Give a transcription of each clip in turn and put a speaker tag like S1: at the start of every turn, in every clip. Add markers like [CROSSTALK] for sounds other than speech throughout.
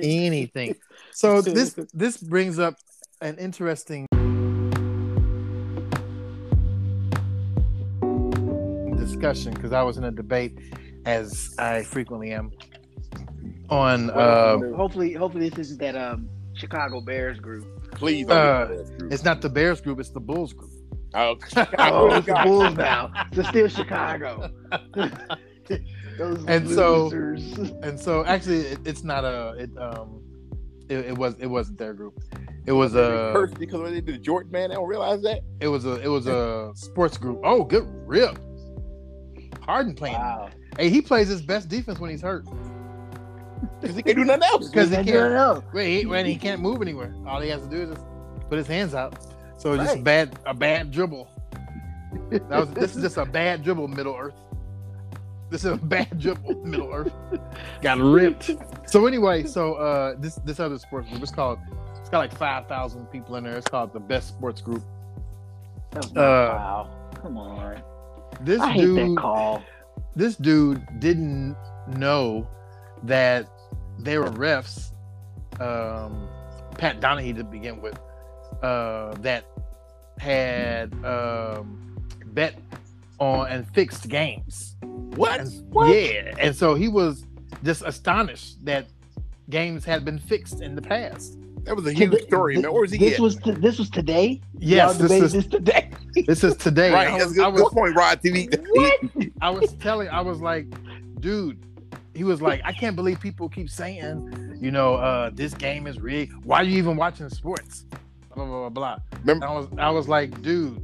S1: anything. [LAUGHS] So this this brings up an interesting discussion because I was in a debate, as I frequently am, on uh,
S2: hopefully, hopefully this is that um Chicago Bears group.
S3: Please.
S1: Uh,
S3: don't do that,
S1: it's not the Bears group, it's the Bulls group.
S3: Oh,
S2: Oh,
S3: God.
S2: it's the Bulls now. So still Chicago. Those
S1: And so-
S2: losers.
S1: And so actually, it, it's not a it um it, it was it wasn't their group. It was a
S3: Cursed because when they did Jordan, man, I don't realize that.
S1: it was a it was a sports group. Oh, good rip. Harden playing.
S2: wow.
S1: Hey, he plays his best defense when he's hurt.
S3: Because he can't do nothing else.
S1: 'Cause he
S2: I
S1: can't-
S2: don't know.
S1: Wait, he, when he can't move anywhere, all he has to do is just put his hands out. So it's just
S3: Right.
S1: bad, a bad dribble. That was this is just a bad dribble, Middle Earth. This is a bad dribble, Middle Earth. Got ripped. So anyway, so uh, this this other sports group, it's called. It's got like five thousand people in there. It's called the best sports group.
S2: That's not-
S1: Uh,
S2: wow. Come on.
S1: This
S2: I hate
S1: dude,
S2: that call.
S1: this dude didn't know that they were refs. Um, Pat Donahue to begin with, uh, that had um, bet on and fixed games.
S3: What?
S1: And- Yeah, and so he was just astonished that games had been fixed in the past.
S3: That was a
S2: Th-
S3: huge story,
S2: th-
S3: man. Where was he
S2: This
S3: at?
S2: was t- this was today.
S1: Yes,
S2: Y'all
S1: this
S2: debated
S1: is
S2: this today.
S1: this is today.
S3: right.
S1: I,
S3: That's
S1: was,
S3: good,
S1: I,
S3: good
S1: was,
S3: point, Rod. TV.
S2: [LAUGHS] What?
S1: I was telling, I was like, dude, he was like, I can't believe people keep saying, you know, uh, this game is rigged. Why are you even watching sports? Blah blah blah blah.
S3: Remember-
S1: I was I was like, dude,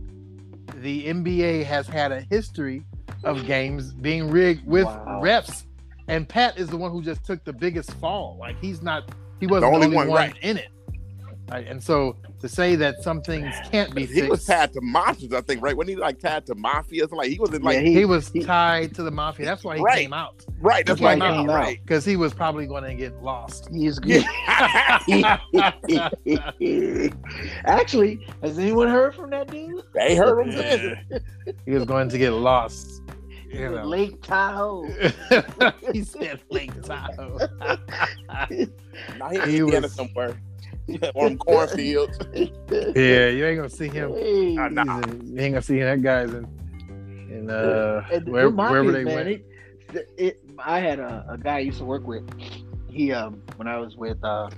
S1: the NBA has had a history of games being rigged with
S2: Wow.
S1: refs, and Pat is the one who just took the biggest fall. Like he's not, he wasn't
S3: The
S1: the
S3: only
S1: only,
S3: one,
S1: one,
S3: right.
S1: in it. Like, and so to say that some things can't be
S3: He
S1: fixed,
S3: was tied to monsters, I think, right? When he like tied to mafia, something like he was in like
S2: Yeah,
S1: he was
S2: he-
S1: tied to the mafia. That's why he
S3: Right.
S1: came out.
S3: right. That's
S1: Yeah,
S3: why
S1: he
S3: I'm
S2: came
S3: out,
S2: out.
S3: right.
S1: because he was probably going to get lost.
S2: [LAUGHS] He is good.
S3: Yeah.
S2: [LAUGHS] Actually, has anyone heard from that dude?
S3: they heard him.
S1: Yeah.
S3: since.
S1: He was going to get lost. You know.
S2: Lake Tahoe.
S1: [LAUGHS] he said Lake Tahoe.
S3: Now he,
S1: He
S3: in Indiana
S1: was-
S3: somewhere [LAUGHS] on them [LAUGHS] cornfields.
S1: yeah, you ain't gonna see him.
S2: Hey.
S3: Uh, nah.
S1: He's in- you ain't gonna see that guys in in uh
S2: And
S1: where,
S2: them
S1: wherever
S2: Mafias,
S1: they
S2: man,
S1: went.
S2: It, it, I had a, a guy I used to work with. He um when I was with uh,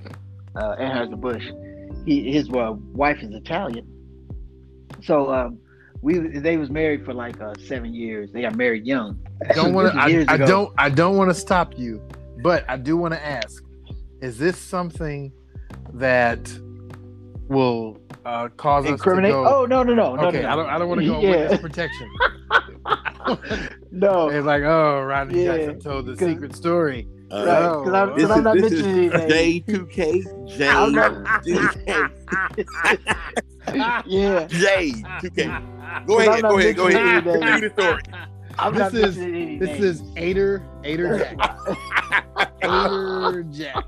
S2: uh Anheuser Busch, he his uh, wife is Italian. So um we they was married for like uh seven years. They got married young.
S1: don't want
S2: This
S1: to.
S2: was years
S1: I, I
S2: ago.
S1: don't. I don't want to stop you, but I do want to ask: Is this something that will uh, cause
S2: incriminate.
S1: us to go?
S2: Oh no no no no
S1: okay,
S2: no,
S1: I don't. I don't want to go
S2: [LAUGHS] Yeah.
S1: with this protection.
S2: no.
S1: it's like, oh, Rodney
S2: Yeah,
S1: Jackson told the
S2: 'cause-
S1: secret
S3: [LAUGHS]
S1: story.
S2: Right,
S1: Oh,
S2: 'cause I'm- 'cause
S3: This
S2: I'm
S3: is-
S2: not
S3: this is
S2: mentioning his name.
S3: Uh, J two K [LAUGHS]
S2: I'm
S3: J
S2: not-
S1: [LAUGHS]
S2: yeah,
S3: J two K. Go
S2: I'm
S3: ahead,
S2: not
S3: go ahead, go
S2: mentioning his name.
S3: ahead. [LAUGHS] Continue the story.
S2: I'm
S1: This
S2: not
S1: is-
S2: mentioning any
S1: This
S2: names.
S1: is Ader Ader Jack.
S3: [LAUGHS]
S1: Ader Jack.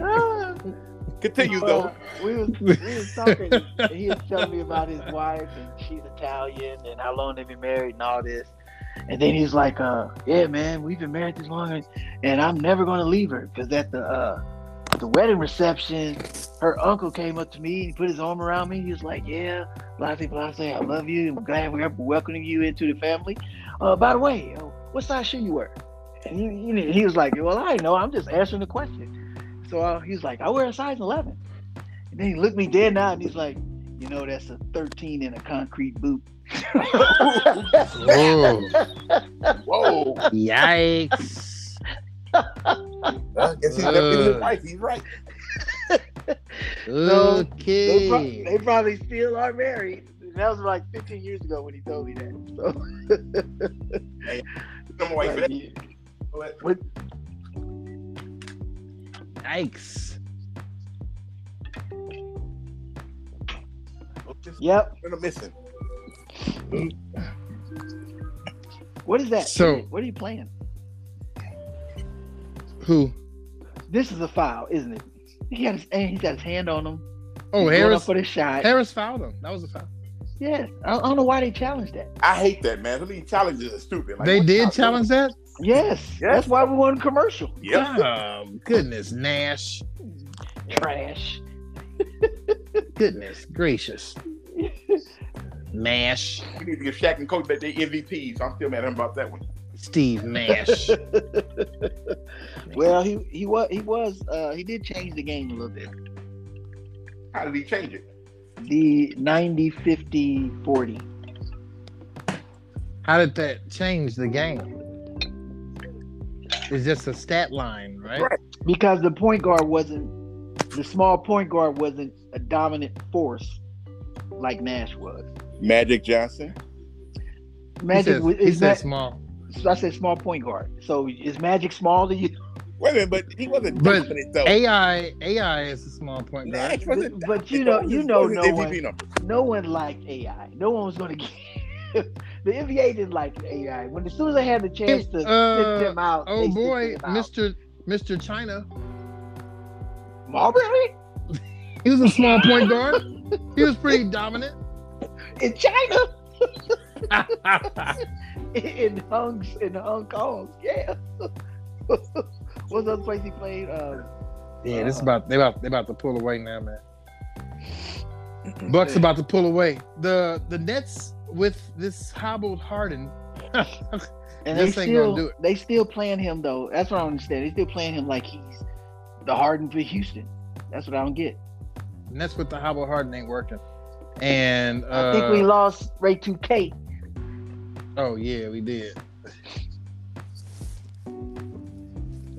S2: Ah.
S3: Continue
S2: So,
S3: though.
S2: We was, we was talking. and he was telling me about his wife, and she's Italian, and how long they've been married, and all this. And then he's like, uh, "Yeah, man, we've been married this long, and, and I'm never gonna leave her because at the uh, the wedding reception, her uncle came up to me and he put his arm around me. He was like, "Yeah, blah blah blah, say I love you, and we're glad we're welcoming you into the family. Uh, by the way, uh, what size shoe you wear?" And he, he, he was like, "Well, I know. I'm just answering the question." So uh, he was like, "I wear a size 11." And then he looked me dead in the eye and he's like, you know, that's a 13 in a concrete [LAUGHS] boot.
S1: Whoa.
S3: Whoa. [LAUGHS]
S1: Yikes.
S3: I guess he's never
S1: Uh,
S3: been his wife. He's right.
S2: they, pro-
S1: Okay.
S2: they probably still are married. That was like 15 years ago when he told me that. So,
S3: Number wife.
S2: like, yeah.
S1: Yikes.
S2: yep.
S3: They're missing.
S2: What is that?
S1: So-
S2: what are you playing?
S1: Who?
S2: This is a foul, isn't it? He got his, and he's got his hand on him.
S1: Oh,
S2: He's going
S1: Harris.
S2: up for the shot.
S1: Harris fouled him. That was a foul.
S2: Yes. I, I don't know why they challenged that.
S3: I hate that, man. Some of these challenges are stupid. Like,
S1: they
S3: what
S1: did
S3: y'all
S1: challenge that.
S2: Yes, that's why we want a commercial.
S3: Yep.
S1: Oh, goodness, Nash.
S2: Trash.
S1: Goodness
S3: [LAUGHS]
S1: gracious. Nash.
S3: We need to give Shaq and Coach back their MVPs. I'm still mad at him about that one.
S1: Steve Nash.
S2: Well, he he was he was uh, he did change the game a little bit.
S3: How did he change it?
S2: The 90 50 40.
S1: How did that change the game? It's just a stat line, right?
S3: Right.
S2: because the point guard wasn't the small point guard wasn't a dominant force like Nash was.
S3: Magic Johnson.
S1: He
S2: Magic
S1: says,
S2: was
S1: he
S2: is
S1: says
S2: that,
S1: small.
S2: I said small point guard. So is Magic small to you?
S3: Wait a minute, but he wasn't
S1: But
S3: dominant though.
S1: AI AI is a small point guard.
S3: Nash wasn't
S2: [LAUGHS] But you know,
S3: dominant.
S2: you
S3: He
S2: know,
S3: was
S2: no
S3: MVP
S2: one,
S3: number.
S2: no one liked AI. No one was going to [LAUGHS] give. The NBA didn't like AI. When as soon as they had the chance to
S1: Uh,
S2: sit them out,
S1: Oh
S2: they
S1: boy,
S2: sit them out.
S1: Mr. Mr. China.
S2: Marbury
S1: He was a small point guard. He was pretty dominant.
S2: in China, [LAUGHS] in Hong in Hong Kong, yeah. [LAUGHS] What's the other place he played? Um,
S1: Yeah, this is about they about they about to pull away now, man. Bucks about to pull away. The the Nets with this hobbled Harden.
S2: And
S1: This
S2: they
S1: ain't
S2: still,
S1: gonna do it.
S2: They still playing him though. That's what I don't understand. They still playing him like he's the Harden for Houston. That's what I don't get.
S1: Nets with the hobbled Harden ain't working. And
S2: I think we
S1: uh,
S2: lost Ray 2K.
S1: oh yeah, we did.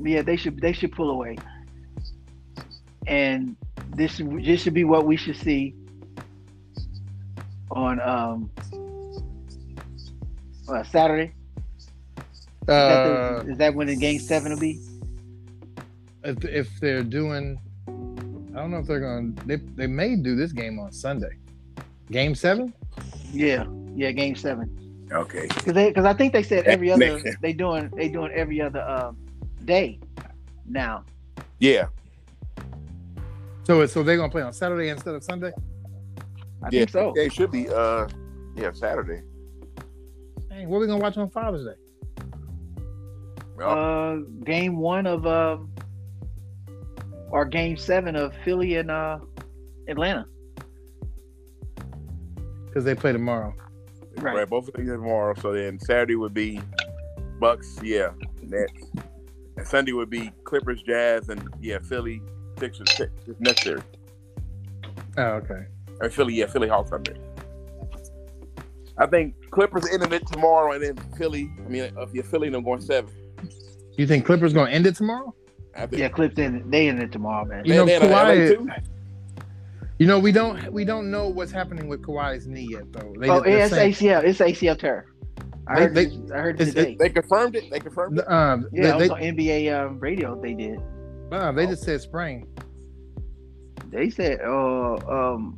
S2: Yeah, they should they should pull away. And this should- this should be what we should see on um uh, Saturday. Is,
S1: Uh,
S2: that the, is that when the game seven will be?
S1: if, if they're doing, I don't know if they're going. to They they may do this game on Sunday. Game seven.
S2: Yeah, yeah, game seven.
S3: Okay.
S2: Because because I think they said every
S3: That
S2: other
S3: makes sense.
S2: they doing they doing every other um, day now.
S3: Yeah.
S1: So it's so they're gonna play on Saturday instead of Sunday.
S2: I
S3: yeah.
S2: think so.
S3: It should be uh yeah, Saturday.
S1: Dang, what are we gonna watch on Father's Day?
S3: Well,
S2: Uh, game one of um, or game seven of Philly and uh, Atlanta.
S1: Because they play tomorrow.
S3: right.
S2: Right.
S3: Both of these are tomorrow. So then Saturday would be Bucks, yeah, Nets. And Sunday would be Clippers, Jazz, and yeah, Philly, Sixers, six, if necessary.
S1: Oh, okay.
S3: Or Philly, yeah, Philly Hawks, I mean. I think Clippers ending it tomorrow and then Philly, I mean, if you're Philly, I'm going seven.
S1: You think Clippers gonna end it tomorrow?
S3: I think.
S2: Yeah, Clips in they in it tomorrow, man.
S1: You know,
S3: Atlanta, LA
S1: Kawhi-
S3: too.
S1: You know, we don't we don't know what's happening with Kawhi's knee yet, though. They,
S2: oh,
S1: they're
S2: it's
S1: saying-
S2: ACL. It's ACL tear. I
S1: They-
S2: heard.
S1: they-
S2: this- I heard
S1: it's-
S2: today.
S3: They confirmed it. They confirmed it.
S1: um, they-
S2: yeah,
S1: they,
S2: it was on NBA um, radio. They did.
S1: uh, they just said spring.
S2: They said, uh, um,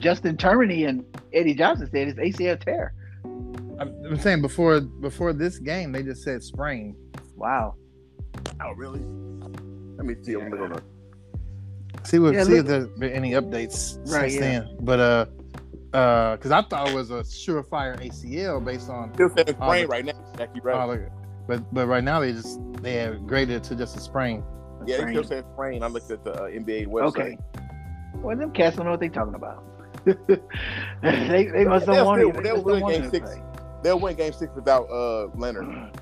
S2: Justin Termini and Eddie Johnson said it's ACL tear.
S1: I'm, I'm saying before before this game, they just said spring.
S2: Wow.
S3: Oh, really? Let me see. I'm looking on.
S1: See what
S2: Yeah,
S1: see
S2: look-
S1: if there's been any updates
S2: Right,
S1: since
S2: yeah.
S1: then. But uh, uh, because I thought it was a surefire ACL based on
S3: Still saying it's
S1: Oh,
S3: rain
S1: but-
S3: right now. Jack, you
S1: all
S3: right.
S1: the, but but right now they just they have graded it to just a spring.
S3: Yeah, they
S2: Rain.
S3: still saying it's rain. I looked at the uh, NBA website.
S2: Okay. Well, them cats don't know what they talking
S3: [LAUGHS]
S2: about. they they must
S3: They'll
S2: don't want
S3: still-
S2: to.
S3: they'll win game six. They'll win Game Six without uh,
S1: Mm-hmm.
S3: Leonard. [CLEARS THROAT]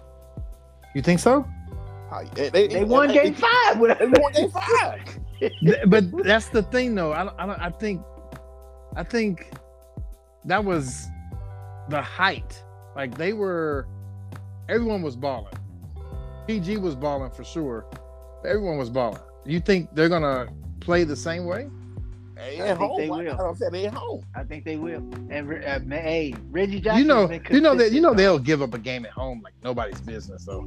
S1: You think so?
S3: How- They, they-
S2: They won game five. With
S3: They won Game Five.
S2: [LAUGHS]
S1: Th- but [LAUGHS] that's the thing, though. I don't, I, don't, I think I think that was the height. Like they were, everyone was balling. PG was balling for sure. Everyone was balling. You think they're gonna play the same way?
S3: They
S2: I
S3: at
S2: think
S3: home.
S2: they
S3: Why
S2: will.
S3: not? I'm saying they at home.
S2: I think they will. And re- uh, ma- hey, Reggie Jackson.
S1: You know, you know that you know they'll give up a game at home like nobody's business. though.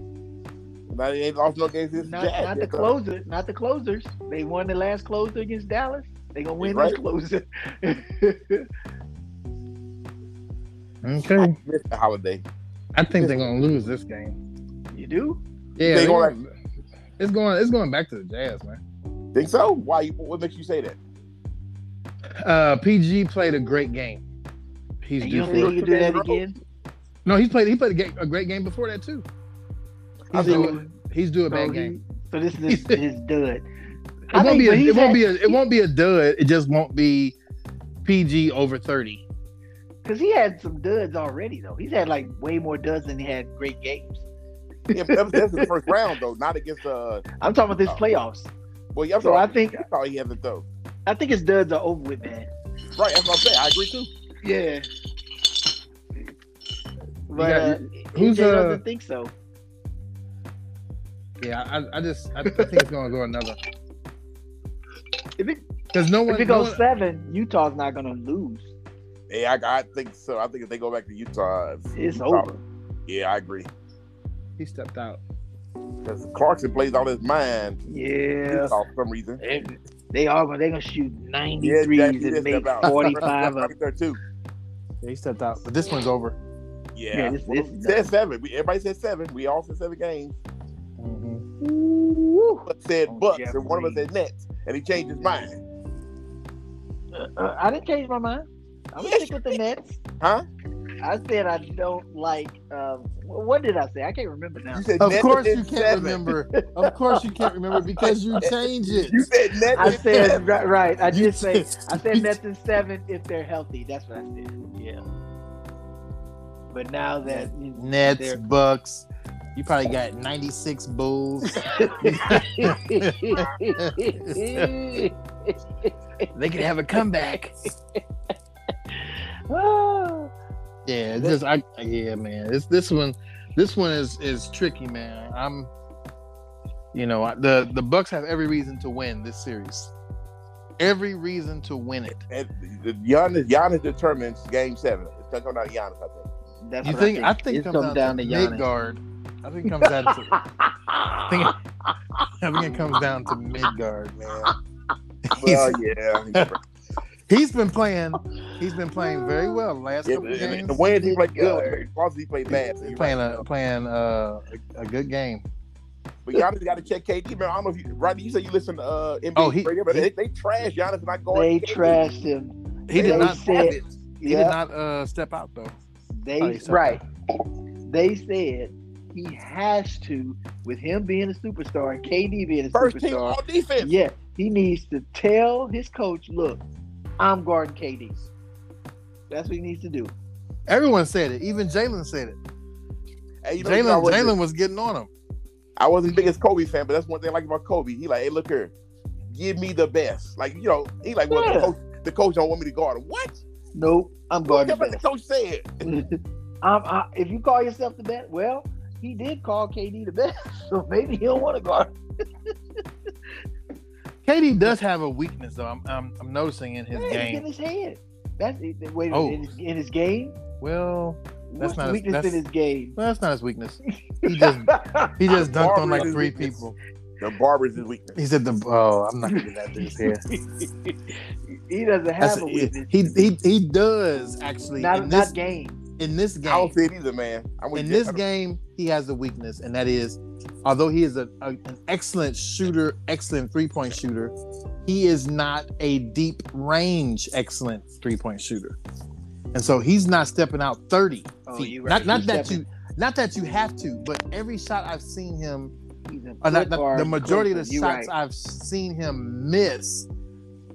S3: Now they ain't lost no games this
S2: not, not the closer, not the closers. They won the last closer against Dallas. They gonna win
S3: Right.
S2: this closer. [LAUGHS]
S1: okay,
S3: Missed the holiday.
S1: I think they're gonna lose this game.
S2: you do?
S1: Yeah,
S3: They
S1: they're
S3: going-
S1: gonna- it's going it's going back to the Jazz, man.
S3: Think so? Why? you- What makes you say that?
S1: Uh, PG played a great game. He's
S2: And
S1: due
S2: you don't
S1: for
S2: think
S1: it.
S2: he can do that again?
S1: No, he's played. He played a, ga- a great game before that too. He's
S2: think-
S1: doing he's doing a bad
S2: so he-
S1: game.
S2: So this is his dud.
S1: It
S2: I
S1: won't
S2: think-
S1: be a,
S2: but he's
S1: it won't
S2: had-
S1: be a it won't be a dud. It just won't be PG over thirty.
S2: Because he had some duds already, though. He's had like way more duds than he had great games.
S3: Yeah, but that was, that was in the first round though, not against uh.
S2: I'm talking about this
S3: Oh.
S2: playoffs.
S3: Well, yeah,
S2: So I think
S3: that's all he hasn't though.
S2: I think his duds are over with, man.
S3: Right, that's what I'm saying. I agree too.
S2: Yeah. But
S1: got-
S2: uh,
S1: who's,
S2: EJ
S1: uh,
S2: doesn't think so.
S1: Yeah, I, I just I, I think it's gonna go another
S2: If it
S1: because no one.
S2: if it
S1: no
S2: goes
S1: one-
S2: seven, Utah's not gonna lose.
S3: Yeah, I, I think so. I think if they go back to Utah, it's-
S2: It's
S3: Utah-
S2: over.
S3: Yeah, I agree.
S1: he stepped out.
S3: Because Clarkson plays all his mind.
S2: Yeah.
S3: Utah, for some reason.
S2: They- They are gonna they're gonna shoot ninety
S3: Yeah,
S2: threes
S3: that- he
S2: and
S3: did
S2: make
S3: step out.
S2: forty
S3: [LAUGHS]
S2: five
S3: Right
S2: of
S3: there too.
S1: Yeah, he stepped out. But this one's over.
S3: Yeah.
S2: Yeah, this-
S3: Well,
S2: this-
S3: we said seven. We, everybody said seven. We all said seven games.
S1: Mm-hmm.
S2: Ooh.
S3: But said
S2: Oh,
S3: Bucks,
S2: Jeff
S3: and one of us
S2: Green.
S3: said Nets, and he changed his mind.
S2: Uh, I didn't change my mind. I'm gonna stick with the Nets.
S3: Huh?
S2: I said I don't like. Um, wh- what did I say? I can't remember now.
S3: You said
S1: Of
S3: Nets
S1: course
S3: and
S1: you can't
S3: seven.
S1: remember. Of course you can't remember because [LAUGHS] you changed it.
S3: You said Nets.
S2: I
S3: and seven.
S2: said right. right I
S1: You
S2: did say I said
S1: you-
S2: nothing seven if they're healthy. That's what I said. Yeah. But now that
S1: Nets,
S2: They're- [LAUGHS]
S1: Bucks. You probably got 96 Bulls. they could have a
S2: [LAUGHS]
S1: comeback.
S2: Oh,
S1: Yeah, it's just I yeah, man. This this one this one is is tricky, man. I'm you know, I- the the Bucks have every reason to win this series. Every reason to win it.
S3: And the- Giannis, Giannis determines game seven. It's going to come down to Giannis, I think.
S2: that's
S1: You
S2: what
S1: think I
S2: I
S1: think
S2: it
S1: it comes
S2: comes down to Giannis.
S1: Midgard. I think it comes down to I think, I think it comes down to Midgard, [LAUGHS] man.
S3: Well,
S1: [LAUGHS]
S3: yeah.
S1: He's been playing. He's been playing very well the last
S3: yeah
S1: couple
S3: but-
S1: games.
S3: the way he played
S2: Midgard.
S3: good, Boston he played bad. so
S1: He's
S3: you're
S1: playing
S3: right.
S1: a playing uh, a, a good game.
S3: But Giannis got to check KD. Man, I don't know if you, Rodney, you said you listen to uh, NBA
S1: Oh, he-
S3: radio, but
S1: he-
S3: they, they trash Giannis not
S2: they
S3: going. to KD.
S2: trashed him.
S1: He
S2: They
S1: did not.
S2: said-
S1: He did
S2: Yeah,
S1: not uh, step out though. Oh, he
S2: they
S1: said
S2: right. They said he has to, with him being a superstar and KD being a
S3: First team
S2: superstar.
S3: all defense.
S2: Yeah, he needs to tell his coach, look, I'm guarding KD. That's what he needs to do.
S1: Everyone said it. Even Jalen said it.
S3: Hey, you know, I,
S1: Jalen
S3: wasn't,
S1: Jalen was getting on him.
S3: I wasn't the biggest Kobe fan, but that's one thing I like about Kobe. He like, hey, look here, give me the best. Like you know, he like, well,
S2: Yeah.
S3: the, coach, the coach don't want me to guard him. What?
S2: Nope, I'm
S3: What
S2: guarding
S3: the
S2: the
S3: fuck the
S2: best.
S3: coach said?
S2: [LAUGHS] I'm, I, if you call yourself the best, well, he did call KD the best, [LAUGHS] so maybe he don't want to guard.
S1: KD does have a weakness though. I'm I'm, I'm noticing in his
S2: Man, it's in
S1: game.
S2: his head. That's it. wait a
S1: Oh.
S2: minute, in, his, in his game.
S1: Well,
S2: What's
S1: That's not
S2: the
S1: his-
S2: weakness
S1: that's-
S2: in his game?
S1: well, that's not his weakness. He
S2: [LAUGHS]
S1: just he just dunked on like
S3: Barber's
S1: three
S3: weakness.
S1: people.
S3: The barber's his weakness.
S1: He said the oh I'm not gonna get that dude's hair.
S2: [LAUGHS] he doesn't have
S1: That's,
S2: a
S1: he,
S2: weakness.
S1: he he does actually
S2: not
S1: in this
S2: not game.
S1: in this
S3: I
S1: game.
S3: don't see it either, man. I'm with
S1: in
S3: you.
S1: this
S3: I don't-
S1: game, he has a weakness, and that is, although he is a, a- an excellent shooter, excellent three point shooter, he is not a deep range excellent three point shooter, and so he's not stepping out thirty
S2: Oh,
S1: feet.
S2: you right.
S1: Not not
S2: He's
S1: that
S2: stepping-
S1: you not that you have to, but every shot I've seen him,
S2: He's a
S1: or Uh, not,
S2: foot
S1: not-
S2: or
S1: the majority of the
S2: closer. You
S1: shots
S2: right.
S1: I've seen him miss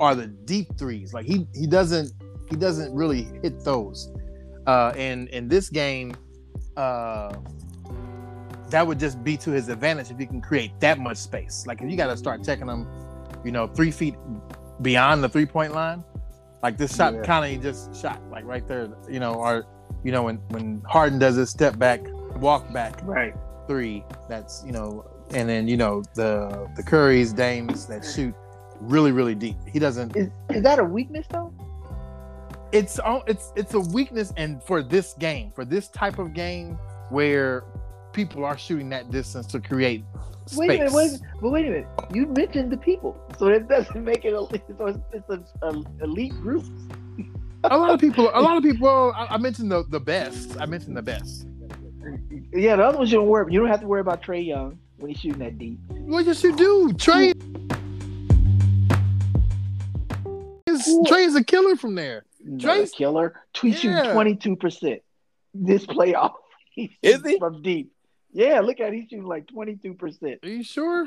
S1: are the deep threes. Like he he doesn't he doesn't really hit those. Uh, and in this game, uh, that would just be to his advantage if you can create that much space. Like if you got to start checking them, you know, three feet beyond the three point line. Like this shot,
S2: Yeah.
S1: kind of just shot like right there, you know, or you know when when Harden does his step back, walk back,
S2: right.
S1: three. That's you know, and then you know the the Currys, Dames that shoot really really deep. He doesn't.
S2: Is is that a weakness though?
S1: It's all it's it's a weakness, and for this game, for this type of game where people are shooting that distance to create space.
S2: Wait a minute, wait, a minute, but wait a minute. You mentioned the people, so it doesn't make it a, [LAUGHS] so it's, it's a, a elite group.
S1: A lot of people. A lot of people. I, I mentioned the the best. I mentioned the best.
S2: Yeah, the other ones you don't worry. You don't have to worry about Trey Young when he's shooting that deep.
S1: What did you do, Trey? Is, Trey is a killer from there.
S2: Trey
S1: Trey's-
S2: killer tweets
S1: Yeah.
S2: you twenty two percent this playoff. [LAUGHS]
S3: Is he?
S2: from deep? Yeah, look at it. He's shooting like 22%.
S1: Are you sure?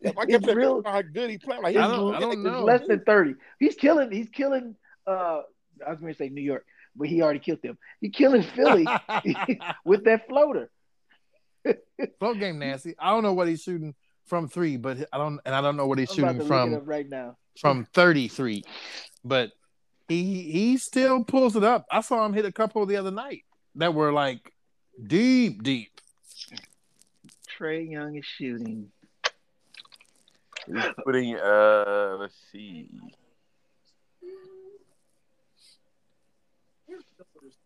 S3: Yeah, I
S2: It's
S3: kept thinking
S2: real-
S3: about how good he played. Like,
S1: I
S3: he's
S1: don't-
S3: doing
S1: I don't
S3: it.
S2: It's
S1: know.
S2: less than 30. He's killing, he's killing, uh, I was going to say New York, but he already killed them. He killing
S1: [LAUGHS]
S2: [LAUGHS] Philly with that floater.
S1: Float game nasty. I don't know what he's shooting from three, but I don't and I don't know what he's
S2: I'm about
S1: shooting
S2: to
S1: from
S2: look it up right now.
S1: from 33. But he he still pulls it up. I saw him hit a couple the other night that were like deep, deep.
S2: Trey Young is shooting.
S3: He's putting, uh, let's see.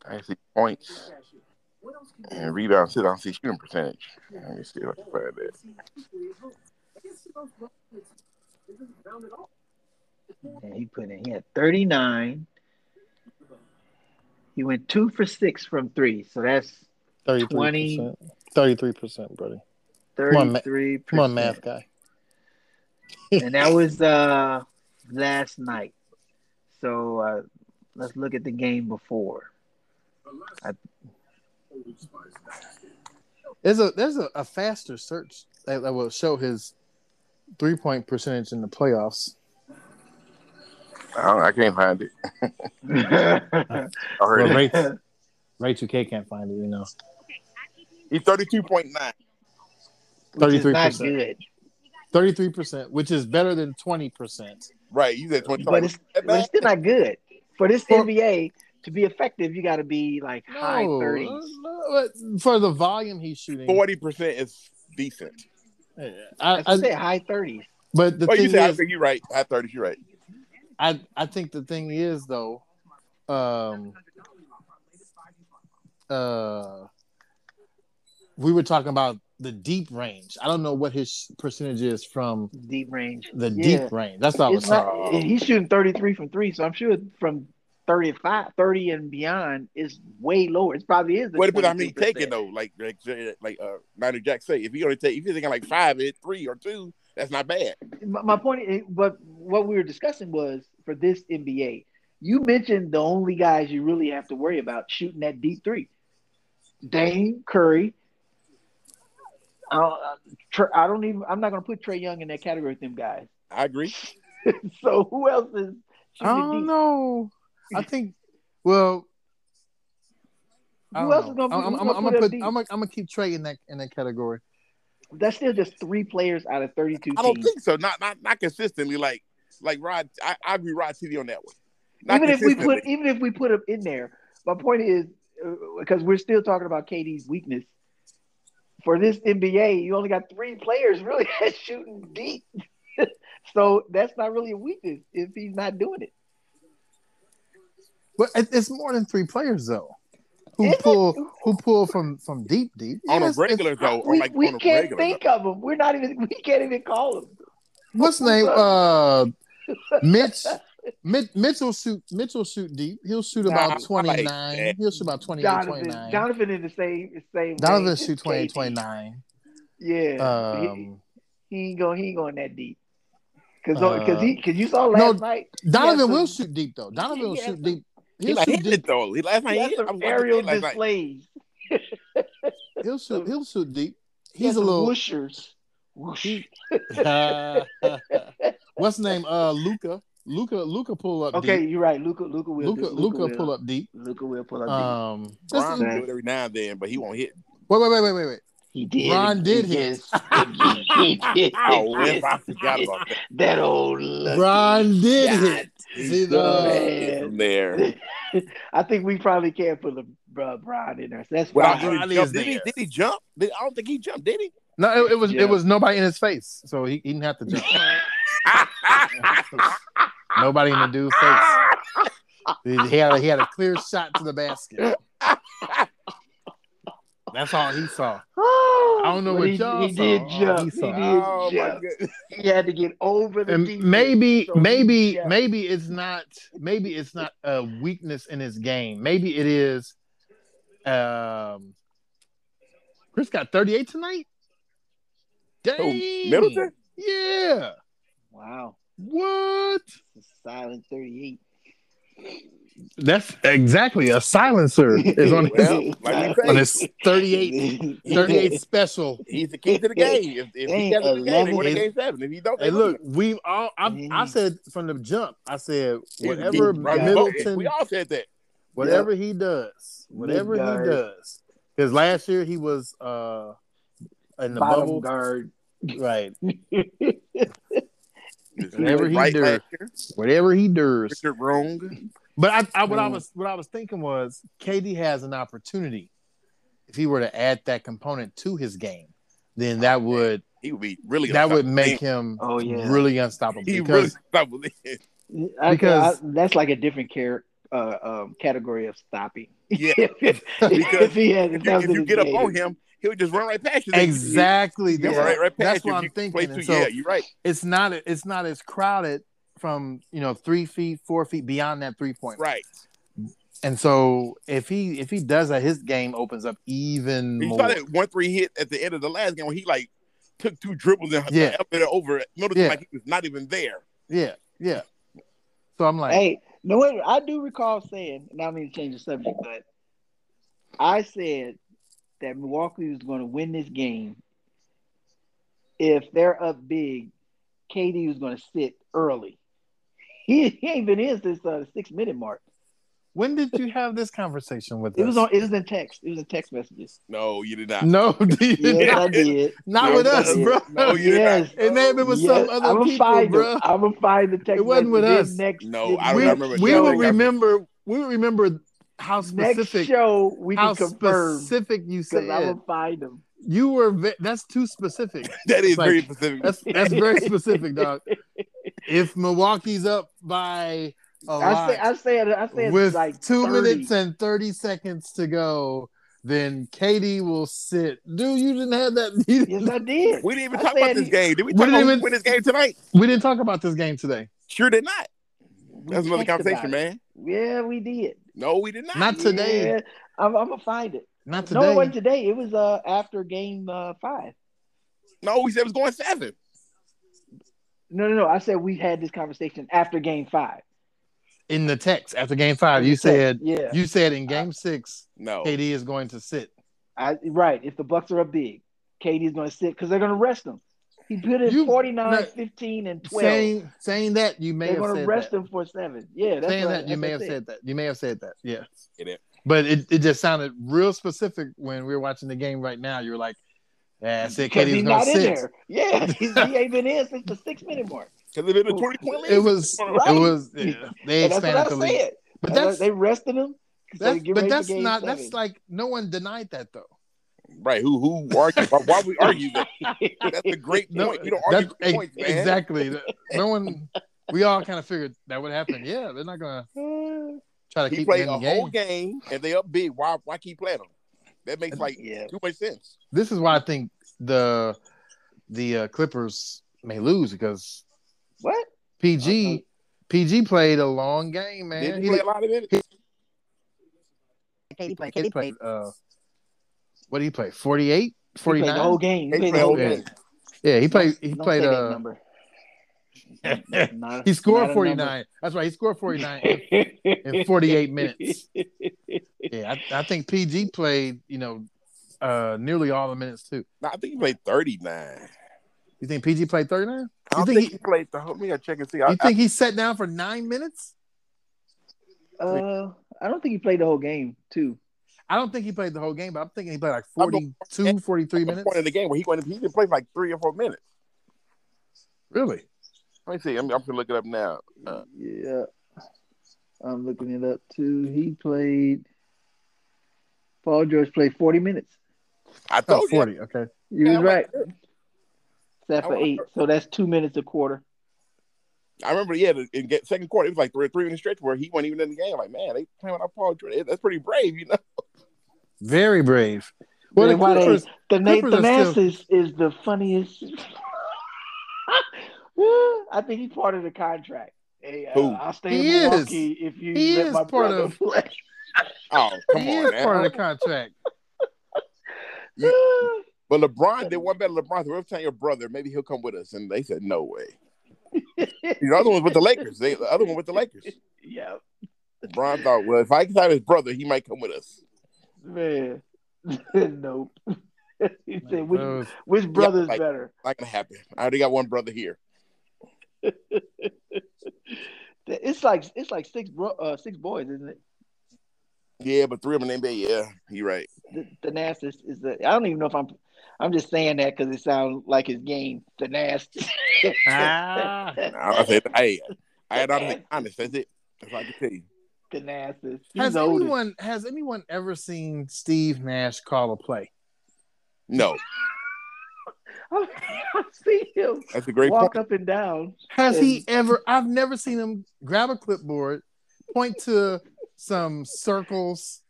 S3: I see points and rebounds. I don't see shooting percentage. Let me see if I can find it.
S2: And he put in, he had 39. He went two for six from three. So that's
S1: 33%. 33%, buddy.
S2: 33%.
S1: Come on, math guy. [LAUGHS]
S2: and that was uh last night. So uh let's look at the game before.
S1: There's a there's a, a faster search that, that will show his three point percentage in the playoffs.
S3: I, don't, I can't find it.
S2: [LAUGHS] That's
S3: I heard [LAUGHS] it.
S1: Ray, Ray 2K can't find it, you know.
S3: He's 32.9.
S2: not
S1: 33%.
S2: good.
S1: 33%, which is better than 20%.
S3: Right. You said 25.
S2: But it's
S3: That
S2: but
S3: bad?
S2: it's still not good. For this
S1: Well-
S2: NBA to be effective, you gotta be like high
S1: No,
S2: thirties.
S1: no, but for the volume he's shooting,
S3: 40% is decent.
S1: I,
S2: I, I
S1: I,
S2: said high thirties.
S1: but the
S3: Well, you
S1: thing
S3: said, I
S1: is,
S3: think you're right. High 30s, you're right.
S1: I, I think the thing is though, um, uh, we were talking about the deep range. I don't know what his percentage is from
S2: Deep range.
S1: the
S2: Yeah.
S1: deep range. That's what I was
S2: It's
S1: saying.
S2: not, and he's shooting 33 from three, so I'm sure from 35, 30 and beyond is way lower. It probably is. the
S3: What but I mean,
S2: 22%.
S3: taking though, like like like uh, Niner Jack say, if you only take, if you're taking like five, hit three or two, that's not bad.
S2: my my point is but what we were discussing was for this NBA, you mentioned the only guys you really have to worry about shooting that deep three. Dane Curry. I don't, uh, I don't even. I'm not going to put Trey Young in that category with them guys. [LAUGHS]
S3: I agree.
S2: so who else is? shooting
S1: I don't
S2: deep?
S1: know. I think. Well, I
S2: Who
S1: don't
S2: else is
S1: know.
S2: gonna put-
S1: I'm,
S2: who's
S1: I'm,
S2: gonna
S1: I'm
S2: put
S1: gonna
S2: up
S1: put.
S2: deep?
S1: I'm gonna, I'm gonna keep Trey in that in that category.
S2: That's still just three players out of 32
S3: I don't
S2: teams.
S3: think so. Not not not consistently. Like like Rod, I, I agree. Rod TV on that one. Not
S2: even if we put,
S3: consistently.
S2: even if we put him in there, my point is because we're still talking about KD's weakness. For this NBA, you only got three players really [LAUGHS] that's shooting deep, [LAUGHS] so that's not really a weakness if he's not doing it.
S1: But it, it's more than three players though. Who
S2: Is it?
S1: pull? Who pull from from deep deep
S3: on
S1: Yes,
S3: a regular
S1: it's-
S3: though, or
S2: we
S3: like
S2: we
S3: on a
S2: can't
S3: regular.
S2: think of him. We're not even [LAUGHS] we can't even call him.
S1: What's
S2: [LAUGHS]
S1: name? Uh, Mitch. Mit, Mitchell shoot. Mitchell shoot deep. He'll shoot
S3: Nah, I
S1: about
S3: like
S1: twenty nine.
S3: that.
S1: He'll shoot about 28,
S2: Donovan
S1: 29. Donovan,
S2: Donovan in the same the same. range as
S1: shoot 28,
S2: KD.
S1: 29.
S2: Yeah, he,
S1: Um,
S2: he ain't going he ain't going that deep because
S1: Uh,
S2: because he because you saw last
S1: no,
S2: night
S1: Donovan
S2: some-
S1: will shoot deep though. Donovan will
S2: He has
S1: shoot
S2: some-
S1: deep.
S3: He
S1: He'll
S3: like
S1: shoot
S3: hit
S1: deep.
S3: it though. He last night
S2: he
S3: he
S2: had
S3: hit. I was
S2: some
S3: watching the
S2: aerial
S3: game last night.
S2: displays.
S1: He'll
S2: [LAUGHS]
S1: shoot. He'll shoot deep.
S2: He had
S1: He's a
S2: some
S1: little.
S2: whooshers. Whoosh.
S1: he- [LAUGHS] what's the name? Uh, Luca. Luca. Luca pull up.
S2: okay,
S1: Deep.
S2: you're right. Luca, Luca will.
S1: Luca. Luca pull up deep.
S2: Luca will pull up. deep.
S1: Um. Just,
S3: Ron
S2: Okay.
S3: do it every now and then, but he won't hit.
S1: wait. Wait. Wait. Wait. Wait. Wait.
S2: He did.
S1: Ron did
S2: He
S1: his. [LAUGHS]
S2: he did.
S3: Oh, if I
S2: [LAUGHS]
S3: forgot about that.
S2: that old lucky
S1: Ron did hit.
S2: shot.
S1: See, the-
S2: Man.
S3: From there.
S2: I think we probably can't put the uh, Brian in there. So that's
S3: Well,
S1: Wow.
S2: fine.
S1: [LAUGHS]
S3: did,
S1: Ronnie
S3: he
S1: is
S3: jump? Did, he,
S1: there.
S3: did he jump? Did, I don't think he jumped. Did he?
S1: No, it, it was
S2: Yeah.
S1: it was nobody in his face, so he, he didn't have to jump. nobody in the dude's face. He- He had a, he had a clear shot to the basket. That's all he saw.
S2: I
S1: don't know what
S2: Oh, he,
S1: y'all
S2: he did
S1: saw.
S2: jump.
S1: He
S2: He,
S1: saw.
S2: did
S3: oh my
S2: jump.
S3: goodness.
S2: He had to get over the
S1: And
S2: defense.
S1: maybe
S2: So he
S1: maybe
S2: jumped.
S1: maybe it's not maybe it's not a weakness in his game. Maybe it is. Um, Chris got thirty eight tonight.
S3: Who,
S1: Dang,
S3: Middleton?
S1: Yeah.
S2: Wow.
S1: What?
S2: It's a silent 38.
S1: That's exactly a
S3: [LAUGHS]
S1: silencer is on his,
S3: Well, like
S2: [LAUGHS]
S3: we
S1: on
S3: say,
S1: his 38,
S3: [LAUGHS]
S1: 38 special.
S3: he's the key
S1: [LAUGHS]
S3: to the game. If, if he
S2: Ain't
S3: doesn't the game, they win the
S1: 11.
S3: game seven. If he don't, they
S1: Hey,
S3: lose.
S1: look, we all. I, I said from the jump. I said
S3: He's the
S1: whatever
S3: key. Right, Mm. we both-
S1: Middleton,
S3: we all said that.
S1: whatever he does, whatever he
S2: guard.
S1: does, because last year he was uh in the
S2: bottom
S1: bubble,
S2: guard.
S1: right?
S3: Whatever
S1: he
S3: right
S1: do.
S3: last year,
S1: Whatever he does.
S3: Richard Wrong.
S1: But I, I what I
S2: Mm.
S1: was what I was thinking was KD has an opportunity if he were to add that component to his game, then that would
S3: He would be really.
S1: that would make him
S2: Oh yeah,
S1: really unstoppable
S3: He
S1: because
S3: really unstoppable.
S2: I-
S1: because-
S2: I- that's like a different care, uh, um, category of stopping.
S3: Yeah.
S2: [LAUGHS]
S3: [LAUGHS]
S2: if,
S3: Because
S2: he had,
S3: If you, if you get up on him, he'll just run right past you.
S1: [LAUGHS] Exactly.
S3: He'll
S1: That's,
S3: run right, right
S1: that's
S3: past you.
S1: what
S3: If
S1: I'm
S3: you play
S1: thinking. And
S3: through-
S1: so
S3: yeah, you're right.
S1: it's not it's not as crowded from you know three feet, four feet beyond that three point.
S3: Right.
S1: And so if he if he does that, his game opens up even
S3: You
S1: more.
S3: saw that one three hit at the end of the last game when he like took two dribbles and
S1: Yeah.
S3: elevated over Middleton
S1: Yeah.
S3: like he was not even there.
S1: Yeah, yeah. So I'm like,
S2: Hey, no wait, I do recall saying, and I don't mean to change the subject, but I said that Milwaukee was going to win this game if they're up big. KD was going to sit early. [LAUGHS] He, he ain't been in since uh, the six minute mark.
S1: when did you have this conversation with?
S2: It was
S1: us?
S2: on. It was in text. It was in text
S3: [LAUGHS]
S2: messages.
S3: No, you did not.
S1: No, [LAUGHS] dude.
S2: Yes, I did.
S1: not
S2: Yes,
S1: with
S2: I
S1: us,
S2: did.
S1: bro.
S3: No, you did not.
S2: yes.
S1: It may have been with some other
S2: I'ma
S1: people,
S2: find
S1: bro.
S2: I'm gonna find the text.
S1: It wasn't with
S2: messages
S1: us.
S2: Next,
S3: No, I don't
S1: we,
S3: remember.
S1: we
S3: show.
S1: will
S3: Yeah.
S1: remember. We will remember how
S2: Next
S1: specific
S2: show we
S1: how
S2: can confirm
S1: specific you
S2: because I'm
S1: said.
S2: gonna find them.
S1: You were ve- that's too specific.
S3: That is
S1: Like,
S3: very specific.
S1: That's that's very specific,
S2: [LAUGHS]
S1: dog. If Milwaukee's up by a
S2: I
S1: lot
S2: say, I said, I said,
S1: with
S2: like
S1: two
S2: 30.
S1: minutes and thirty seconds to go, then Katie will sit. Dude, you didn't have that. [LAUGHS]
S2: Yes, I did.
S3: We didn't even
S2: I
S3: talk about
S2: said
S3: this
S2: he-
S3: game. Did
S1: We
S3: we talk
S1: didn't
S3: about who
S1: even-
S3: win this game tonight?
S1: We didn't talk about this game today.
S3: Sure did not.
S2: We
S3: That's another
S2: talked about
S3: conversation,
S2: it.
S3: man.
S2: Yeah, we did.
S3: No, we did not.
S1: Not today.
S2: Yeah, I'm, I'm gonna find it.
S1: Not
S2: No,
S1: today.
S2: it wasn't today. It was uh after game uh, five.
S3: No, we said it was going seven.
S2: No, no, no. I said we had this conversation after game five.
S1: in the text after game five, you said
S2: yeah, Oh.
S1: you said in game six,
S3: No.
S1: KD is going to sit.
S2: I, right. If the Bucks are up big, KD's gonna sit because they're gonna rest him. He put in
S1: You-
S2: 49,
S1: no,
S2: 15, and 12.
S1: Saying saying that you may
S2: they're
S1: have
S2: gonna
S1: said
S2: rest
S1: that.
S2: him for seven. Yeah, that's
S1: saying
S2: what I-
S1: that you
S2: that's
S1: may
S2: what I
S1: have said that. You may have said that. Yeah.
S3: It is.
S1: But it, it just sounded real specific when we were watching the game right now. You're like, that's it.
S2: Because
S1: Katie's
S2: he's
S1: gonna
S2: not in
S1: sit.
S2: there.
S1: [LAUGHS]
S2: Yeah, he's, he ain't been in since the six minute mark.
S3: Because it been a 20 point lead.
S1: It was
S2: Right.
S1: it was yeah, they
S2: And that's what
S1: expanded
S2: I
S1: the
S2: said.
S1: lead. But
S2: And uh,
S1: that's,
S2: they rested him. so they
S1: that's
S2: get
S1: but
S2: ready for
S1: that's
S2: game
S1: not that's
S2: seven.
S1: like no one denied that though.
S3: Right. Who who argued? Why, why
S1: [LAUGHS]
S3: we argue that?
S2: [LAUGHS]
S3: That's a great
S1: No,
S3: point. You don't argue
S1: that's-
S3: good points, man.
S1: exactly.
S3: [LAUGHS]
S1: No one we all kind of figured that would happen. Yeah, they're not gonna
S2: [LAUGHS]
S1: try to
S3: He
S1: keep
S3: played
S1: me
S3: a
S1: in the game.
S3: whole game and they up big. Why why keep playing them? That makes like
S2: yeah.
S3: too much sense.
S1: This is why I think the the uh, Clippers may lose because
S2: What?
S1: PG
S2: Uh-huh.
S1: PG played a long game, man.
S3: Did
S1: He
S3: he play
S1: did-
S3: a lot of it?
S1: KD played. KD played. Uh, what did he play? 48?
S2: He played
S1: 49?
S2: the whole game.
S3: He played the whole game.
S1: Yeah, he played. He
S2: Don't
S1: played.
S2: say that
S1: Uh,
S2: number.
S1: he scored forty nine. That's right. He scored forty nine
S2: [LAUGHS]
S1: in forty eight minutes. Yeah, I, I think PG played. You know, uh, nearly all the minutes too.
S3: No, I think he played 39.
S1: You think PG played thirty nine?
S3: I
S1: You
S3: don't
S1: think
S3: think,
S1: he-
S3: he played the whole. Let me go check and see. I,
S1: You think he sat down for nine minutes?
S2: Uh, I don't think he played the whole game too.
S1: I don't think he played the whole game, but I'm thinking he played like
S3: I'm going-
S1: 42, 43
S3: I, the point
S1: minutes.
S3: of the game where he went. He didn't play for like three or four minutes.
S1: Really?
S3: Let me see. I'm, I'm gonna look it up now. Uh,
S2: Yeah, I'm looking it up too. He played. Paul George played forty minutes.
S3: I
S1: Oh,
S3: told you.
S1: 40. Okay.
S2: You
S3: Yeah,
S2: was
S3: I'm like,
S2: right. Except for
S3: I wonder-
S2: eight, so that's two minutes a quarter.
S3: I remember, yeah, the, in get, second quarter, it was like three, three minute stretch where he wasn't even in the game. Like, man, they playing without Paul George. That's pretty brave, you know. [LAUGHS]
S1: Very brave. Well,
S2: Really,
S1: the
S2: why they-
S1: Clippers,
S2: The Nate
S1: Clippers are
S2: Mass
S1: still-
S2: is, is the funniest. [LAUGHS] I think he's part of the contract. Hey, uh,
S3: Who?
S2: I'll stay
S1: He
S2: in
S1: is.
S2: Milwaukee if you
S1: He
S2: let
S1: is
S2: my
S1: part
S2: brother
S1: of-
S2: play.
S3: Oh, come
S1: he
S3: on,
S1: is
S3: man.
S1: part of the
S2: [LAUGHS]
S1: contract.
S3: But LeBron did one better. LeBron, we're telling your brother, maybe he'll come with us. And they said, no way. The other one was with the Lakers. They, the other one with the Lakers.
S2: yeah.
S3: Bron thought, well, if I can have his brother, he might come with us.
S2: Man, [LAUGHS] nope. [LAUGHS] he said, which,
S1: Those-
S2: [LAUGHS] which brother's
S3: like-
S2: better?
S3: Not gonna happen. I already got one brother here.
S2: It's like it's like six bro, uh, six boys, isn't it?
S3: Yeah, but three of them in the NBA. Yeah, you right.
S2: The, the Nast is, is the. I don't even know if I'm. I'm just saying that because it sounds like his game. The Nast.
S3: [LAUGHS]
S1: ah,
S3: I, I said, hey, I had to be honest. That's it. That's all I can tell you.
S2: the Nast is. He's
S1: has
S2: older. [LAUGHS]
S1: anyone has anyone ever seen Steve Nash call a play?
S3: No,
S2: I've seen him
S3: that's a great
S2: walk
S3: point.
S2: up and down.
S1: Has he ever? I've never seen him grab a clipboard, point to some circles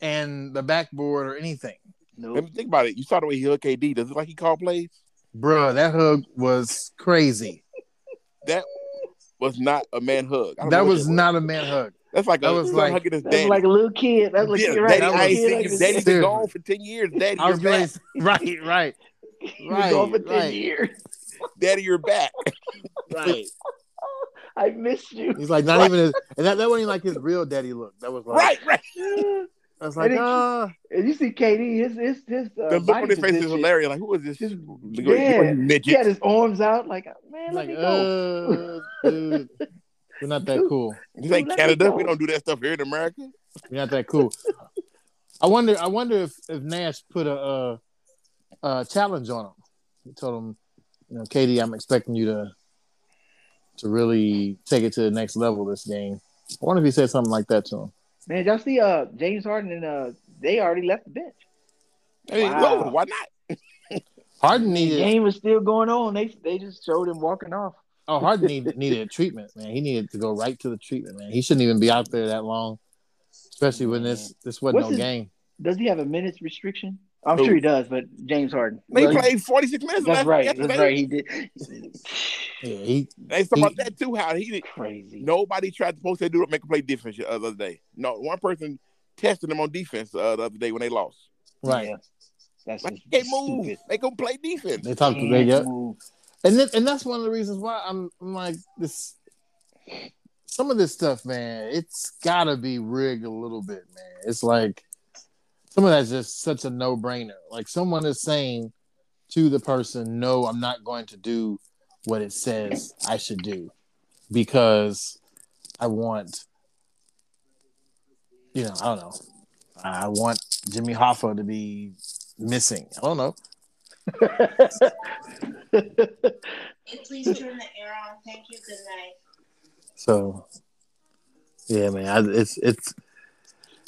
S1: and the backboard or anything.
S3: Let me
S2: Nope.
S3: think about it. You saw the way he hugged KD. Does it like he called plays?
S1: Bruh, that hug was crazy.
S3: Was not a man hug. I don't
S1: That
S3: know what
S1: was not a man
S3: [LAUGHS]
S1: hug.
S3: That's like
S1: that
S3: a
S1: was
S3: son
S1: like-
S3: hugging his
S2: That's
S3: daddy.
S2: like a little kid. That's like
S3: yeah,
S2: you're right.
S3: daddy,
S1: that
S3: I
S1: was-
S2: Kid
S3: ain't seen
S2: like
S3: you.
S2: this.
S3: Daddy's
S1: Seriously.
S3: been gone for ten years. Daddy,
S1: I
S3: you're
S1: was
S3: back.
S1: going [LAUGHS] right, right,
S2: He was gone for
S1: Right,
S2: 10
S1: right.
S2: years. [LAUGHS]
S3: Daddy, you're back.
S1: right.
S2: I missed you.
S3: [LAUGHS]
S1: He's like not even, his, and that, that wasn't even like his real daddy look. That was like,
S3: right, right.
S2: and
S1: I was like,
S2: And it-
S1: ah,
S2: you see KD, his his his uh,
S3: The look
S2: body
S3: on his face is
S2: position,
S3: hilarious. Like, who is this?
S2: His,
S3: Look at- look at
S2: yeah,
S3: you,
S2: he had
S3: midget.
S2: his arms out like, man, let
S1: like,
S2: me go.
S1: uh,
S2: [LAUGHS]
S1: dude, we're not that cool.
S3: This ain't
S2: let me
S3: Canada.
S2: go.
S3: We don't do that stuff here in America.
S1: We're not that
S2: [LAUGHS]
S1: cool. I wonder. I wonder if if Nash put a, uh a challenge on him. He told him, you know, Katie, I'm expecting you to to really take it to the next level this game. I wonder if he said something like that to him.
S2: Man, y'all see uh James Harden and uh they already left the bench.
S3: Hey,
S2: Wow.
S3: no, why not?
S1: Harden
S2: The
S1: needed.
S2: game was still going on. They they just showed him walking off.
S1: Oh, Harden
S2: [LAUGHS]
S1: need, needed treatment, man. He needed to go right to the treatment, man. He shouldn't even be out there that long, especially when this this wasn't
S2: What's
S1: no
S2: his-
S1: game.
S2: Does he have a minutes restriction? I'm
S3: Who?
S2: sure he does, but James Harden.
S3: They
S2: Well,
S3: played 46 minutes
S2: that's
S3: last
S2: right.
S3: yesterday.
S2: That's right. He did. [LAUGHS]
S1: Yeah, he
S3: They talking about
S1: He-
S3: that too. How he did.
S2: Crazy.
S3: Nobody tried to post that dude up, make a play defense the other day. No, one person tested him on defense uh, the other day when they lost.
S1: right.
S2: Yeah. That's
S3: Like,
S2: just
S3: he can't move.
S2: stupid.
S3: Make him play defense.
S1: They talked. They
S2: Can't
S1: got
S2: move.
S1: and then, and that's one of the reasons why I'm, I'm like this. Some of this stuff, man, it's gotta be rigged a little bit, man. It's like some of that's just such a no brainer. Like someone is saying to the person, "No, I'm not going to do what it says I should do because I want, you know, I don't know, I want Jimmy Hoffa to be missing. I don't know.
S4: Please turn the air on. Thank you. Good night.
S1: So, yeah, man, I, it's it's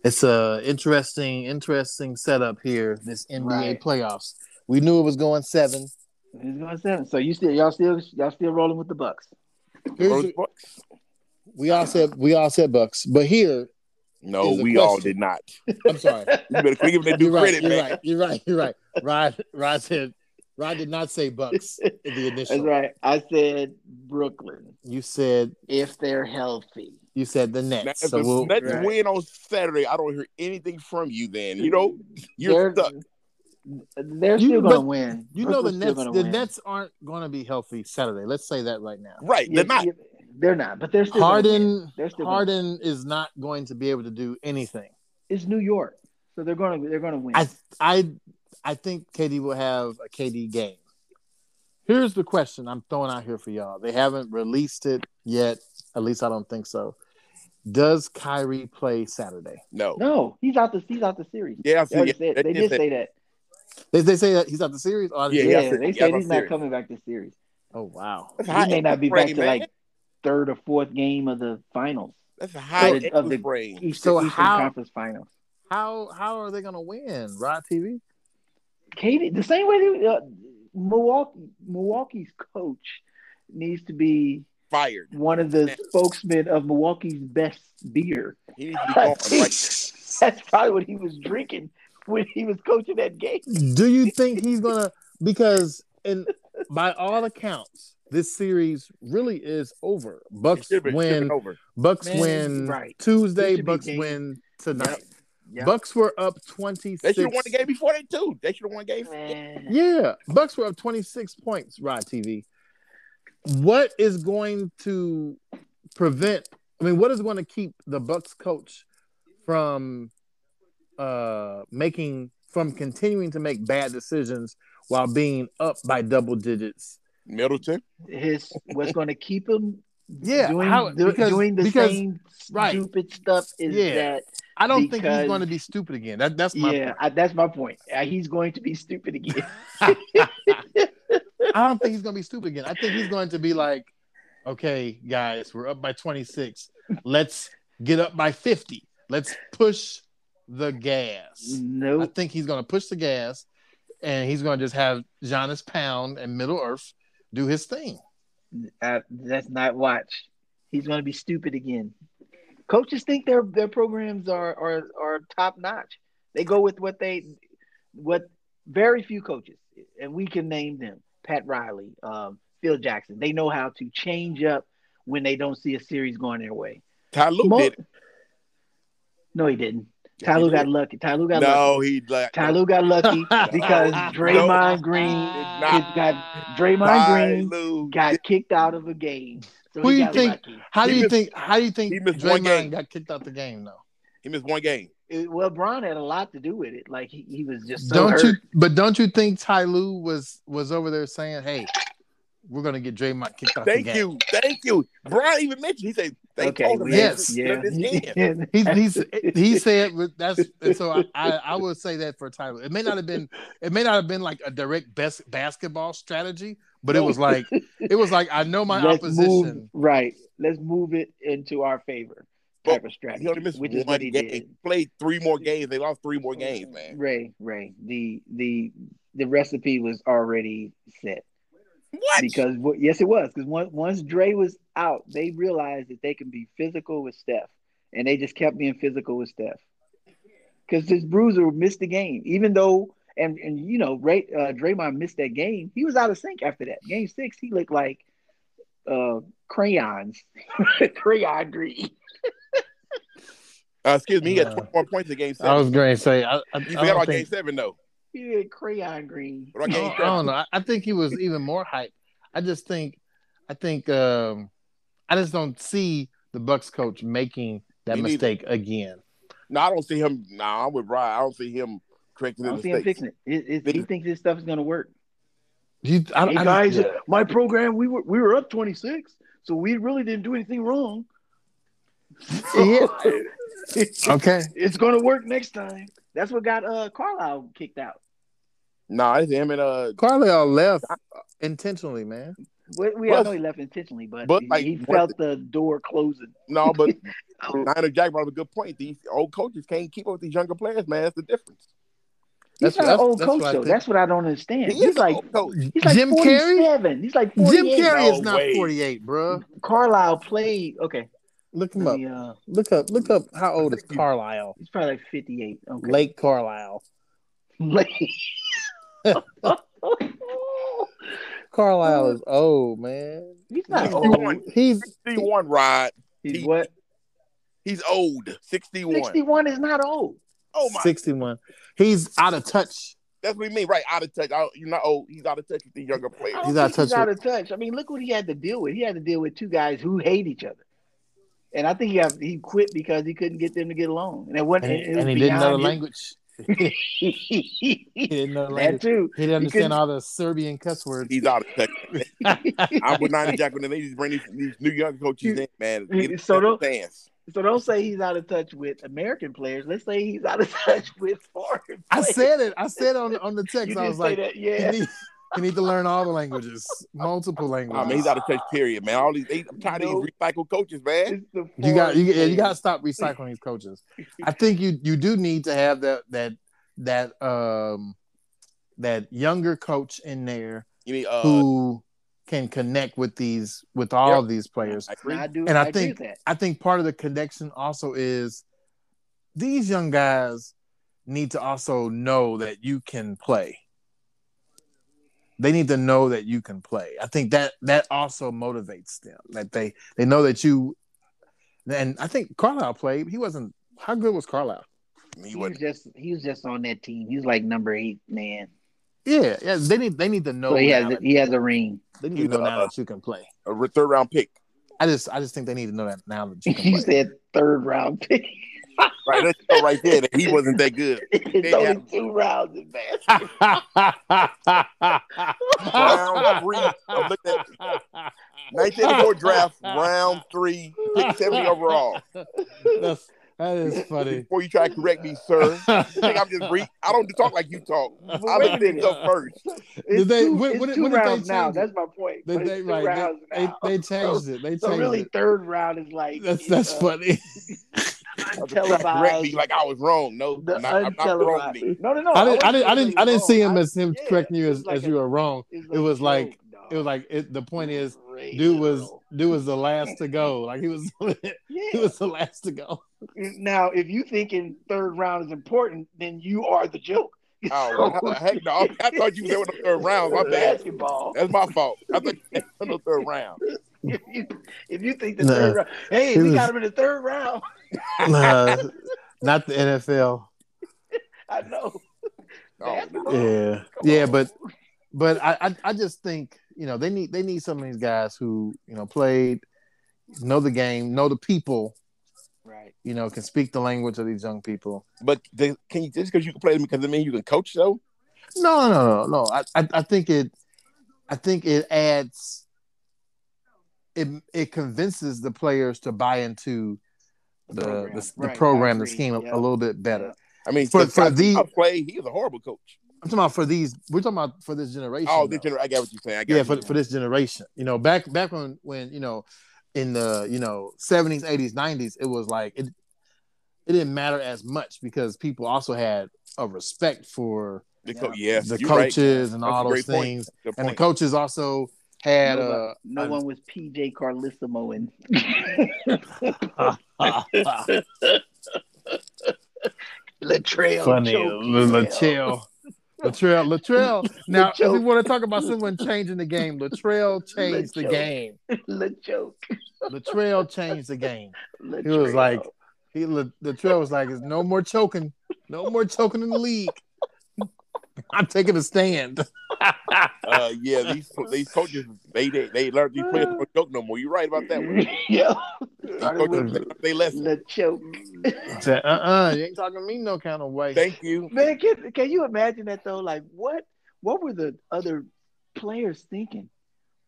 S1: it's a interesting interesting setup here. This NBA
S2: Right.
S1: playoffs. We knew it was going seven.
S2: He's going seven. So you still y'all still y'all still rolling with the Bucks.
S1: Here's- we all said we all said Bucks, but here
S3: No,
S1: Here's a
S3: we all
S1: question.
S3: did not.
S1: I'm
S2: [LAUGHS]
S1: sorry.
S3: You better quit giving that
S1: You're
S3: dude
S1: right.
S3: credit,
S1: You're
S3: man.
S1: right. You're right. You're right. Rod Rod said Rod did not say Bucks in the initial.
S2: That's right. I said Brooklyn
S1: You said
S2: if they're healthy.
S1: you said the
S3: Now,
S1: Nets.
S3: if
S1: so
S3: the
S1: we'll,
S3: Nets
S2: Right.
S3: win on Saturday, I don't hear anything from you. Then you know you're
S2: They're-
S3: stuck.
S2: They're
S1: You-
S2: still going to
S1: but
S2: win.
S1: you know the
S2: Brooklyn's still
S1: Nets. The
S2: gonna win.
S1: Nets aren't going to be healthy Saturday. Let's say that right now.
S3: Right?
S2: Yeah,
S3: They're not.
S2: yeah, they're not. But they're still gonna win.
S1: Harden.
S2: They're still gonna-
S1: Harden is not going to be able to do anything.
S2: It's New York, so they're going to they're going to win.
S1: I I I think KD will have a KD game. Here's the question I'm throwing out here for y'all. They haven't released it yet. At least I don't think so. Does Kyrie play Saturday?
S3: No.
S2: no, he's out the he's out the series.
S3: Yeah, I
S2: They,
S3: see.
S2: already
S3: Yeah,
S2: said,
S3: they
S2: they
S3: did
S2: did
S3: say-
S2: say that.
S1: They, they say that he's out the series. Oh, I
S3: Yeah,
S1: didn't-
S3: yeah,
S2: Yeah,
S3: I said-
S2: they
S3: yeah,
S2: said
S3: I'm
S2: he's
S3: serious.
S2: not coming back this series.
S1: Oh wow.
S3: That's a
S2: He
S3: high
S2: may not be
S3: frame,
S2: back to
S3: man.
S2: like third or fourth game of the finals,
S3: That's a high
S2: of the- of the-
S3: frame.
S2: Eastern,
S1: So
S2: Eastern
S1: how-
S2: Conference Finals.
S1: How how are they gonna win? Rod TV.
S2: Katie, the same way they, uh, Milwaukee Milwaukee's coach needs to be
S3: Fired.
S2: one of the spokesmen of Milwaukee's best beer. [LAUGHS]
S3: He needs to be gone. Like,
S2: That's probably what he was drinking when he was coaching that game.
S1: Do you think he's gonna? Because in by all accounts, this series really is over.
S3: it
S1: Bucks
S3: should be- should
S1: win.
S3: be over.
S1: Bucks
S2: Man,
S1: win
S2: right. It
S1: Tuesday.
S2: should be
S1: Bucks
S2: game-
S1: win tonight.
S2: Yeah.
S1: Bucks were up twenty
S3: They
S1: six.
S3: should have won the game before that too. They should have won the game.
S2: Man.
S1: Yeah, Bucks were up twenty six points. Rod TV. What is going to prevent I mean, what is going to keep the Bucks coach from uh making from continuing to make bad decisions while being up by double digits?
S3: Middleton.
S2: His what's going to keep him
S1: [LAUGHS] Yeah,
S2: doing,
S1: how-
S2: do-
S1: because-
S2: doing the
S1: because-
S2: same
S1: right.
S2: stupid stuff is
S1: Yeah.
S2: that
S1: I don't think he's
S2: because-
S1: going to be stupid again. That that's my
S2: yeah, I, that's my point. Uh, he's going to be
S1: [LAUGHS]
S2: stupid again.
S1: I don't think he's gonna be stupid again. I think he's going to be like, okay, guys, we're up by 26. Let's get up by 50. Let's push the gas. I
S2: nope.
S1: think he's gonna push the gas, and he's gonna just have Giannis Pound and Middle Earth do his
S3: [LAUGHS]
S1: thing.
S2: uh, that's not watch. He's going to be stupid again. Coaches think their their programs are are are top notch. They go with what they what very few coaches, and we can name them: Pat Riley, um, Phil Jackson. They know how to change up when they don't see a series going their way.
S3: Ty Lue
S2: Mo-
S3: did it.
S2: No, he didn't.
S3: Yeah, he
S2: Tyloo
S3: did.
S2: got lucky. Tyloo got lucky.
S3: No, he like
S2: Tyloo got
S3: [LAUGHS]
S2: lucky because Draymond Green
S3: Nah.
S2: got Draymond Green
S3: Green
S2: got kicked out of a game. So
S1: Who
S2: he
S1: you
S2: got
S1: think-
S2: lucky.
S1: How do
S3: He
S1: you
S3: missed-
S1: think? How do you think
S3: he missed one game.
S1: Draymond got kicked out the game though?
S3: He missed one game.
S2: it- well, Bron had a lot to do with it. Like he, he was just so
S1: don't
S2: hurt.
S1: you? But don't you think Ty Lue was was over there saying, "Hey, we're gonna get Draymond kicked out
S3: Thank
S1: the game"?
S3: you, thank you. Brian even mentioned. He said, "They
S2: okay,
S3: told him
S2: we-
S3: they
S1: yes,
S3: should have this game."
S2: [LAUGHS]
S1: He's,
S3: [LAUGHS]
S1: he's he said with- that's and so I, I I will say that for Tyler. It may not have been it may not have been like a direct best basketball strategy, but it was like it was like I know my
S2: Let's Move,
S1: opposition.
S2: right. Let's move it into our favor.
S3: But
S2: Type of strategy,
S3: He only missed
S2: which
S3: one
S2: is what he
S3: game.
S2: did.
S3: Played three more games. They lost three more games, man.
S2: Ray, Ray, the the the recipe was already set
S3: What?
S2: because wh- yes, it was because once once Dre was out, they realized that they can be physical with Steph, and they just kept being physical with Steph because this bruiser missed the game, even though. And, and you know, Ray, uh, Draymond missed that game. He was out of sync after that game six. He looked like uh, crayons, [LAUGHS] crayon green.
S3: uh, excuse me. He had
S1: Uh,
S3: 21 points in game seven.
S1: I was going to say I, I, I
S3: you forgot
S1: don't
S3: about game
S1: think,
S3: seven, though.
S2: He did crayon green.
S3: What
S1: I
S3: about game
S1: don't- I
S3: seven?
S1: don't know. I- I think he was even more hype. I just think I think um I just don't see the Bucks coach making that
S3: Me neither.
S1: mistake again.
S3: No, I don't see him. No, I'm with Brian. I don't see him correcting
S2: I
S3: the
S2: don't see him
S3: mistakes.
S2: fixing it. It- it- he thinks this stuff is going to work.
S1: You, I,
S2: Hey
S1: I-
S2: guys,
S1: yeah.
S2: my program we were we were up twenty six, so we really didn't do anything wrong.
S1: Yeah. okay.
S2: [LAUGHS] it's gonna work next time. That's what got uh Carlisle kicked out.
S3: No, nah, it's him and uh.
S1: Carlisle left uh, intentionally, man.
S2: We, we
S3: But-
S2: I know he left intentionally, but,
S3: but,
S2: he-
S3: like,
S2: he
S3: what
S2: felt the door closing.
S3: No, but
S1: Oh,
S3: Niner Jack brought up a good point. These old coaches can't keep up with these younger players, man. That's the difference.
S1: That's
S2: He's not
S1: what-
S2: an old
S1: that's- that's
S2: coach
S1: what I
S2: though.
S1: think.
S2: That's what I don't understand.
S3: He is
S2: He's like
S3: an old coach.
S2: he's like
S1: Jim
S2: forty
S1: Carrey?
S2: seven. He's like forty
S1: Jim
S2: eight.
S1: Carrey
S3: No
S1: is not
S3: way.
S1: 48, bruh.
S2: Carlisle played okay.
S1: Look him
S2: Let
S1: up.
S2: me, uh,
S1: Look up. Look up. How old is Carlisle?
S2: he's probably like fifty eight. Okay.
S1: Lake Carlisle.
S2: [LAUGHS]
S1: [LAUGHS] Carlisle is old, man.
S2: he's not
S3: He's
S2: old.
S3: doing-
S1: He's
S3: 61, Rod.
S2: He's what?
S3: He's old. 61.
S2: Sixty one is not old.
S3: Oh, my.
S1: 61. He's out of touch.
S3: That's what he mean, right? Out of touch. I, you're not old. He's out of touch with the younger
S2: I
S3: players.
S2: don't
S1: He's out of
S2: think he's
S1: touch
S2: out of touch. I mean, look what he had to deal with. He had to deal with two guys who hate each other, and I think he got, he quit because he couldn't get them to get along. And it wasn't.
S1: And,
S2: it- it was
S1: and he didn't know the
S2: beyond
S1: language.
S2: [LAUGHS]
S1: He
S2: his-
S1: didn't know the
S2: that
S1: language.
S2: too.
S1: He didn't
S2: He
S1: understand
S2: couldn't-
S1: all the Serbian cuss words.
S3: [LAUGHS] He's out of touch.
S2: [LAUGHS]
S1: [LAUGHS]
S3: I'm with Niner Jack when they just bring these, these new young coaches in, man. Get a
S2: So don't-
S3: chance.
S2: so don't say he's out of touch with American players. Let's say he's out of touch with foreign.
S1: I
S2: players.
S1: said it. I said on on the
S2: you
S1: text.
S2: did
S1: I was
S2: say
S1: like,
S2: that.
S1: you
S2: Yeah.
S1: need, you need to learn all the languages, multiple languages.
S3: I mean, he's out of touch, period, man. All these, they, I'm tired of
S2: Nope.
S3: these recycled coaches, man.
S2: It's the
S1: You got you,
S2: foreign
S1: yeah, you
S2: players.
S1: got to stop recycling these coaches. I think you you do need to have that that that um that younger coach in there
S3: You mean, uh,
S1: who can connect with these with all these players.
S3: I agree.
S2: And I do.
S1: And I
S2: agree
S1: think-
S2: with that.
S1: I think part of the connection also is these young guys need to also know that you can play. They need to know that you can play. I think that that also motivates them that they they know that you. And I think Carlisle played. He wasn't. How good was Carlisle?
S3: He
S2: He was
S3: wasn't.
S2: just he was just on that team. He was like number eight man.
S1: Yeah, yeah. They need they need to know.
S2: so he
S1: now
S2: has
S1: that-
S2: he has a ring. [LAUGHS]
S1: they need to know now
S3: uh,
S1: that you can play.
S3: A re- third round pick.
S1: I just I just think they need to know that knowledge.
S2: you said third round [LAUGHS] pick.
S3: Right, let's go right there. That he wasn't that good.
S2: It's
S3: Yeah.
S2: only two rounds in [LAUGHS] basketball.
S3: Round three. I'm looking at 1984 draft, round three, pick 70 overall.
S1: [LAUGHS] That's, that is funny.
S3: Before you try to correct me, sir, you
S1: [LAUGHS]
S3: think I'm just re- I don't talk like you talk. I look things up first.
S2: It's
S1: they-
S2: two,
S1: when-
S2: it's
S1: when did-
S2: two
S1: when did they
S2: rounds now.
S1: change it?
S2: That's my point.
S1: They,
S2: But it's
S1: they,
S2: two
S1: right,
S2: rounds
S1: they,
S2: now.
S1: they, they changed it. They changed
S2: So really,
S1: it.
S2: third round is like
S1: That's that's
S2: uh, [LAUGHS]
S1: funny.
S3: I'm just trying to correct me
S2: Untelevised.
S3: like I was wrong. No,
S2: The
S3: I'm not, I'm not wrong.
S2: untelevised.
S3: Lee.
S2: No, no, no.
S1: I didn't I didn't I
S2: wasn't saying
S1: didn't, I didn't
S2: wrong.
S1: see him
S2: Oh, I-
S1: as him
S2: yeah,
S1: correcting you
S2: it
S1: as,
S2: was like
S1: as
S2: a-
S1: you were wrong.
S2: it's
S1: It was
S2: a
S1: like-
S2: joke, dog.
S1: It was like it, the point is
S2: Crazy,
S1: dude was
S2: bro.
S1: dude was the last to go. Like he was [LAUGHS] he
S2: Yeah.
S1: was the last to go.
S2: now, if you thinking third round is important, then you are the joke.
S3: Oh, what the heck, no. I thought you said with the
S2: [LAUGHS]
S3: third round. My bad.
S2: Basketball.
S3: That's my fault. I thought you said on the third round.
S2: if you- [LAUGHS] if you think the
S1: Nah.
S2: third round, hey,
S1: He
S2: we
S1: was-
S2: got him in the third round. [LAUGHS]
S1: not the NFL.
S2: I know.
S3: Oh,
S2: Basketball.
S1: Yeah.
S2: Come
S1: Yeah,
S2: on.
S1: but but I, I I just think, you know, they need they need some of these guys who, you know, played, know the game, know the people,
S2: right.
S1: you know, can speak the language of these young people.
S3: but they, can you just because you can play them because it means you can coach though?
S1: No, no, no, no. I, I, I think it I think it adds it it convinces the players to buy into the the program,
S2: program.
S1: the,
S2: Right, I
S1: program, the
S2: agree.
S1: scheme a,
S2: Yeah.
S1: a little bit better.
S2: Yeah.
S3: I mean,
S1: For-
S3: since
S1: for
S3: I,
S1: the-
S3: I played, he was a horrible coach.
S1: I'm talking about for these. We're talking about for this generation.
S3: Oh, this
S1: though.
S3: gener- I got what you're saying. I got
S1: yeah,
S3: what
S1: for
S3: you're
S1: for this generation. You know, back back when when you know, in the you know 70s, 80s, 90s, it was like it it didn't matter as much because people also had a respect for
S3: saying. the co- yeah,
S1: the
S3: you're right.
S1: coaches and
S3: That's a
S1: all those
S3: great point.
S1: things,
S3: Good
S1: and the
S3: point.
S1: coaches also had
S2: no,
S1: a.
S2: no
S1: I'm-
S2: one was PJ Carlissimo and [LAUGHS] Latrell.
S1: Funny, uh,
S2: Joe Latrell.
S1: Latrell. Latrell, Latrell. Now, if we
S2: Joke.
S1: want to talk about someone changing the game, Latrell changed the
S2: Latrell.
S1: game.
S2: Lachoke.
S1: Latrell changed the game. He
S2: Latrell.
S1: was like, he La- Latrell was like, "There's no more choking, no more choking in the league. [LAUGHS] I'm taking a stand."
S3: Uh, yeah, these these coaches they they, they learned these players don't joke no more. You're right about
S2: [LAUGHS]
S3: that one.
S2: yeah.
S3: These coaches, they, learned their lesson.
S2: Lachoke.
S1: I said, "Uh-uh, you ain't talking to me no kind of way."
S3: Thank you.
S2: Man, can, can you imagine that though? Like, what what were the other players thinking?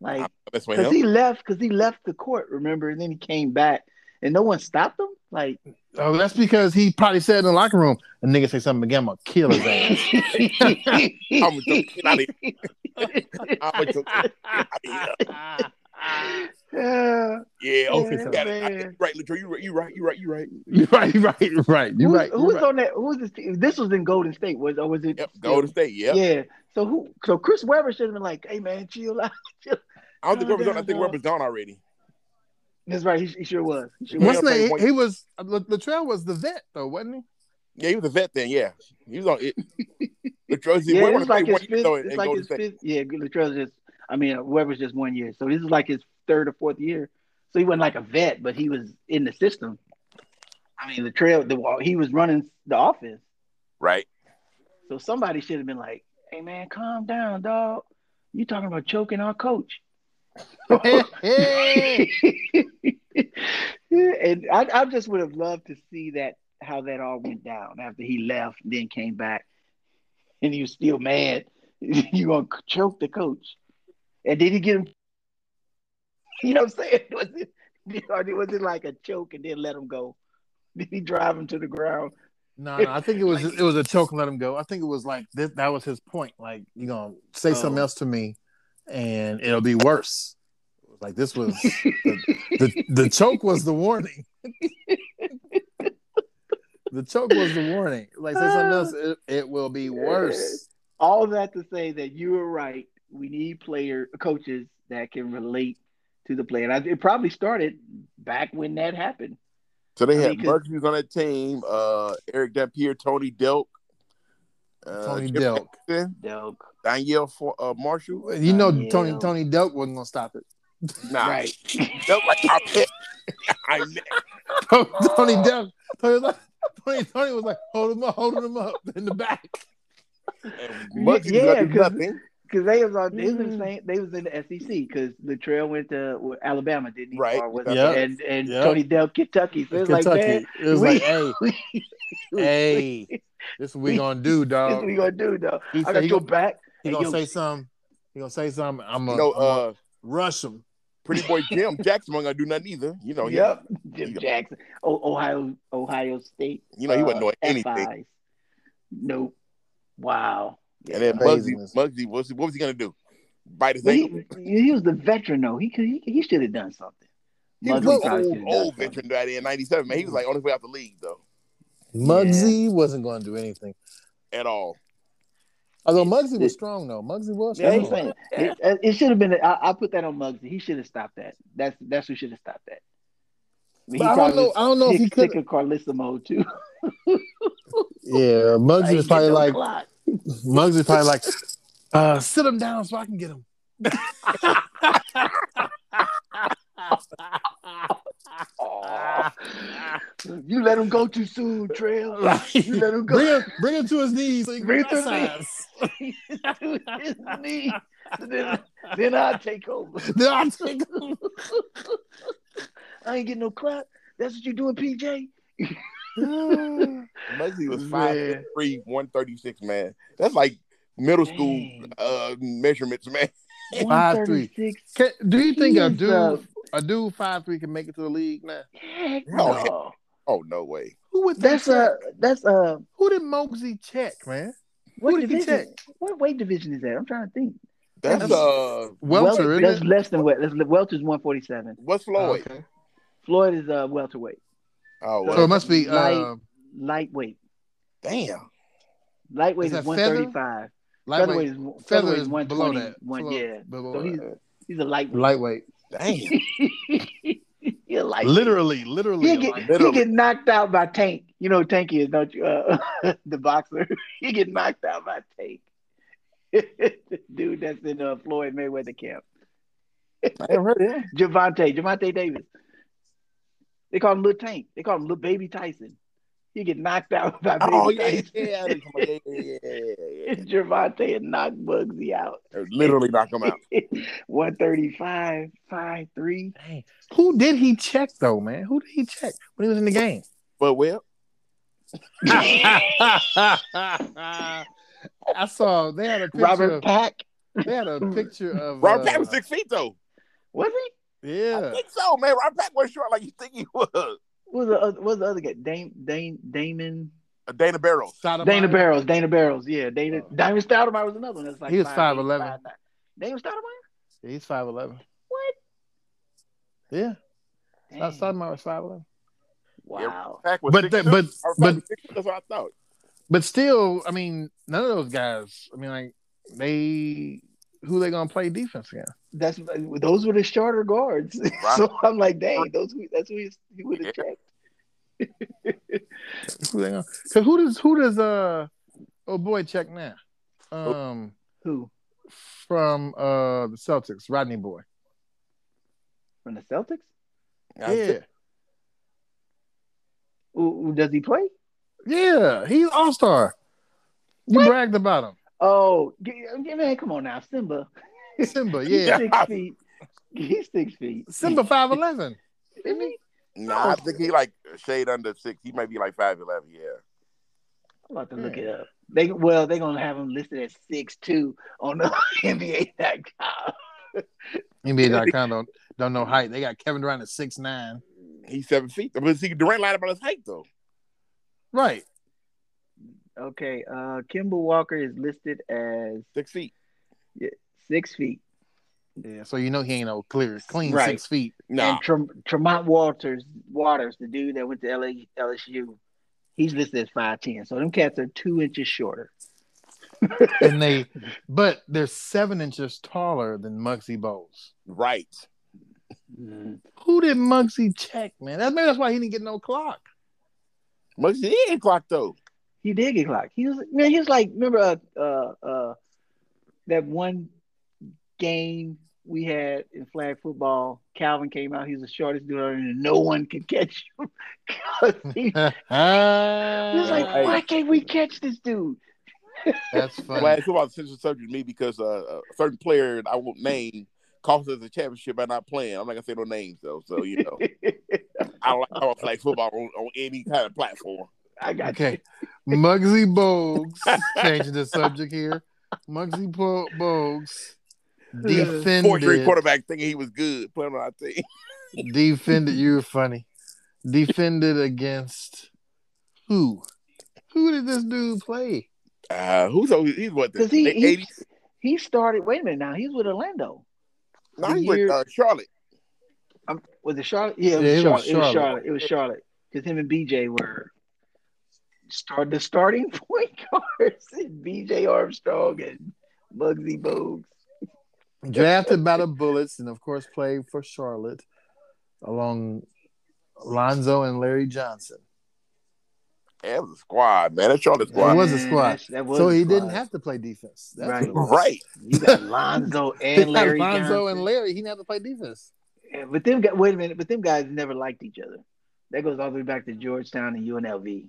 S2: Like,
S3: That's my
S2: because
S3: help.
S2: he left, because he left the court, remember, and then he came back, and no one stopped him. Like,
S1: oh, that's because he probably said in the locker room, "A nigga say something again, I'm gonna kill his ass."
S3: I'm gonna choke you out of I'm gonna choke
S1: [LAUGHS]
S3: you.
S2: Yeah.
S3: Yeah, okay, you
S2: Yeah,
S3: got it. I think
S2: man.
S3: you're right, Latrell. You right, you right, you right, you right.
S1: you're right, you're right, you're right, you're
S2: Who's-
S1: right.
S2: Who
S1: you're
S2: was
S1: right.
S2: on that? Who was this? Team? This was in Golden State, was or was it?
S3: Yep, Golden State. Yep. Yeah.
S2: Yeah. So who? So Chris Webber should have been like, "Hey man, chill out." [LAUGHS]
S3: I don't think Rubber's on. I think
S2: Down,
S3: Rubber's gone already.
S2: That's right. He, he sure was. He sure
S1: What's
S2: was.
S1: the name? He, he was La- Latrell was the vet though, wasn't he?
S3: Yeah, he was a vet then. Yeah, he was on it. Latrell, he
S2: Yeah, it's
S3: went on to play
S2: like his
S3: one year,
S2: fifth.
S3: though,
S2: It's
S3: in
S2: like
S3: Golden
S2: his
S3: State.
S2: fifth. Yeah, Latrell's just. I mean, Webber's just one year, so this is like his third or fourth year. So he wasn't like a vet, but he was in the system. I mean, Latrell, the he was running the offense.
S3: Right.
S2: So somebody should have been like, "Hey man, calm down, dog. You talking about choking our coach?" [LAUGHS]
S1: [LAUGHS] Hey,
S2: and I, I just would have loved to see that how that all went down after he left, then came back, and he was still mad. [LAUGHS] you gonna choke the coach? And did he get him? You know what I'm saying? [LAUGHS] Was it or was it like a choke and then let him go? Did he drive him to the ground?
S1: No, no, I think it was it was a choke and let him go. I think it was like this, that was his point. Like you're gonna say something
S2: Oh.
S1: else to me, and it'll be worse. It was Like this
S2: [LAUGHS]
S1: was the the choke was the warning. [LAUGHS] the choke was the warning. Like say something else, it, it will be worse.
S2: all that to say that you were right. We need player coaches that can relate to the player. And I, it probably started back when that happened.
S3: So they
S2: I
S3: had
S2: mean, 'cause-
S3: Mercury's on that team. Uh, Eric Dampier, Tony Delk, uh,
S1: Tony
S3: Chip
S1: Delk.
S3: Anderson,
S2: Doug.
S3: Danielle for, uh, Marshall.
S1: You know,
S2: Yeah.
S1: Tony Tony Delk wasn't gonna stop it. [LAUGHS]
S3: Nah, [LAUGHS]
S2: Right.
S3: Delk like I bet.
S2: [LAUGHS]
S3: I bet.
S2: Oh.
S1: Tony Delk, Tony, was like, Tony, Tony was like, hold him up, holding him up in the back.
S3: And Mercury's
S2: Yeah,
S3: gonna do
S2: 'cause-
S3: nothing.
S2: because they was on they was in
S1: Mm.
S2: the same, they was in the SEC because Latrell went to well, Alabama, didn't he?
S3: Right.
S2: Or was-
S1: Yeah.
S2: And and
S1: Yeah.
S2: Tony Dell Kentucky. So it's like man, [LAUGHS]
S1: Kentucky. it was
S2: we-
S1: like, hey, hey, this what we gonna do,
S2: this what
S1: dog.
S2: we gonna do though.
S1: He,
S2: I
S1: said,
S2: got
S1: he,
S2: your
S1: gonna-
S2: back.
S1: he
S2: Hey,
S1: gonna
S2: yo. [LAUGHS]
S1: say something. He gonna say something. I'm
S3: You
S1: gonna
S3: know, uh,
S1: rush him.
S3: pretty boy
S2: [LAUGHS]
S3: Jim Jackson wasn't gonna do nothing either. You know, he,
S2: yep.
S3: he
S2: Jim
S3: go-
S2: Jackson. O- Ohio Ohio State.
S3: you know, he wasn't
S2: uh,
S3: doing anything.
S2: FIs. Nope. Wow.
S3: And then Muggsy,
S1: Craziness.
S3: Muggsy, what was, he- what was he gonna do? Bite his
S2: But
S3: ankle.
S2: he, he was the veteran though. He could he, he should have done something.
S3: He was
S2: Muggsy
S3: an old,
S2: probably should've
S3: old,
S2: done something.
S3: veteran that in '97, man. He was like on his way out the league though,
S1: Muggsy wasn't gonna do anything.
S3: at all.
S1: Although Muggsy was strong though. Muggsy was
S2: Yeah,
S1: strong.
S2: he's saying it, uh, it should have been. I, I put that on Muggsy. He should have stopped that. That's that's who should have stopped that.
S1: But I don't know. I don't know if he could.
S2: Sick of Carlissimo [LAUGHS] too.
S1: Yeah,
S2: Like,
S1: Muggsy was
S2: get
S1: probably
S2: no
S1: like
S2: clock.
S1: Muggsy probably like, uh, sit him down so I can
S2: [LAUGHS]
S1: get him.
S2: Aw. [LAUGHS] you let him go too soon, [LAUGHS] Trail. You let him
S1: bring
S2: go.
S1: him, bring him to his knees. So he can
S2: Bring him to his
S1: exercise.
S2: to his knee. Then, then I take over.
S1: [LAUGHS] Then I'll take
S2: [LAUGHS]
S1: him.
S2: I ain't getting no clap. That's what you doing, PJ.
S3: Muggsy was
S2: Man.
S3: five three, one thirty six, man. That's like middle school
S2: Dang.
S3: uh, measurements, man. [LAUGHS]
S1: Five, three.
S2: 136.
S1: Can, do you think a
S2: He's,
S1: dude,
S2: uh,
S1: a dude five three can make it to the league now?
S2: Heck
S3: No.
S2: no.
S3: Oh no way!
S1: Who would they
S2: That's
S1: check?
S2: uh that's uh
S1: Who did Muggsy check, man?
S2: what
S1: Who did he
S2: division? What weight division is that? I'm trying to think.
S3: That's
S1: That's-
S3: uh,
S1: Welter,
S2: Wel-
S1: isn't
S2: that's
S1: it?
S2: less than what. That's Welter's 147.
S3: what's
S1: Oh,
S3: Floyd?
S1: okay.
S2: Floyd is uh welterweight,
S3: Oh,
S1: So it
S3: well,
S1: must be. Uh,
S2: Light- lightweight.
S3: damn.
S2: Lightweight
S1: Is
S2: is,
S1: that feather?
S2: 135.
S1: lightweight.
S2: Featherweight is
S1: Feather is below
S2: 120.
S1: that.
S2: One,
S1: Below-
S2: yeah.
S1: below
S2: So he's
S1: that.
S2: he's a lightweight.
S1: lightweight.
S3: Damn.
S2: [LAUGHS] He's a lightweight.
S1: Literally, literally.
S2: He
S1: a
S2: get,
S1: light-
S2: he
S3: literally.
S2: get knocked out by Tank. You know who Tank is, don't you? Uh, [LAUGHS] the boxer. [LAUGHS] he get knocked out by Tank. [LAUGHS] Dude, that's in uh, Floyd Mayweather camp.
S3: I ain't heard of him.
S2: Javante, Javante Davis. They call him Little Tank. They call him Little Baby Tyson. He get knocked out [LAUGHS] by Baby
S3: [LAUGHS] Oh yeah, yeah,
S2: Tyson.
S3: yeah, I didn't come- yeah, yeah, yeah,
S2: [LAUGHS]
S3: yeah, yeah.
S2: Javante and knocked Bugsy out.
S3: Literally
S2: [LAUGHS]
S3: knock him out.
S2: 135,
S1: [LAUGHS]
S2: 5'3.
S1: Dang. Who did he check though, man? Who did he check when he was in the [LAUGHS] game?
S3: But well,
S1: I saw they had a picture.
S2: [LAUGHS] Robert
S1: of,
S2: Pack.
S1: they had a picture of
S3: Robert
S1: uh,
S3: Pack was six feet though.
S2: Was he?
S1: Yeah,
S3: I think so, man. Robert Pack was short like you think he was.
S2: What was the other, what was the other guy? Dame, Dame, Damon.
S3: Uh, Dana Barrows.
S1: Sotomayor.
S2: Dana Barrows. Dana Barrows. Yeah. Dana,
S1: Oh.
S2: Damon Stoudemire was another one. That's like
S1: He was
S2: 5'11.
S1: 5'11.
S2: Damon Stoudemire?
S1: He's five eleven.
S2: What?
S1: Yeah,
S2: Dang.
S1: Sotomayor was five eleven.
S2: Wow.
S3: Pack was
S1: But
S3: 6'2".
S1: that, but
S3: Robert Pack
S1: but
S3: was 6'2", that's what I thought.
S1: but still, I mean, none of those guys. I mean, like they who they gonna play defense against?
S2: That's those were the shorter guards. [LAUGHS] so I'm like, dang, those who- that's who he, he would have
S3: Yeah.
S2: checked.
S1: Who they gonna? Cause who does who does uh oh boy check now? Um,
S2: Who
S1: from uh the Celtics, Rodney Boy.
S2: from the Celtics?
S3: I
S1: yeah.
S3: said,
S2: Who, who does he play?
S1: Yeah, he's all star. You
S2: What?
S1: bragged about him.
S2: Oh, g- yeah, man, come on now, Simba.
S1: Simba, [LAUGHS]
S2: He's
S1: yeah.
S2: six feet. He's six feet.
S1: Simba five [LAUGHS] eleven.
S2: Isn't he?
S3: Nah, I think he like a shade under six. He might be like five eleven. Yeah.
S2: I'm about to look
S1: Hmm.
S2: it up. They well, they're gonna have him listed as six two on the [LAUGHS] NBA.com.
S1: NBA.com don't don't know height. They got Kevin Durant at six nine.
S3: He's seven feet. But see, Durant lied about his height though.
S1: Right.
S2: Okay, uh, Kimball Walker is listed as
S3: Six feet.
S2: six feet,
S1: Yeah. So you know he ain't no clear, clean
S2: Right.
S1: six feet.
S3: Nah.
S2: and Trem- Tremont Waters, Waters, the dude that went to LA, LSU, he's listed as five ten. So them cats are two inches shorter.
S1: And they but they're seven inches taller than Muggsy Bowles.
S3: Right.
S2: Mm-hmm.
S1: Who did Muggsy check, man? That's maybe that's why he didn't get no clock. [LAUGHS]
S3: Much he ain't clock though.
S2: He did get clocked. He was man. He was like remember uh uh, uh that one game we had in flag football. Calvin came out. He was the shortest dude, on it, and no one could catch him. [LAUGHS] 'Cause he, he
S1: Ah,
S2: was like,
S3: Right.
S2: why can't we catch this dude? [LAUGHS]
S1: That's
S3: I'm
S1: funny.
S3: glad it's about sensitive subject to me because uh, a certain player I won't name cost us a championship by not playing. I'm not gonna say no names though, so you know I don't like how I play football on, on any kind of platform.
S2: I got
S1: Okay. Muggsy Bogues, changing the subject here. Muggsy Bo- Bogues
S3: Four three
S1: defended,
S3: quarterback thinking he was good playing on our team. [LAUGHS]
S1: defended, you're funny. Defended against who? Who did this dude play?
S3: Uh, who's over- he's what the
S2: because he, he
S3: 80s?
S2: he started. Wait a minute now. He's with Orlando.
S3: No, he's with uh, Charlotte.
S2: I'm, was it Charlotte? Yeah, it
S1: Yeah,
S2: was,
S1: it was
S2: Charlotte. it
S1: Charlotte.
S2: was Charlotte. It was Charlotte because him and BJ were start the starting [LAUGHS] point guards. and BJ Armstrong and Muggsy Bogues.
S1: Drafted by the Bullets and, of course, played for Charlotte along Lonzo and Larry Johnson.
S3: Yeah, it was a squad, man. That's
S1: It
S3: Charlotte squad.
S1: was a
S2: Yeah,
S1: squad.
S2: that's- That was
S1: so
S2: a
S1: he
S2: squad.
S1: didn't have to play defense. That's
S2: Right.
S1: what it was.
S3: Right.
S2: You
S1: [LAUGHS]
S2: got Lonzo and Larry
S1: Lonzo
S2: Johnson.
S1: and Larry, he didn't have to play defense.
S2: Yeah, but them guys, wait a minute, but them guys never liked each other. That goes all the way back to Georgetown and UNLV.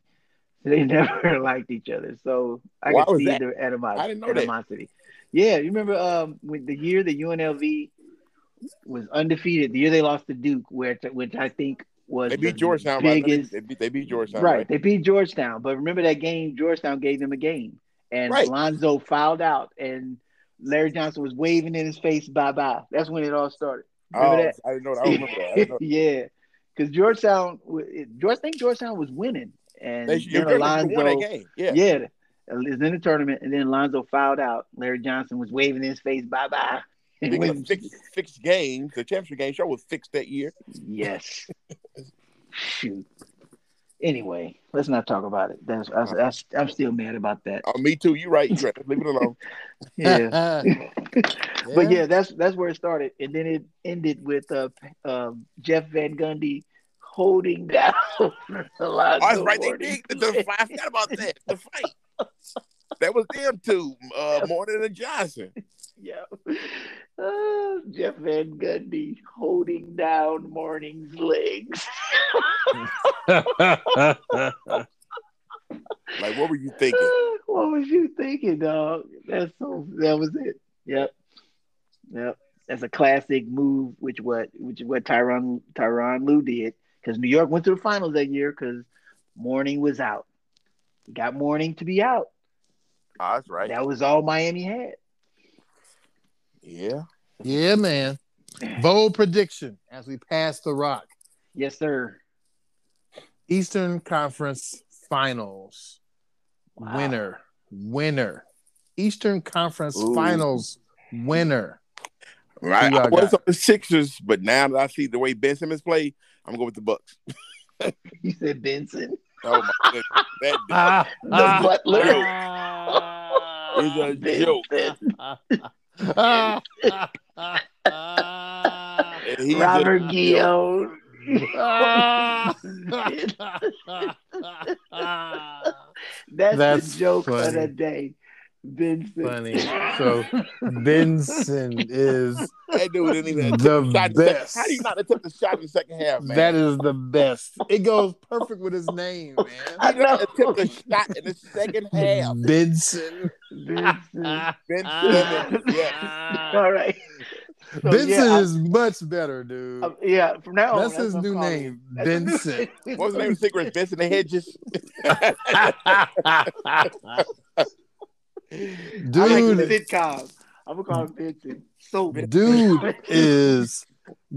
S2: They [LAUGHS] never liked each other. So I
S3: Why
S2: can
S3: was
S2: see
S3: that?
S2: their animo-
S3: I didn't know that.
S2: animosity. Yeah, you remember um, when the year that UNLV was undefeated, the year they lost to Duke, which, which I think was
S3: They
S2: the
S3: beat Georgetown. Right?
S2: biggest,
S3: They, beat, they beat Georgetown.
S2: right, They beat Georgetown, but remember that game? Georgetown gave them a game, and
S3: Right.
S2: Lonzo fouled out, and Larry Johnson was waving in his face, bye bye. That's when it all started. Remember
S3: Oh,
S2: that?
S3: I didn't know that. I remember that. I didn't know
S2: [LAUGHS]
S3: that.
S2: yeah, because Georgetown, w- it- George, I think Georgetown was winning, and
S3: They
S2: then
S3: should, you remember, they won that
S2: Lonzo,
S3: game.
S2: yeah,
S3: Yeah.
S2: is in the tournament, and then Lonzo fouled out. Larry Johnson was waving his face, bye bye. [LAUGHS]
S3: They got six, six games. The championship game show was fixed that year. [LAUGHS]
S2: Yes. Shoot. Anyway, let's not talk about it. That's, that's, that's I'm still mad about
S3: [LAUGHS]
S2: that.
S3: Oh, me too. You right. You right. Leave it
S1: [LAUGHS]
S3: alone.
S2: Yeah.
S1: Yeah.
S2: But yeah, that's that's where it started, and then it ended with uh, um, Jeff Van Gundy holding [LAUGHS] down. oh,
S3: Oh, that's right. They did. The, the, I forgot about that. The fight. That was them two, uh, Morton and Johnson.
S2: Yeah. Uh, Jeff Van Gundy holding down Morning's legs.
S3: Like, what were you
S1: [LAUGHS]
S3: thinking?
S2: Ah, what was you thinking, dog? That's so. That was it. Yep. Yep. That's a classic move, which what which is what Tyron Tyron Lue did because New York went to the finals that year because Morning was out. Got Morning to be out.
S3: Oh, that's right.
S2: That was all Miami had.
S3: Yeah.
S1: yeah, man. Bold prediction as we pass the rock.
S2: Yes, sir. [LAUGHS]
S1: Eastern Conference Finals
S2: Wow.
S1: winner. Winner. Eastern Conference
S3: Ooh.
S1: Finals winner.
S3: Right.
S1: Who y'all
S3: I was
S1: got?
S3: on the Sixers, but now that I see the way Ben Simmons played, I'm going with the Bucks.
S2: You said Benson.
S3: Oh
S1: [LAUGHS]
S3: my goodness. That
S2: [LAUGHS]
S1: Ah,
S2: The butler.
S3: is a joke.
S2: Benson. Ah.
S3: And he's a-
S2: Robert Guillaume. [LAUGHS] That's,
S1: That's
S2: the joke of
S1: funny.
S2: the day. Benson. [LAUGHS]
S1: Funny. So Benson is
S3: That dude
S1: [LAUGHS]
S3: didn't even
S1: The
S3: attempt the shot in the second-
S1: best.
S3: How do you not attempt the shot in the second half, man?
S1: that is the best. It goes perfect with his name, man.
S2: I know.
S3: attempt the shot in the
S1: [LAUGHS]
S3: second half.
S1: Benson.
S2: Benson.
S3: Ben
S2: Ah.
S3: Simmons, yeah.
S2: All right. So,
S1: Benson
S2: yeah, I-
S1: is much better, dude.
S2: I- Um, yeah, from now on.
S1: That's his
S2: what I'm
S1: new
S2: calling
S1: name,
S2: it. That's his new- [LAUGHS]
S1: Benson.
S3: What was the name of the secret? Benson the Hedges.
S2: I like the
S1: Dude,
S2: sitcoms. I'm gonna call him Benson. So [LAUGHS]
S1: dude is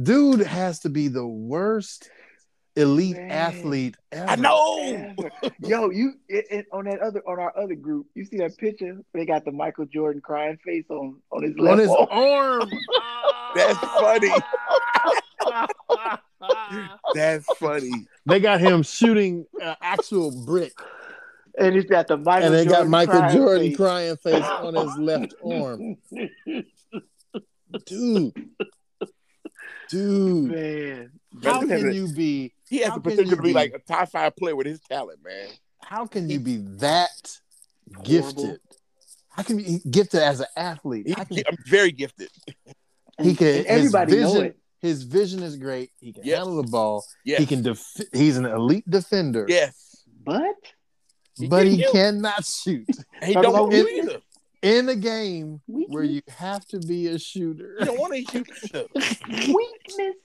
S1: dude has to be the worst elite
S2: Man.
S1: athlete ever.
S3: I know.
S2: [LAUGHS] Yo, you it, it, on that other on our other group, you see that picture? They got the Michael Jordan crying face on on his
S1: On
S2: left.
S1: his
S2: wall. [LAUGHS]
S1: arm.
S3: That's funny. That's funny.
S1: They got him shooting uh, actual brick.
S2: and he's got the Michael
S1: and they
S2: Jordan
S1: got Michael
S2: crying
S1: Jordan
S2: face.
S1: crying face on his left arm. Dude. Dude.
S2: Man,
S1: How
S3: Benson has
S1: can
S3: a-
S1: you be
S3: He has
S1: How
S3: the
S1: can
S3: potential
S1: you
S3: to be
S1: be-
S3: like a top five player with his talent, man.
S1: how can you be that gifted? How can you be gifted as an athlete?
S3: He,
S1: How can-
S3: I'm very gifted.
S1: He can-
S2: And everybody
S1: his
S2: know
S1: vision-
S2: it.
S1: his vision is great. He can
S3: Yes.
S1: handle the ball.
S3: Yes.
S1: He can def- he's an elite defender.
S3: Yes.
S2: But
S1: but he
S3: can't.
S1: cannot shoot
S3: He don't
S2: Hello,
S3: want to
S1: Willie.
S3: either.
S1: in a game where
S2: Weakness.
S1: you have to be a shooter.
S2: Oh,
S3: He don't want to shoot either.
S2: Weakness.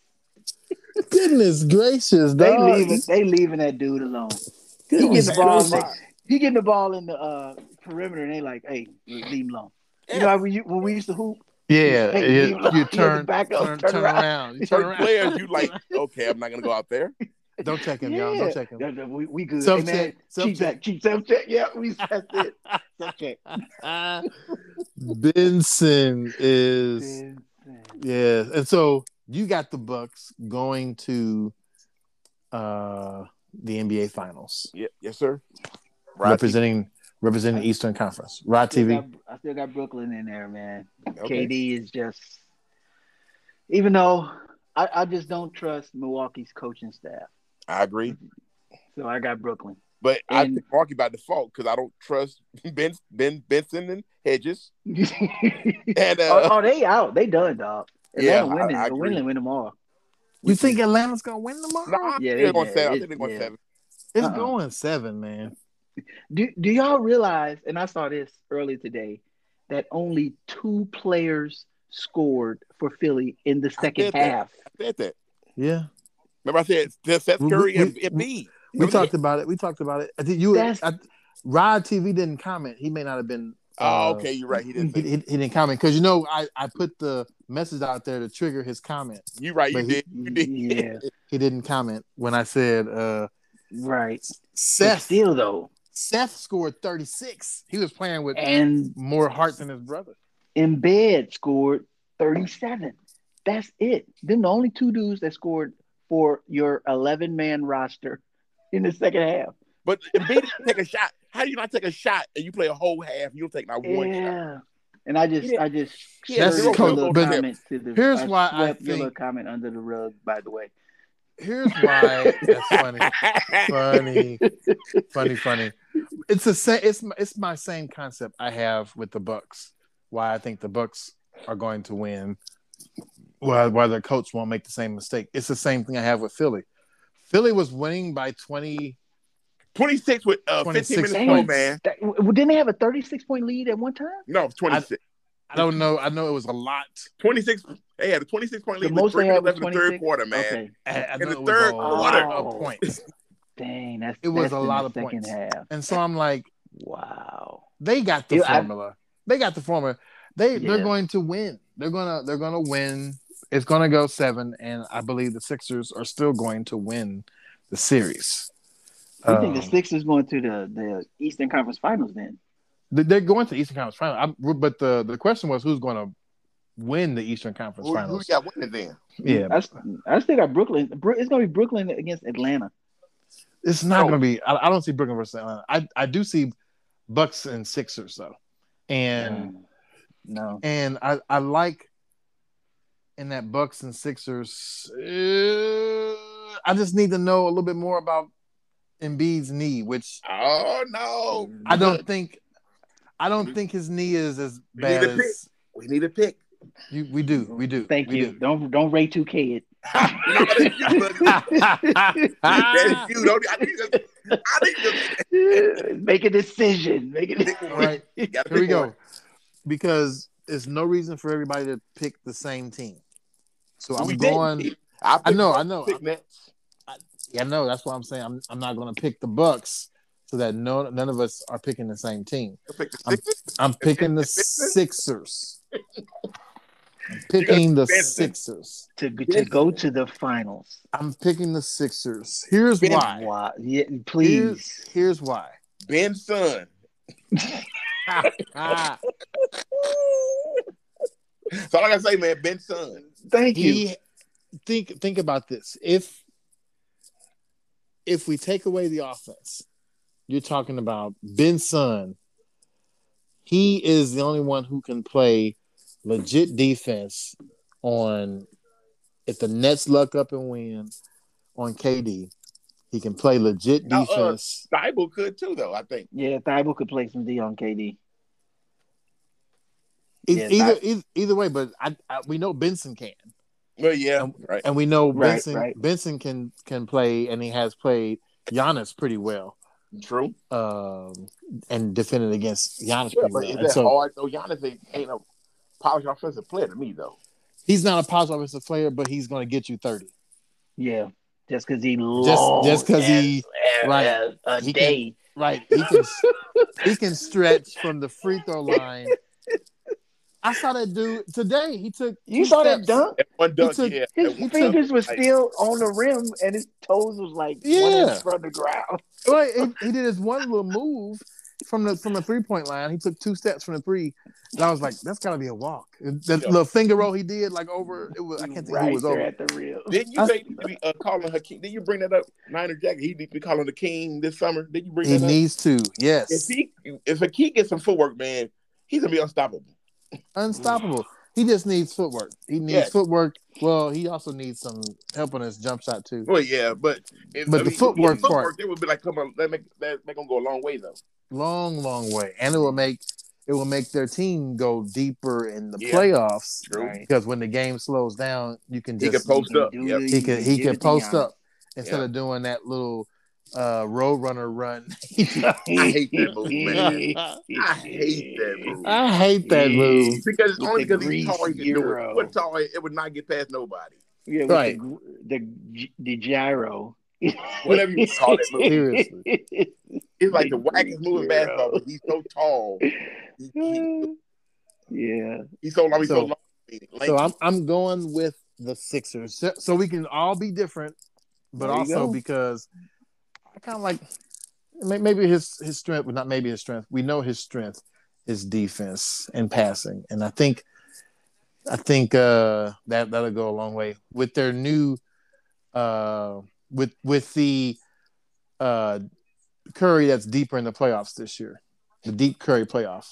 S1: Goodness gracious,
S2: They
S1: dog.
S2: leaving. They leaving that dude alone. He
S1: Goodness
S2: getting the ball. in
S1: gracious.
S2: the- He getting the ball in the uh, perimeter, and they like, hey, leave him alone. You know
S3: Yeah.
S2: how we u- when we used to hoop.
S1: Yeah,
S2: Hey,
S1: it-
S2: you-
S1: you
S2: you had to
S1: turn,
S2: back up,
S1: turn,
S2: turn
S1: turn
S2: around.
S1: around. You turn [LAUGHS]
S3: Certain
S1: around.
S3: players, you like, okay, I'm not gonna go out there.
S1: Don't check him, y'all. Don't check him.
S2: Yeah, yeah, We, we good.
S1: Self
S2: Hey, man,
S1: check, self
S2: cheat
S1: check.
S2: check. Cheat self check. Yeah, we [LAUGHS] that's it. Self check.
S1: Ah, Benson is
S2: Then- then-
S1: yeah, and so you got the Bucks going to uh the NBA Finals,
S3: Yeah, yes, sir.
S1: representing representing Eastern Conference. Rod
S2: Still
S1: TV.
S2: got, I still got Brooklyn in there, man.
S3: Okay.
S2: KD is just, even though I, I just don't trust Milwaukee's coaching staff,
S3: I agree,
S2: so I got Brooklyn. [LAUGHS]
S3: but I
S2: And-
S3: pick Milwaukee by default because I don't trust [LAUGHS] Ben, ben Benson and Hedges. And
S2: oh,
S3: [LAUGHS] uh,
S2: oh, they out. They done, dog.
S3: Yeah,
S2: Atlanta winning.
S3: I- I agree.
S2: Winning, win them all.
S1: You think Atlanta's gonna win tomorrow?
S3: nah, I
S2: Oh, Yeah,
S3: think
S2: they-
S3: they're going
S2: yeah,
S3: seven. I
S2: it-
S3: think they're going
S2: yeah.
S3: seven.
S1: It's
S2: Uh-uh.
S1: going seven, man.
S2: Do Do y'all realize? And I saw this earlier today that only two players scored for Philly in the second
S3: said that. [LAUGHS]
S2: half.
S3: I said that.
S1: Yeah.
S3: Remember, I said Seth Seth
S1: We-
S3: Curry
S1: we-
S3: and,
S1: we-
S3: and me.
S1: We talked about it. We talked about it. I think you
S2: That's-
S1: I, Rod TV didn't comment. He may not have been uh,
S3: Oh, okay, you're right. He
S1: he,
S3: didn't.
S1: he,
S3: Think.
S1: he didn't comment because you know I, I put the message out there to trigger his comment.
S3: You right. You
S1: But he-
S3: did. You did.
S2: Yeah,
S1: He didn't comment when I said uh,
S2: right. But
S1: Seth
S2: still though,
S1: Seth scored thirty six. He was playing with
S2: and
S1: more heart than his brother.
S2: Embed scored 37. That's it. Then the only two dudes that scored for your 11 man roster in the second half.
S3: But Embiid didn't take a shot. How do you not take a shot and you play a whole half? You don't take not one shot.
S2: Yeah. And I just,
S3: Yeah.
S2: I just,
S3: Yeah,
S2: sure
S1: that's cool,
S2: little
S1: but
S2: comment to the,
S1: here's
S2: I
S1: why I
S2: swept your
S1: think-
S2: little comment under the rug, by the way.
S1: Here's why [LAUGHS] that's funny,
S3: [LAUGHS]
S1: funny, funny, funny. It's the same. It's my, it's my same concept I have with the Bucks. Why I think the Bucks are going to win. Why why their coach won't make the same mistake. It's the same thing I have with Philly. Philly was winning by twenty.
S3: 26 with uh,
S1: 26
S3: 15 minutes
S1: Dang.
S3: ago, man.
S2: That- w- didn't they have a 36 point lead at one time?
S3: No, 26.
S1: I don't know. I know it was a lot.
S3: 26. They had a 26 point
S2: The
S3: lead with
S2: most
S3: three
S2: they had
S3: minutes
S2: was
S3: left in the third
S2: 26?
S3: quarter, man.
S2: Okay.
S1: I, I
S3: In
S1: know
S3: the
S1: it was
S3: third
S1: a lot
S2: quarter.
S1: of points.
S2: Dang, that's
S1: It was
S2: that's
S1: a
S2: in the
S1: lot of
S2: second
S1: points.
S2: half.
S1: And so I'm like,
S2: Wow.
S1: they got the
S2: Yeah, I-
S1: formula. they got the formula. They
S2: Yeah.
S1: they're going to win. They're gonna they're gonna win. It's gonna go seven, and I believe the Sixers are still going to win the series.
S2: You think the
S1: Um,
S2: Sixers going to the, the Eastern Conference Finals then?
S1: they- They're going to the Eastern Conference Finals, I'm, but the the question was who's going to win the Eastern Conference
S3: Who, who
S1: Finals?
S3: got winning then?
S1: Yeah,
S2: I, I still got Brooklyn. Bro- It's gonna be Brooklyn against Atlanta.
S1: it's not
S3: No.
S1: going to be. I, I don't see Brooklyn versus Atlanta. I I do see Bucks and Sixers though, and.
S2: Mm, no,
S1: and I, I like in that Bucks and Sixers. uh, I just need to know a little bit more about Embiid's knee, which
S3: Oh, no.
S1: I don't think I don't think his knee is as
S3: We need
S1: bad
S3: a pick.
S1: as
S3: We need a pick.
S1: you, we do. We do.
S2: thank
S1: we
S2: you.
S1: do.
S2: Don't don't Ray
S1: [LAUGHS]
S2: two K [LAUGHS]
S3: That's
S1: Ah,
S3: you. Don't, I think that's- I think that's-
S2: it. [LAUGHS] Make a decision. Make a decision.
S1: all right,
S3: you gotta
S1: here we
S3: pick
S1: go.
S3: one.
S1: Because there's no reason for everybody to pick the same team. So I'm
S3: We didn't.
S1: going.
S3: I,
S1: I
S3: picked-
S1: know. I know.
S3: picked Nets.
S1: Yeah, no, that's what I'm saying. I'm, I'm not going to pick the Bucks so that no, none of us are picking the same team.
S3: I picked the
S1: I'm
S3: Sixers.
S1: I'm picking the
S3: Sixers?
S1: Sixers. I'm
S3: gotta
S1: picking the
S3: pick Benson.
S1: Sixers.
S2: To to go to the finals.
S1: I'm picking the Sixers. Here's
S3: Ben-
S1: why.
S2: Wow. Yeah,
S1: Here's,
S2: please.
S1: here's why.
S3: Ben's son.
S1: Ah,
S3: So like I say, man, Ben's son.
S2: Thank you.
S1: he, think think about this. If if we take away the offense, you're talking about Ben Sun. He is the only one who can play legit defense on if the Nets luck up and win on KD. He can play legit
S3: Now, uh,
S1: defense.
S3: Thibault could too, though. I think.
S2: Yeah, Thibault could play some D on KD.
S1: E-
S2: yeah,
S1: either,
S2: that-
S1: either either way, but I, I we know Benson can.
S3: Well, yeah,
S1: Um,
S3: right.
S1: and we know
S2: Right,
S1: Benson
S2: right.
S1: Benson can can play, and he has played Giannis pretty well.
S3: True.
S1: um, and defended against Giannis.
S3: Yeah,
S1: pretty
S3: but
S1: well.
S3: is
S1: And
S3: that
S1: so
S3: hard though? Giannis ain't, ain't a polished offensive player to me though.
S1: he's not a polished offensive player, but he's going to get you thirty.
S2: Yeah, just because he
S1: Just
S2: long
S1: just because he
S2: as-
S1: right.
S2: as a
S1: He can-
S2: day.
S1: right he can
S3: [LAUGHS]
S1: he can stretch from the free throw line. I saw that dude today. He took
S2: you
S1: two
S2: saw that
S1: steps.
S2: dunk?
S3: That one dunk,
S1: took-
S3: yeah.
S2: His
S3: that one dunk,
S2: fingers were
S3: like-
S2: still on the rim, and his toes was like one
S1: Yeah.
S2: inch from the ground.
S1: Right, he, he did his one little move from the from the three point line. He took two steps from the three, and I was like, "That's got to be a walk." The
S3: Yeah.
S1: little finger roll he did, like over, it was, I can't think
S2: right
S1: who was
S2: there
S1: over.
S2: at the rim.
S3: Didn't you
S1: I-
S3: say you be, uh, calling her king? Did you bring that up? Niner Jacket. He need to be calling the king this summer. Did you bring
S1: He
S3: that up?
S1: needs to,
S3: If
S1: yes,
S3: he if a key gets some footwork, man, he's gonna be unstoppable.
S1: unstoppable. He just needs footwork. He needs
S3: Yes.
S1: footwork. Well, he also needs some help on his jump shot too.
S3: Well, yeah, but if,
S1: But the footwork part-
S3: it would be like come on, that make that make him go a long way though.
S1: Long, long way, and it will make it will make their team go deeper in the
S3: Yeah.
S1: playoffs
S3: True.
S2: Right.
S1: because when the game slows down, you can
S3: He
S1: just
S3: can post
S2: can
S3: up.
S2: do
S3: Yep.
S2: it.
S1: he could he
S2: give it
S1: could
S2: to
S1: post
S2: Giannis.
S1: up instead
S3: Yeah.
S1: of doing that little uh roadrunner run. [LAUGHS]
S3: I hate that move, man.
S2: [LAUGHS]
S3: I hate that move.
S1: I hate that move.
S3: Because it's
S2: With
S3: only
S2: the
S3: because he's
S2: grease
S3: tall he can do
S2: euro.
S3: it. What tall it would not get past nobody.
S2: Yeah, with
S1: Right.
S2: the, the g- the [LAUGHS] gyro.
S3: Whatever you call that move.
S1: Seriously.
S3: It's like the wackest move in
S2: Euro.
S3: basketball. but He's so
S1: [LAUGHS]
S3: tall. He- he-
S2: [LAUGHS] yeah.
S3: he's so long. He's so,
S1: So-
S3: long. Lanky.
S1: So I'm I'm going with the Sixers. So, so we can all be different, but
S2: There you
S1: also
S2: go.
S1: because I kind of like may- maybe his his strength, but not maybe his strength. We know his strength is defense and passing, and I think I think uh, that that'll go a long way with their new uh, with with the uh, Curry that's deeper in the playoffs this year, the deep Curry playoff.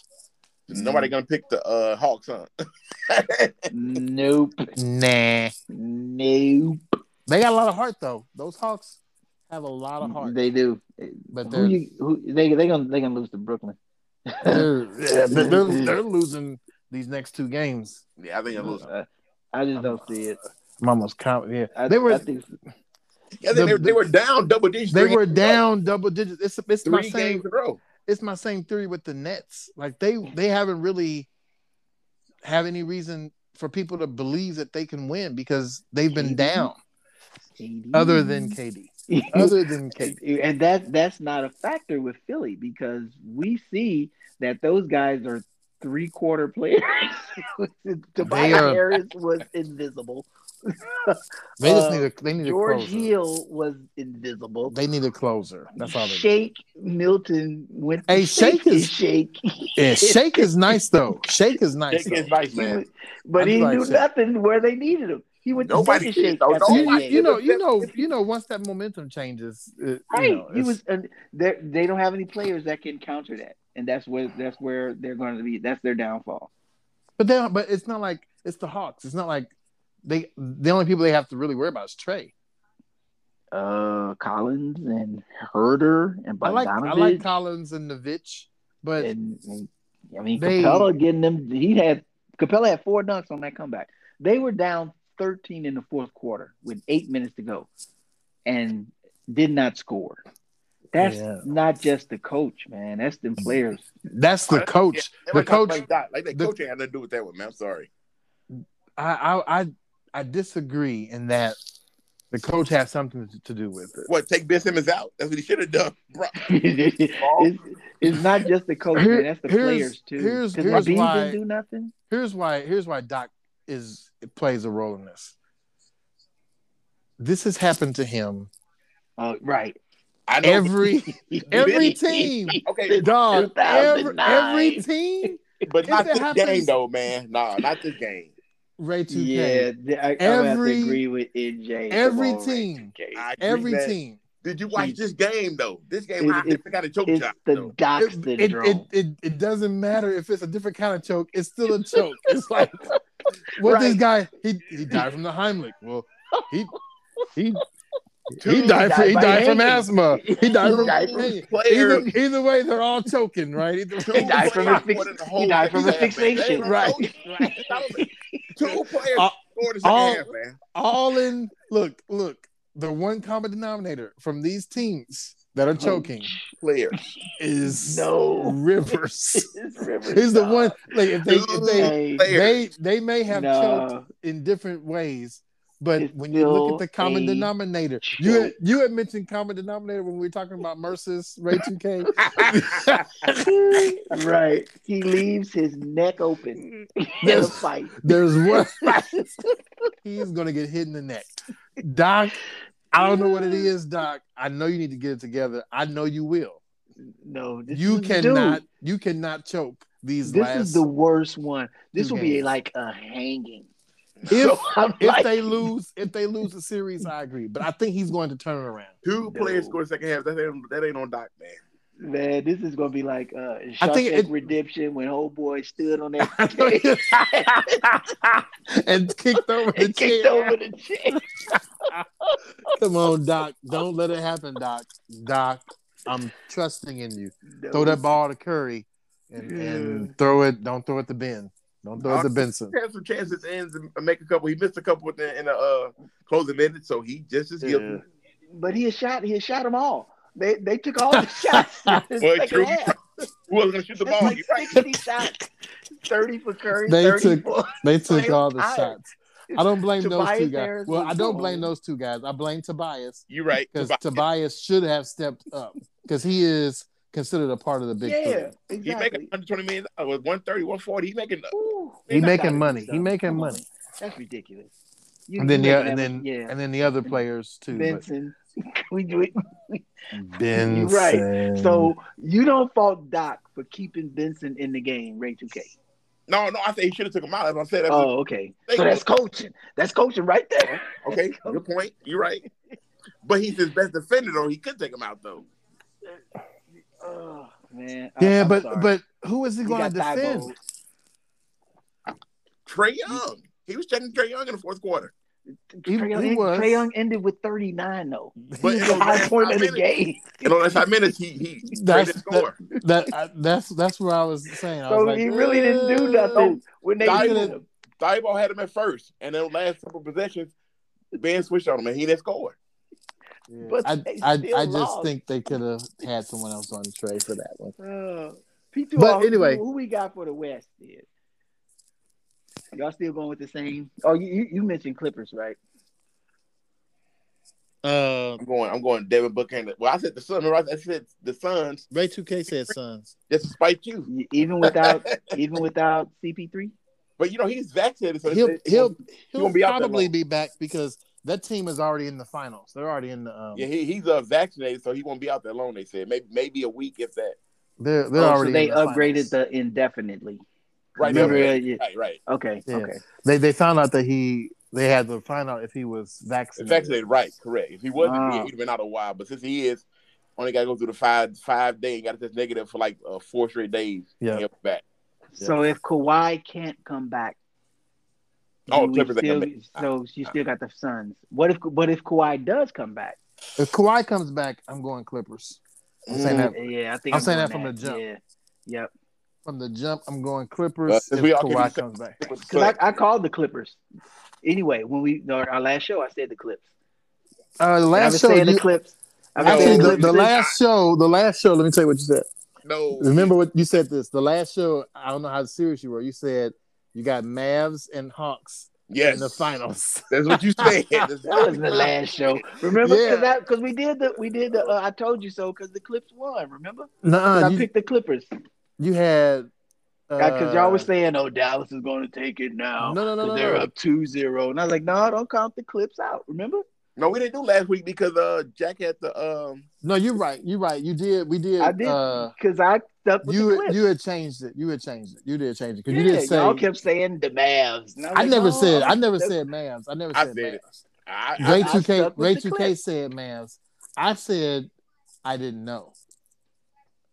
S3: Nobody gonna pick the uh, Hawks, huh?
S2: Nope.
S1: Nah,
S2: Nope.
S1: they got a lot of heart though. Those Hawks have a lot of heart,
S2: They do.
S1: but
S2: Who [LAUGHS]
S1: they're
S2: you, who, they they gonna they gonna lose to Brooklyn.
S1: they're, yeah, they're, they're- they're losing these next two games.
S3: Yeah, I think they're losing.
S2: Uh, I just don't see it.
S1: I'm almost confident. Yeah,
S2: I,
S1: they were
S2: I think
S3: Yeah, they,
S1: The-
S3: they were down double digits.
S1: they
S3: three-
S1: were down double digits. It's it's my
S3: three
S1: same
S3: games in a row.
S1: it's my same theory with the Nets. Like they they haven't really have any reason for people to believe that they can win because they've been
S2: Mhm.
S1: down.
S2: KD.
S1: Other than KD,
S2: [LAUGHS]
S1: other than KD,
S2: and that that's not a factor with Philly because we see that those guys are three quarter players. [LAUGHS] Tobias
S1: are-
S2: Harris was invisible.
S1: they just
S2: Uh,
S1: need a they need a
S2: George
S1: closer.
S2: Hill was invisible.
S1: They need a closer. That's all. They
S2: Shake Milton went.
S1: Hey, Shake is-
S2: shake. [LAUGHS]
S1: yeah, Shake is nice
S3: [LAUGHS]
S1: though. Shake is nice.
S3: Jake is
S1: though.
S3: nice,
S2: He
S3: man.
S2: was- but
S1: I'm
S2: he
S1: like
S2: knew
S1: Shaq.
S2: nothing where they needed him. He went to
S3: Nobody
S2: Shake and
S3: did,
S2: Shake.
S3: though.
S2: after
S3: Oh,
S1: You,
S2: the
S3: my
S1: you-
S2: game.
S1: you know, you know, you know. Once that momentum changes, uh,
S2: Right.
S1: you know,
S2: he
S1: it's-
S2: was and there they don't have any players that can counter that. And that's where that's where they're going to be that's their downfall.
S1: But they, don't- but it's not like it's the Hawks. It's not like they. The only people they have to really worry about is Trey.
S2: Uh Collins and Herder and
S1: I like
S2: Bogdanovich
S1: I like Collins and Novich, but
S2: and, and- I mean
S1: They-
S2: Capella getting them he had Capella had four dunks on that comeback. They were down 13 in the fourth quarter with 8 minutes to go and did not score. That's
S1: Yeah. Mm-hmm.
S2: not just the coach, man. That's them players. [LAUGHS]
S1: that's the
S3: I-
S1: coach.
S3: They
S1: The
S3: might not
S1: coach.
S3: play Doc. Like that
S1: the-
S3: coach ain't had nothing to do with that one, man. I'm sorry.
S1: I, I I I disagree in that the coach has something to, to do with it.
S3: What take Ben Simmons out? That's what he should have done. Bro.
S2: it's, it's not just the coach,
S1: Here-
S2: man. That's the
S1: here's-
S2: players too.
S1: here's-
S2: 'Cause
S1: here's
S2: Embiid
S1: why-
S2: didn't do nothing.
S1: Here's why. Here's why Doc is plays a role in this. This has happened to him.
S2: Oh, right. [LAUGHS]
S3: I know.
S1: Every every team,
S3: okay,
S1: dog. Every,
S2: 2009.
S1: every team.
S3: but
S1: If
S3: not
S1: it
S3: this
S1: happens-
S3: game though, man. Nah, not this game.
S1: Ray two K.
S2: Yeah, th- I, I have to
S1: Every-
S2: agree with NJ.
S1: every
S2: Come on, Ray.
S1: team.
S2: Okay.
S3: I agree
S1: Every
S3: that-
S1: team.
S3: Did you watch this game though? This game,
S2: It-
S3: I
S2: it-
S3: got a choke
S2: It's
S3: job.
S2: the
S3: though.
S2: Doc
S1: It, it,
S2: syndrome.
S1: it, it, it doesn't matter if it's a different kind of choke. It's still a
S2: [LAUGHS]
S1: choke. It's like what this
S2: Right.
S1: guy he he died from the Heimlich. Well, he he he
S3: Two
S1: died from he
S2: by
S1: died from
S2: hanging.
S1: asthma. He died from
S2: died from
S1: hanging.
S3: Player,
S1: Either, either way, they're all choking, right? Either
S3: two
S1: way,
S2: He died from
S3: players
S2: affix-
S3: scored in the
S2: he
S3: whole
S2: died from
S3: second half, man.
S2: asphyxiation.
S3: They were
S1: Right.
S3: choking. Two players
S1: Uh,
S3: scored in the second
S1: all-
S3: half, man.
S1: all in. Look, look. The one common denominator from these teams that are choking
S3: player.
S1: is
S2: No, [LAUGHS]
S1: Rivers.
S2: it's Rivers.
S1: [LAUGHS] He's the
S2: dog.
S1: one like if they if they
S2: Hey,
S3: Player.
S1: they they may have
S2: no.
S1: choked in different ways, but
S2: It's
S1: when you look at
S2: still
S1: the common
S2: a
S1: denominator, you
S2: choke.
S1: had, you had mentioned common denominator when we were talking about Mercer's Ray
S2: [LAUGHS]
S1: 2K.
S2: [LAUGHS] right. He leaves his
S1: [LAUGHS]
S2: neck open in a
S1: Yes. [LAUGHS]
S2: fight.
S1: [LAUGHS] There's one he's gonna get hit in the neck. Doc, I don't know what it is, Doc. I know you need to get it together. I know you will.
S2: No, this
S1: You
S2: is the
S1: cannot
S2: dude.
S1: you cannot choke these
S2: This
S1: last
S2: is the worst one. This
S1: two
S2: will be
S1: games.
S2: like a hanging. [LAUGHS]
S1: if
S2: I'm
S1: if
S2: like-
S1: they lose if they lose the series, I agree. But I think he's going to turn it
S2: [LAUGHS]
S1: around.
S3: Two
S2: No.
S3: players scored second half. That ain't, that ain't on Doc, man.
S2: man, this is gonna be like uh, Shawshank
S1: I think it-
S2: Redemption when old boy stood on
S1: [LAUGHS] I know
S2: that
S1: you- and kicked over [LAUGHS] the
S2: and kicked
S1: chair.
S2: over the chair.
S1: Come on, Doc. Don't let it happen, Doc. Doc, I'm trusting in you. [LAUGHS] Throw that [LAUGHS] ball to Curry and, and throw it. Don't throw it to Ben. Don't throw it to
S2: [LAUGHS]
S1: Benson.
S3: He had some chances ends and make a couple. He missed a couple in the, in the uh, closing minutes, so he just as guilty.
S2: Yeah. But he had shot. He had shot them all. They they took all the shots. in the
S3: Well,
S2: second
S3: true.
S2: half.
S3: Who else gonna shoot the
S2: It's
S3: ball?
S2: like
S3: You're right.
S2: sixty shots. Thirty for Curry.
S1: They
S2: 30
S1: took-
S2: for-
S1: They took
S2: Like,
S1: all the
S2: I-
S1: shots. I don't blame those two
S2: Tobias
S1: guys.
S2: Harris
S1: well,
S2: was
S1: I don't
S2: the
S1: blame
S2: only-
S1: those two guys. I blame Tobias
S3: You're right.
S1: because
S3: Tobias.
S1: Tobias should have stepped up because he is considered a part of the big
S2: yeah,
S1: three.
S3: He
S2: exactly.
S3: making 120 million. uh, with 130, 140. He making.
S2: Ooh,
S1: He
S2: that's gotta
S1: making
S2: be
S1: money. He
S2: something.
S1: making
S2: Come on.
S1: money.
S2: That's ridiculous. You-
S1: And then
S2: you
S1: the
S2: making
S1: and
S2: that
S1: then
S2: much- yeah,
S1: and then the other players too. but-
S2: Benson. [LAUGHS] we do it.
S1: Benson.
S2: right. So uh, you don't fault Doc for keeping Benson in the game, Ray 2K.
S3: No, no. I said he should have took him out. That's what I said. That's
S2: Oh, okay.
S3: Thank
S2: So
S3: you.
S2: that's coaching. That's coaching right there.
S3: Okay, your point. You're right. But he's his best defender, though. He could take him out, though.
S2: Oh man. I-
S1: yeah,
S2: I'm
S1: but
S2: sorry.
S1: but who is he
S2: You
S1: going to
S2: got
S1: defend?
S2: Thibault.
S3: Trey Young. He was checking Trey Young in the fourth quarter.
S1: He-
S2: Trae Young-
S1: he was.
S2: Trae Young ended with 39 though.
S3: But
S2: He's
S3: in
S2: the
S3: those
S2: high
S3: last
S2: point
S3: five
S2: of the
S3: minutes,
S2: game.
S3: in those last five minutes, he he Trey
S1: That's-
S3: didn't score.
S1: That I, that's that's where I was saying. I
S2: So
S1: was like,
S2: he really didn't do
S1: "Uh,
S2: nothing when they
S3: Doc
S2: needed
S1: didn't-
S2: him.
S3: Thibault had him at first, and then last couple possessions, Ben switched on him, and he didn't score.
S1: yeah.
S2: But
S1: I
S2: they
S1: I,
S2: still
S1: I just
S2: lost.
S1: think they could have had someone else on Trey for that one.
S2: Uh, P2
S1: But
S2: who-
S1: anyway.
S2: who we got for the West is y'all still going with the same? Oh, you you, you mentioned Clippers, right?
S5: Uh,
S3: I'm going. I'm going. Devin Booker. And the, well, I said the Suns. Remember, I said the Suns.
S5: Ray 2K said Suns.
S3: Just to spite you.
S2: Y-
S1: [LAUGHS]
S2: Even without even without CP3.
S3: But you know he's vaccinated, so
S1: He'll
S3: it's- it's-
S1: he'll he'll
S3: won't be out that
S1: probably
S3: long.
S1: be back because that team is already in the finals. They're already in the um,
S3: yeah, he, he's uh, vaccinated, so he won't be out that long. They said maybe maybe a week if that.
S1: they're they're
S2: Oh,
S1: already
S2: so they
S1: in the
S2: upgraded
S1: finals.
S2: the indefinitely.
S3: Right.
S2: Remember,
S3: Right.
S2: uh, yeah.
S3: Right. right.
S2: Okay,
S1: Yeah.
S2: okay.
S1: they they found out that he they had to find out if he was vaccinated.
S3: Vaccinated, right? Correct. If he wasn't,
S2: Wow.
S3: yeah, he'd have been out a while. But since he is, only got to go through the five five day and got to test negative for like uh, four straight days.
S1: Yeah.
S3: and he'll be back.
S2: So if Kawhi can't come back,
S3: Oh,
S2: do we
S3: Clippers Ah. ain't
S2: still,
S3: gonna make it.
S2: so you still got the Suns. What if but if Kawhi does come back?
S1: If Kawhi comes back, I'm going Clippers. I'm saying
S3: [LAUGHS]
S1: that
S2: Uh, Yeah, I think
S1: I'm saying
S2: doing
S1: that from the jump.
S2: Yeah, yep.
S1: from the jump. I'm going Clippers.
S3: Uh,
S1: if
S3: we all can
S1: Kawhi
S3: be-
S1: comes back,
S2: Because I, I called the Clippers. Anyway, when we our, our last show, I said the Clips.
S1: uh, the
S2: I've been
S1: last show.
S2: saying the
S1: you-
S2: Clips. I've been
S1: Actually,
S2: saying
S1: the,
S2: Clips
S1: the
S2: since-
S1: last show, the last show. Let me tell you what you said.
S3: no,
S1: Remember what you said. This the last show. I don't know how serious you were. You said you got Mavs and Hawks
S3: yes,
S1: in the finals. [LAUGHS]
S3: That's what you said. That's-
S2: That was the last show. Remember?
S1: Yeah.
S2: Because we did the we did the uh, I told you so because the Clips won. Remember? 'Cause
S1: Nah,
S2: I
S1: you, Uh,
S2: picked the Clippers
S1: you had
S2: because
S1: uh,
S2: y'all was saying, "Oh, Dallas is going to take it now."
S1: No, no, no,
S2: 'cause
S1: no,
S2: They're
S1: no.
S2: up 2-0. and I was like, "No, don't count the Clips out." Remember?
S3: no, we didn't do last week because uh Jack had the um
S1: no. You're right. You're right. You did. We did.
S2: I did.
S1: Uh,
S2: Because I stuck with the
S1: you
S2: Clips.
S1: you had changed it. You had changed it. You did change it because you
S2: Yeah,
S1: didn't say.
S2: y'all kept saying the Mavs. And was
S1: I
S2: like, "Oh,
S1: never
S2: "No,
S1: said. I never
S2: that's-
S1: said Mavs. I never
S3: I
S1: said
S3: did it.
S1: Mavs.
S3: I, I,
S1: Ray
S2: I
S1: two K.
S2: stuck with
S1: Ray
S2: the
S1: two K
S2: clip.
S1: said Mavs. I said I didn't know,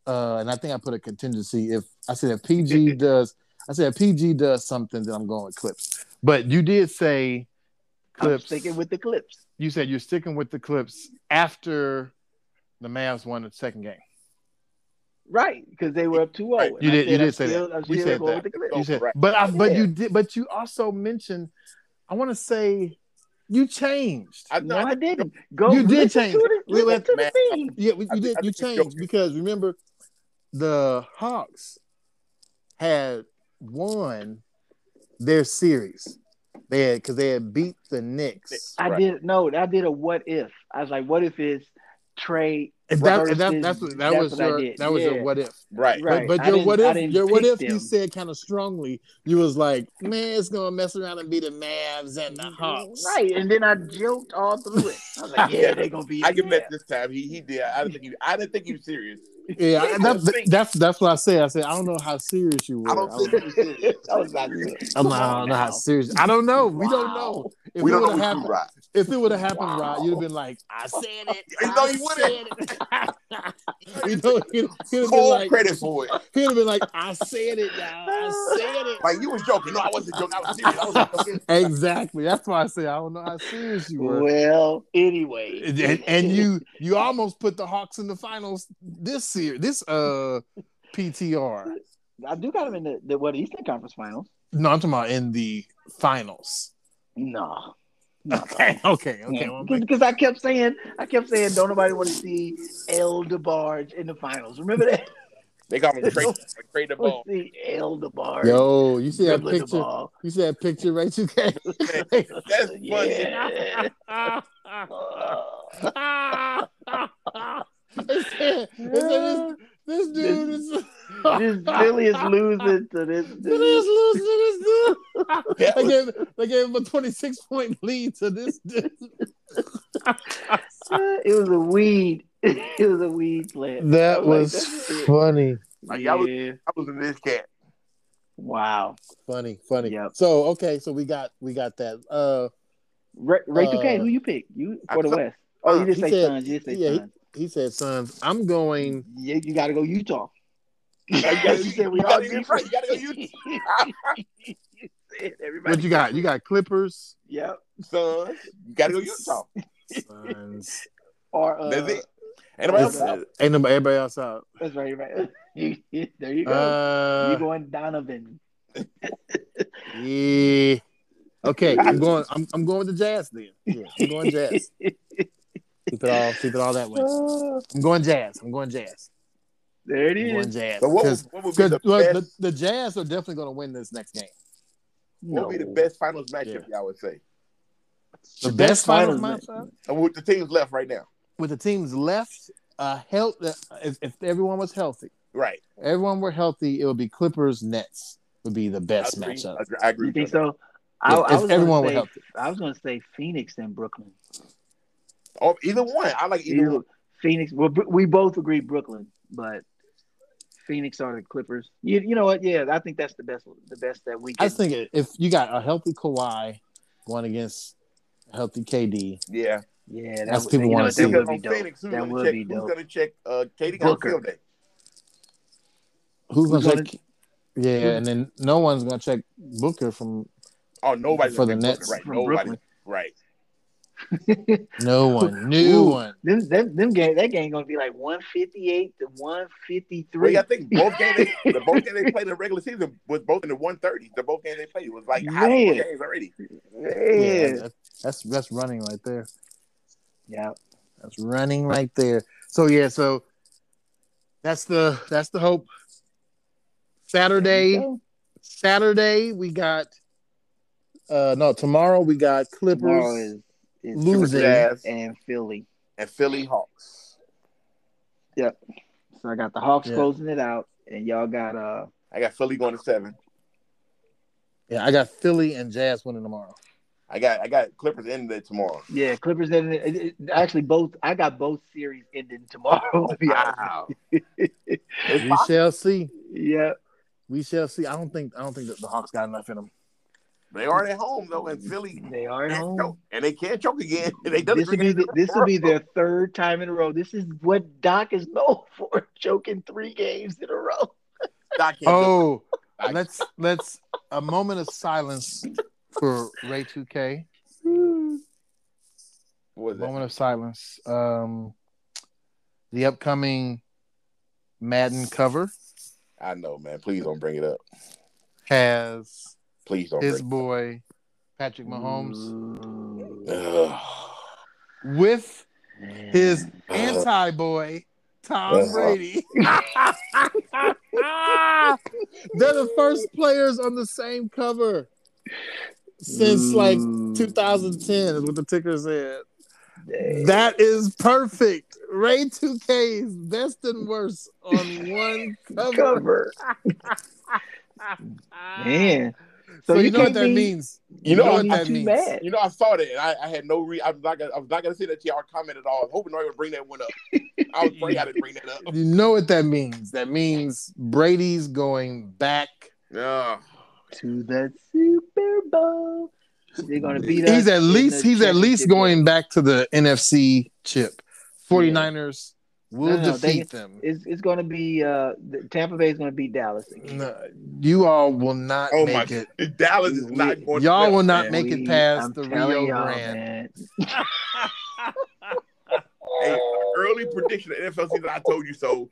S1: uh, and I think I put a contingency. If I said if
S2: [LAUGHS]
S1: PG does, I said if PG does something, then I'm going with Clips. But you did say
S2: I'm
S1: Clips.
S2: sticking with the Clips.
S1: You said you're sticking with the Clips after the Mavs won the second game.
S2: Right, because they were up oh, 2
S3: Right.
S2: 0.
S1: You did- you did say
S2: still, that. I'm
S1: We
S2: still
S1: said
S2: going
S1: that.
S2: With the Clips.
S1: You said,
S3: correct.
S1: but I, but
S2: Yeah.
S1: you did, but you also mentioned. I want to say You changed.
S3: I,
S2: No,
S3: know
S2: I didn't. Go.
S1: You did
S2: listen
S1: change.
S2: to the-
S1: Wait,
S2: listen
S1: wait,
S2: to
S3: man.
S2: the thing.
S1: Yeah, we,
S3: I
S1: you
S3: think-
S1: did.
S3: I
S1: You
S3: think it's
S1: changed because remember, the Hawks had won their series. They had because they had beat the Knicks,
S2: I
S3: Right.
S2: did no. I did a what if. I was like, what if it's Trey?
S1: and that, and that
S2: versus-
S1: that's what that
S2: that's
S1: was
S2: what I
S1: your
S2: did.
S1: that was
S2: Yeah.
S1: your what if.
S3: right.
S2: Right.
S1: But,
S2: I
S1: but your
S2: didn't-
S1: what
S2: I
S1: if
S2: didn't
S1: your what
S2: pick
S1: if you
S2: them.
S1: said kind of strongly, you was like, man, it's gonna mess around and be the Mavs and the Hawks.
S2: Mm, Right, and then I joked all through it. I was like, yeah, they're gonna be.
S3: I can
S2: yeah.
S3: bet this time he he did. I didn't think he, I didn't think he was serious.
S1: Yeah, I- that, that's that's what I said. I said I don't know how serious you were.
S3: I don't think he was serious. [LAUGHS] That was
S2: [LAUGHS]
S3: not good.
S1: I'm like, I don't know how serious. I don't know. We don't
S2: Wow.
S1: know. If it
S3: We don't know
S1: would've
S3: who
S1: happened,
S3: happened. Right.
S1: if it would have happened, Rod,
S2: Wow.
S1: you'd have been like, I said it.
S3: You know
S1: I
S3: he
S1: said
S3: wouldn't.
S1: it." [LAUGHS] you know, he'd, he'd have been
S3: Full
S1: like,
S3: credit
S1: [LAUGHS]
S3: for it.
S1: he'd have been like, I said it, y'all. I
S3: Like you was joking. No, I wasn't joking. I was serious. I was joking.
S1: [LAUGHS] said it. Exactly. That's why I say I don't know how serious you were.
S2: Well, anyway,
S1: and, and- and you you almost put the Hawks in the finals this year, this uh PTR.
S2: I do got him in the, the what Eastern Conference Finals.
S1: No, I'm talking about in the finals. [LAUGHS]
S2: No,
S1: Okay, okay, okay.
S2: [LAUGHS]
S1: well, I'm like,
S2: because I kept saying, I kept saying, don't nobody want to see El DeBarge in the finals. Remember that? [LAUGHS]
S3: They got him trade, trade the ball.
S2: Let's see El DeBarge.
S1: Yo, you see that
S2: dribbling the
S1: picture?
S2: ball.
S1: You see that picture, right? You can. [LAUGHS]
S3: That's funny.
S2: Yeah.
S1: They said- they said, this, this dude is.
S2: [LAUGHS] this Philly is losing to
S1: [LAUGHS]
S2: this
S1: This is
S2: dude.
S1: losing this dude.
S3: That
S1: They
S3: was,
S1: gave, they gave him a 26 point lead to this dude.
S2: It was a weed. [LAUGHS] It was a weed plant. I'm like, that's it.
S1: funny.
S3: Like, y'all was-
S2: Yeah.
S3: I was in this cat.
S2: Wow.
S1: Funny, funny.
S2: Yep.
S1: So okay, so we got we got that. Uh
S2: Ray, Ray
S1: Uh,
S2: Duquesne, who you pick? You
S3: I
S2: for the
S3: thought-
S2: West? Oh, you
S1: uh,
S2: didn't
S1: he
S2: say
S1: said-
S2: Suns. You didn't say
S1: yeah, he-
S2: Suns.
S1: he said, sons, I'm going
S2: Yeah, you got to go
S3: [LAUGHS]
S2: Utah.
S3: Yeah,
S2: you said we
S3: you
S2: all
S3: gotta- you're right, you gotta go
S2: [LAUGHS] You said everybody.
S1: what you got? You got Clippers.
S2: Yep.
S3: Sons, you gotta go Utah.
S1: Sons.
S2: Or uh,
S3: That's it. Anybody else?
S1: That's- Ain't nobody everybody else out.
S2: That's right. Right. [LAUGHS] there you go.
S1: Uh,
S2: you going Donovan?
S1: Yeah.
S3: [LAUGHS]
S1: Okay, I'm going. I'm, I'm going with the Jazz then. Yeah, I'm going Jazz. keep it all. Keep it all that way.
S2: Uh,
S1: I'm going Jazz. I'm going Jazz.
S2: there it
S1: I'm
S2: is.
S1: going Jazz.
S3: So what would,
S1: Because
S3: what would be the
S1: the,
S3: best?
S1: the Jazz are definitely going to win this next game.
S3: What would be the
S2: No.
S3: best finals matchup? Y'all would say.
S1: The best finals
S2: finals
S1: matchup
S3: And with the teams left right now.
S1: with the teams left. Uh, health. If, if everyone was healthy,
S3: Right.
S1: everyone were healthy, it would be Clippers Nets would be the best
S3: I agree.
S1: matchup.
S3: I agree- I agree.
S2: You think
S3: with that.
S2: so? I,
S1: Yeah,
S2: I
S1: if
S2: was
S1: everyone
S2: everyone
S1: were
S2: say,
S1: healthy.
S2: I was going to say Phoenix and Brooklyn.
S3: Oh, either one. I like either
S2: Either
S3: one.
S2: Phoenix. Well, Br- we both agree Brooklyn, but Phoenix are the Clippers. You, you know what? Yeah, I think that's the best. The best that we. Can.
S1: I just think if you got a healthy Kawhi going against a healthy KD,
S3: Yeah.
S2: Yeah, that
S1: That's
S2: would-
S1: people
S2: you know
S1: wanna
S2: what,
S1: see.
S2: That would
S3: Because
S2: be
S3: on
S2: dope.
S3: Phoenix, who's
S2: that
S3: gonna
S2: would
S3: check?
S2: be
S3: Who's
S2: dope.
S3: gonna check? Uh, Katie got a
S2: Booker.
S3: field day.
S1: Who's
S2: Who's
S1: gonna
S2: gonna-
S1: check? Yeah, and then no one's gonna check Booker from
S3: Oh, nobody
S1: For
S3: gonna
S1: the
S3: check Booker,
S1: Nets.
S3: Right.
S2: From
S3: Nobody.
S2: Brooklyn.
S3: Right.
S1: [LAUGHS] no one, new
S2: Ooh.
S1: one.
S2: Them, them, them game, that game gonna be like one fifty eight to one fifty
S3: Well,
S2: three.
S3: yeah, I think both games,
S2: [LAUGHS]
S3: they, the both games they played in the regular season was both in the one thirty. The both games they played was like high
S2: Man.
S3: games already.
S1: Yeah,
S2: Yeah,
S1: that- that's that's running right there.
S2: yeah.
S1: That's running right there. So yeah, so that's the that's the hope. Saturday, Saturday we got. Uh, no, tomorrow we got Clippers.
S2: Tomorrow is, is
S1: losing.
S2: Clippers and Philly.
S3: And Philly Hawks.
S2: So I got the Hawks
S1: Yeah.
S2: closing it out, and y'all got uh
S3: I got Philly going to seven.
S1: Yeah, I got Philly and Jazz winning tomorrow.
S3: I got I got Clippers in there tomorrow.
S2: yeah Clippers ending. It, it, actually, both I got both series ending tomorrow. [LAUGHS] to be honest.
S3: It's
S1: We
S3: possible.
S1: shall see.
S2: yeah,
S1: We shall see. I don't think I don't think that the Hawks got enough in them.
S3: They are at home though, and Philly
S2: they are at
S3: can't choke,
S2: home.
S3: and they can't choke again. [LAUGHS] They done it
S2: This
S3: three
S2: will be
S3: games in
S2: the,
S3: a
S2: this will be
S3: row.
S2: their third time in a row. This is what Doc is known [LAUGHS] for: choking three games in a row.
S3: [LAUGHS] Doc can't do it.
S1: Oh,
S3: Like-
S1: let's let's a moment of silence for Ray 2K.
S3: What was that?
S1: Moment of silence. Um, the upcoming Madden cover
S3: I know, man. Please don't bring it up.
S1: has
S3: Please don't.
S1: his
S3: bring
S1: boy Patrick Mahomes with his anti boy, Tom
S3: Uh-huh.
S1: Brady. [LAUGHS] They're the first players on the same cover since like
S2: Mm.
S1: 2010 is what the ticker said. That is perfect. Ray 2K's best and worst on one cover.
S2: cover. Man.
S1: So,
S2: So
S1: you
S2: you
S1: know what
S2: can't
S1: that
S2: be-
S1: means.
S3: You
S1: You know
S3: know, I-
S1: what
S2: I'm
S1: that
S2: not too
S1: means.
S2: mad.
S3: You know, I saw that. And I, I had no re. I'm not gonna. I'm not gonna say that to y'all comment at all. I was hoping I would bring that one up. I was praying I didn't bring that up.
S1: You know what that means. That means Brady's going back.
S3: Yeah.
S2: To that Super Bowl. They're gonna beat us
S1: He's at
S2: in the
S1: least he's at least
S2: championship
S1: going
S2: game.
S1: back to the NFC chip. 49ers will
S2: No, no, they-
S1: defeat them.
S2: It's, it's gonna be uh the- Tampa Bay is gonna beat Dallas again.
S1: No, you all will not
S3: Oh my
S1: make it.
S3: Dallas is not going. to
S1: Y'all
S3: fail,
S1: will not
S3: man.
S1: make- it
S2: We-
S1: past the
S2: telling
S1: Rio
S2: y'all,
S1: Grande.
S2: man.
S3: Hey, early prediction of the NFL season. I told you so.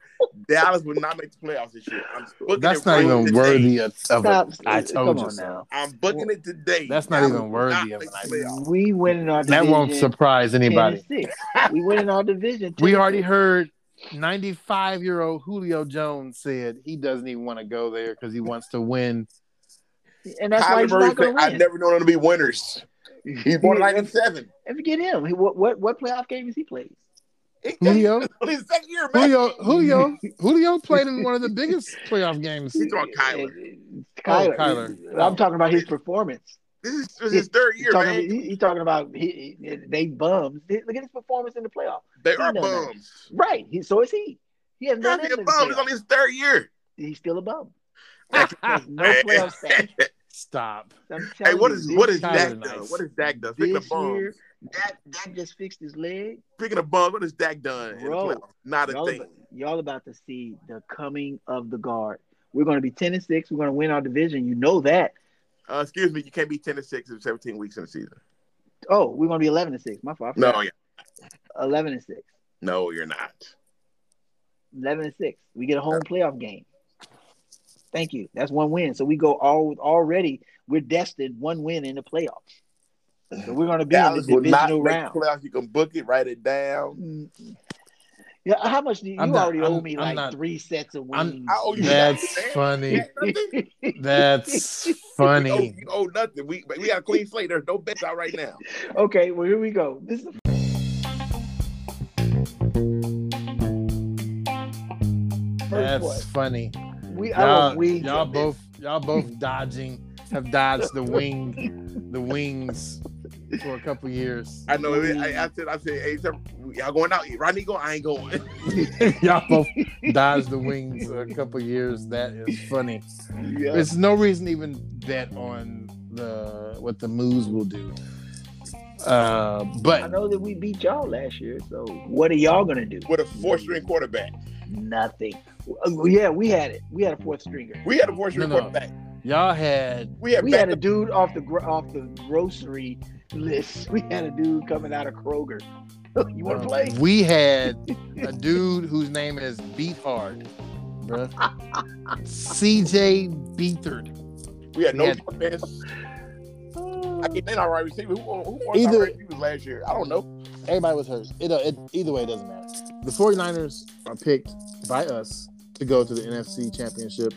S3: Dallas will not make the playoffs this year. I'm booking
S1: That's
S3: it
S1: not
S3: right
S1: even
S3: today.
S1: worthy of, of it.
S2: Stop.
S1: I told
S2: Come
S1: you
S2: on
S1: so.
S2: now.
S3: I'm booking it today.
S1: That's not
S3: Dallas
S1: even
S3: will
S1: worthy
S3: not
S1: of
S3: make
S1: an
S3: the
S1: idea.
S3: playoffs.
S2: We winning our
S1: That
S2: division.
S1: won't surprise
S2: 10 and
S1: anybody.
S2: six. We winning our division.
S1: We
S2: 10 and
S1: already
S2: six.
S1: heard 95 year old Julio Jones said he doesn't even want to go there because he wants to win.
S2: and that's why
S3: Kyler
S2: he's
S3: Murray
S2: not
S3: said,
S2: going
S3: "I've
S2: to
S3: never known them to be winners."
S2: win.
S3: He's born like in seven.
S2: And forget him. He, what what what playoff game has he played?
S1: Julio,
S3: Only [LAUGHS] his second year, man.
S1: Julio, Julio, Julio played in one of the biggest playoff games.
S3: He's on Kyler.
S2: And-
S1: Oh,
S2: Kyler.
S1: Kyler.
S2: I'm talking about his performance.
S3: This is, this is his third
S2: He's
S3: year,
S2: talking,
S3: man.
S2: he- he talking about he, he- they bums. Look at his performance in the playoff.
S3: They
S2: he
S3: are
S2: know that.
S3: bums.
S2: Right. He, so is he. He hasn't done
S3: Gotta be a
S2: anything. in the
S3: bum. It's only
S2: playoff.
S3: his third year.
S2: He's still
S1: [LAUGHS]
S2: a bum. There's no playoff status.
S1: Stop.
S2: I'm telling
S3: Hey, what
S2: you,
S3: is
S2: this-
S3: what
S1: Kyler
S3: is Dak
S1: Nice.
S3: done? What is Dak done? Speaking of
S2: this
S3: bums,
S2: year? That that just fixed his leg.
S3: speaking of bums, what is Dak done? in the
S2: Bro,
S3: playoffs? Not a
S2: Y'all
S3: thing.
S2: about, y'all about to see the coming of the guard. We're going to be ten and six. We're going to win our division. You know that.
S3: Uh, excuse me, you can't be ten and six in seventeen weeks in the season.
S2: Oh, we're going to be eleven and six. My fault. I
S3: No,
S2: forgot.
S3: yeah,
S2: eleven and six.
S3: no, you're not.
S2: Eleven and six. We get a home playoff game. Thank you. That's one win. So we go all already. We're destined one win in the playoffs. So we're going to be
S3: Dallas
S2: in the
S3: will not
S2: divisional
S3: make
S2: round.
S3: the playoffs. You can book it, write it down.
S2: Mm. Yeah, how much do you,
S1: I'm
S2: you
S1: not-
S2: already
S1: I'm-
S2: owe me?
S1: I'm
S2: like
S1: not-
S2: three sets of
S1: I'm-
S2: wings.
S3: I owe you
S1: That's
S3: nothing, man.
S1: funny.
S3: You got nothing?
S1: That's
S3: You owe,
S1: funny.
S3: you owe nothing. We we got a clean slate. There's no bets out right now.
S2: okay, well here we go. This is First
S1: That's
S2: one.
S1: funny.
S2: We I
S1: Y'all,
S2: want wings.
S1: y'all
S2: on this.
S1: both y'all both dodging have dodged the wing the wings for a couple years.
S3: I know. it- I, I said. I said. Hey, sir, y'all going out? Rodney going? I ain't going.
S1: y'all both dodged the wings for a couple years. That is funny.
S3: yeah.
S1: There's no reason to even bet on the what the moves will do. Uh,
S2: I
S1: but
S2: know that we beat y'all last year, so what are y'all gonna do?
S3: [LAUGHS] With a four string quarterback,
S2: Nothing. Uh, Yeah, we had it. We had a fourth stringer.
S3: we had a four string
S1: No, no.
S3: quarterback.
S1: y'all had
S3: We had
S2: We
S3: back
S2: had a dude off the gro- off the grocery list. [LAUGHS] We had a dude coming out of Kroger. [LAUGHS] you want to play?
S1: um, We had a dude whose name is Beat Hard, [LAUGHS] bruh. CJ Beathard.
S3: We had
S1: We
S3: no
S1: had-
S3: defense. I can't name our right receiver. Who, won- who won
S1: Either-
S3: our right receivers last year? I don't know.
S1: Everybody was hurt. It, it, either way, it doesn't matter. The 49ers are picked by us to go to the NFC Championship,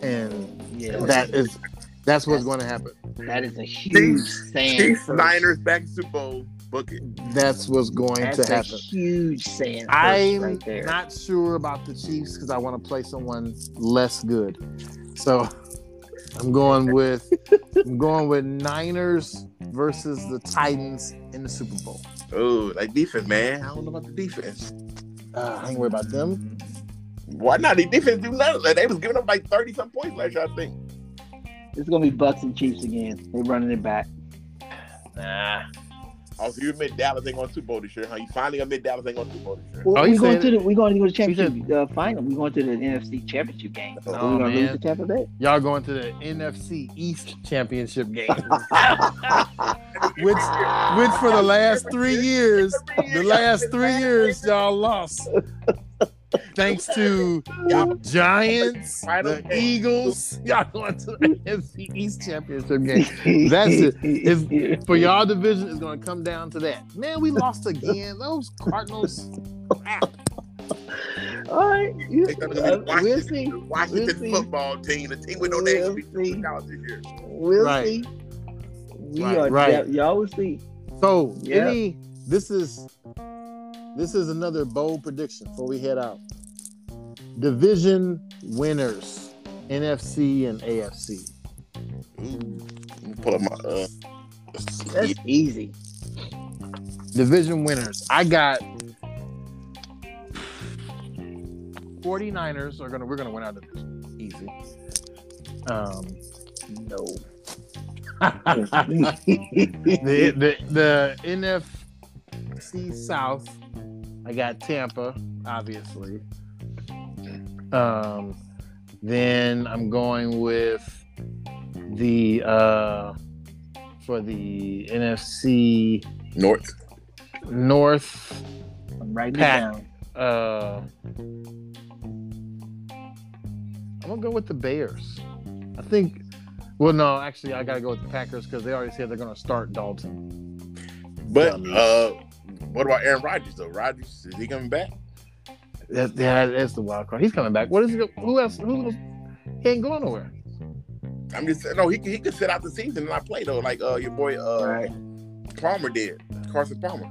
S1: and
S2: Yeah,
S1: that is that's what's going to happen.
S2: that is a huge sand.
S3: Chiefs,
S2: first.
S3: Niners, back to Super Bowl. Book it.
S1: That's what's going
S2: That's
S1: to
S2: a
S1: happen.
S2: huge sand. first
S1: I'm
S2: right there.
S1: not sure about the Chiefs because I want to play someone less good. So [LAUGHS] I'm going with I'm going with Niners versus the Titans in the Super Bowl.
S3: Oh, like defense, man. I don't know about the defense.
S1: Uh, I ain't worried about them.
S3: Why not? The defense do nothing. Like, they was giving up like thirty some points last year. I think.
S2: It's gonna be Bucks and Chiefs again. They're running it back.
S3: Also, Oh, you admit Dallas ain't going to Super Bowl this year, huh? You finally admit Dallas ain't going to Super Bowl this year.
S2: Well,
S1: Oh, you
S2: we're going
S1: said
S2: to the we're going to the championship uh, final. We're going to the NFC championship game. So
S1: Oh,
S2: we're gonna lose
S1: man.
S2: to Tampa Bay.
S1: Y'all going to the NFC East Championship
S2: [LAUGHS]
S1: game, which which for the last three years, the last three years y'all lost. Thanks to the Giants,
S3: Right
S1: the
S3: on.
S1: Eagles, y'all going to the [LAUGHS] NFC East Championship game.
S2: [LAUGHS]
S1: That's it. It's- For y'all division is going to come down to that. Man, we lost again. Those Cardinals.
S2: All right. You,
S3: They're gonna be the
S2: uh, we'll
S3: Washington,
S2: see.
S3: the Washington
S2: We'll see.
S3: football team, the team with no
S2: We'll
S3: name, will be
S2: see.
S3: out this year.
S2: We'll
S1: Right.
S2: see. We
S1: Right,
S2: are
S1: right.
S2: y'all will see.
S1: So
S2: Yeah.
S1: any this is this is another bold prediction before we head out. Division winners, NFC and AFC.
S3: Let me pull up my. Uh,
S2: That's easy.
S1: [LAUGHS] Division winners. I got 49ers are gonna we're gonna win our division. Easy. Um
S2: No.
S1: the, [LAUGHS] the the NFC South. I got Tampa, obviously. Um, then I'm going with the uh, for the NFC
S3: North.
S1: North.
S2: I'm writing
S1: Pack.
S2: it down.
S1: Uh, I'm gonna go with the Bears. I think. Well, no, actually, I gotta go with the Packers because they already said they're gonna start Dalton.
S3: But uh, what about Aaron Rodgers though? Rodgers is he coming back?
S1: That, yeah, that's the wild card. He's coming back. What is he? Who else? Who else? He ain't going nowhere.
S3: I'm just saying, no. He he could sit out the season and not play though, like uh your boy uh
S2: All right.
S3: Palmer did, Carson Palmer.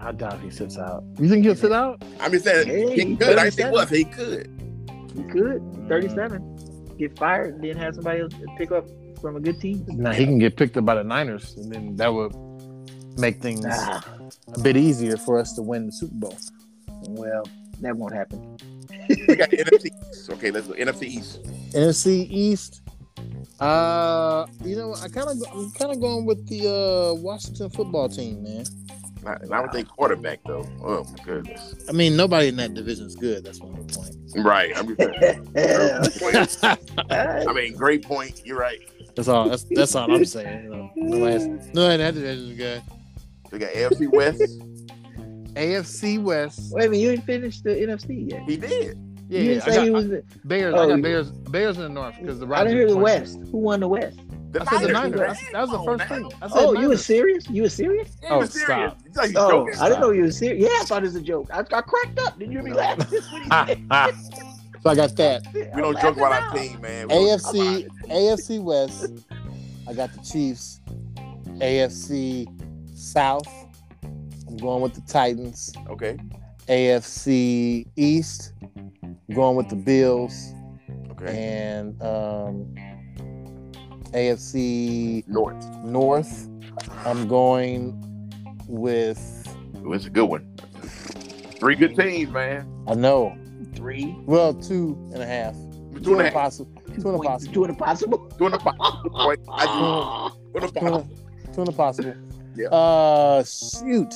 S1: I doubt he sits out. You think he'll sit out?
S3: I'm just saying
S2: Hey,
S3: he could. I
S2: thirty-seven.
S3: think was he could.
S2: You could. 37. Get fired, then have somebody else pick up from a good team.
S1: Now he can get picked up by the Niners, and then that would make things
S2: Nah.
S1: a bit easier for us to win the Super Bowl.
S2: Well, that won't happen.
S3: We
S2: [LAUGHS]
S3: got NFC. East. Okay, let's go NFC East.
S1: NFC East. Uh, you know, I kind of, I'm kind of going with the uh, Washington football team, man.
S3: And I, and I don't think quarterback though. Oh my goodness.
S5: I mean, nobody in that division is good. That's my whole
S1: [LAUGHS]
S5: point.
S3: Right. I'm just saying.
S2: [LAUGHS] Yeah.
S3: Great point. I mean, great point. You're right.
S5: That's all. That's that's all I'm saying. You know, nobody, has- nobody in that division is good.
S3: We got AFC West.
S1: AFC West.
S2: Wait a minute, you ain't finished the NFC yet.
S3: he did.
S1: Yeah,
S2: you
S1: yeah,
S2: didn't
S1: I
S2: say he
S1: got
S2: was. the-
S1: Bears.
S2: oh,
S1: I
S2: you-
S1: got Bears. Bears in the North because the
S2: I
S1: Rodgers
S2: didn't hear the
S1: point.
S2: West. Who won the West?
S3: The
S1: I said the Niners.
S3: Niners,
S1: I-
S3: man.
S1: that was the
S3: Come
S1: first
S3: on
S1: thing.
S3: now.
S1: I said
S2: Oh, you were
S1: Niners.
S2: serious? You were serious?
S3: You
S1: Oh,
S3: were serious.
S1: stop.
S3: You thought you
S2: Oh,
S3: joking.
S2: I didn't know you were serious. Yeah, I thought it was a joke. I, I cracked up. Did you hear me
S1: No. Ah,
S2: laugh?
S1: [LAUGHS]
S2: That's what he said. [LAUGHS]
S1: So I got that.
S3: We don't
S2: I'm
S3: joke about our
S2: laughing
S3: team, man. We don't joke about
S1: AFC AFC West. I got the Chiefs. AFC South. I'm going with the Titans.
S3: it. Okay.
S1: AFC East. I'm going with the Bills
S3: Okay.
S1: and um, AFC
S3: North.
S1: North. I'm going with
S3: It was a good one. Three good teams, man.
S1: I know.
S2: now. Three.
S1: Well, two and a half.
S3: Two and a half.
S1: impossible. Two and a
S2: Points.
S1: possible.
S2: Two and a possible.
S3: Two and
S2: [LAUGHS]
S3: a half. Boy, I
S2: Ah.
S3: do. Two and a
S1: Two
S3: half.
S1: and- two and a possible.
S3: Yeah.
S1: Uh, shoot.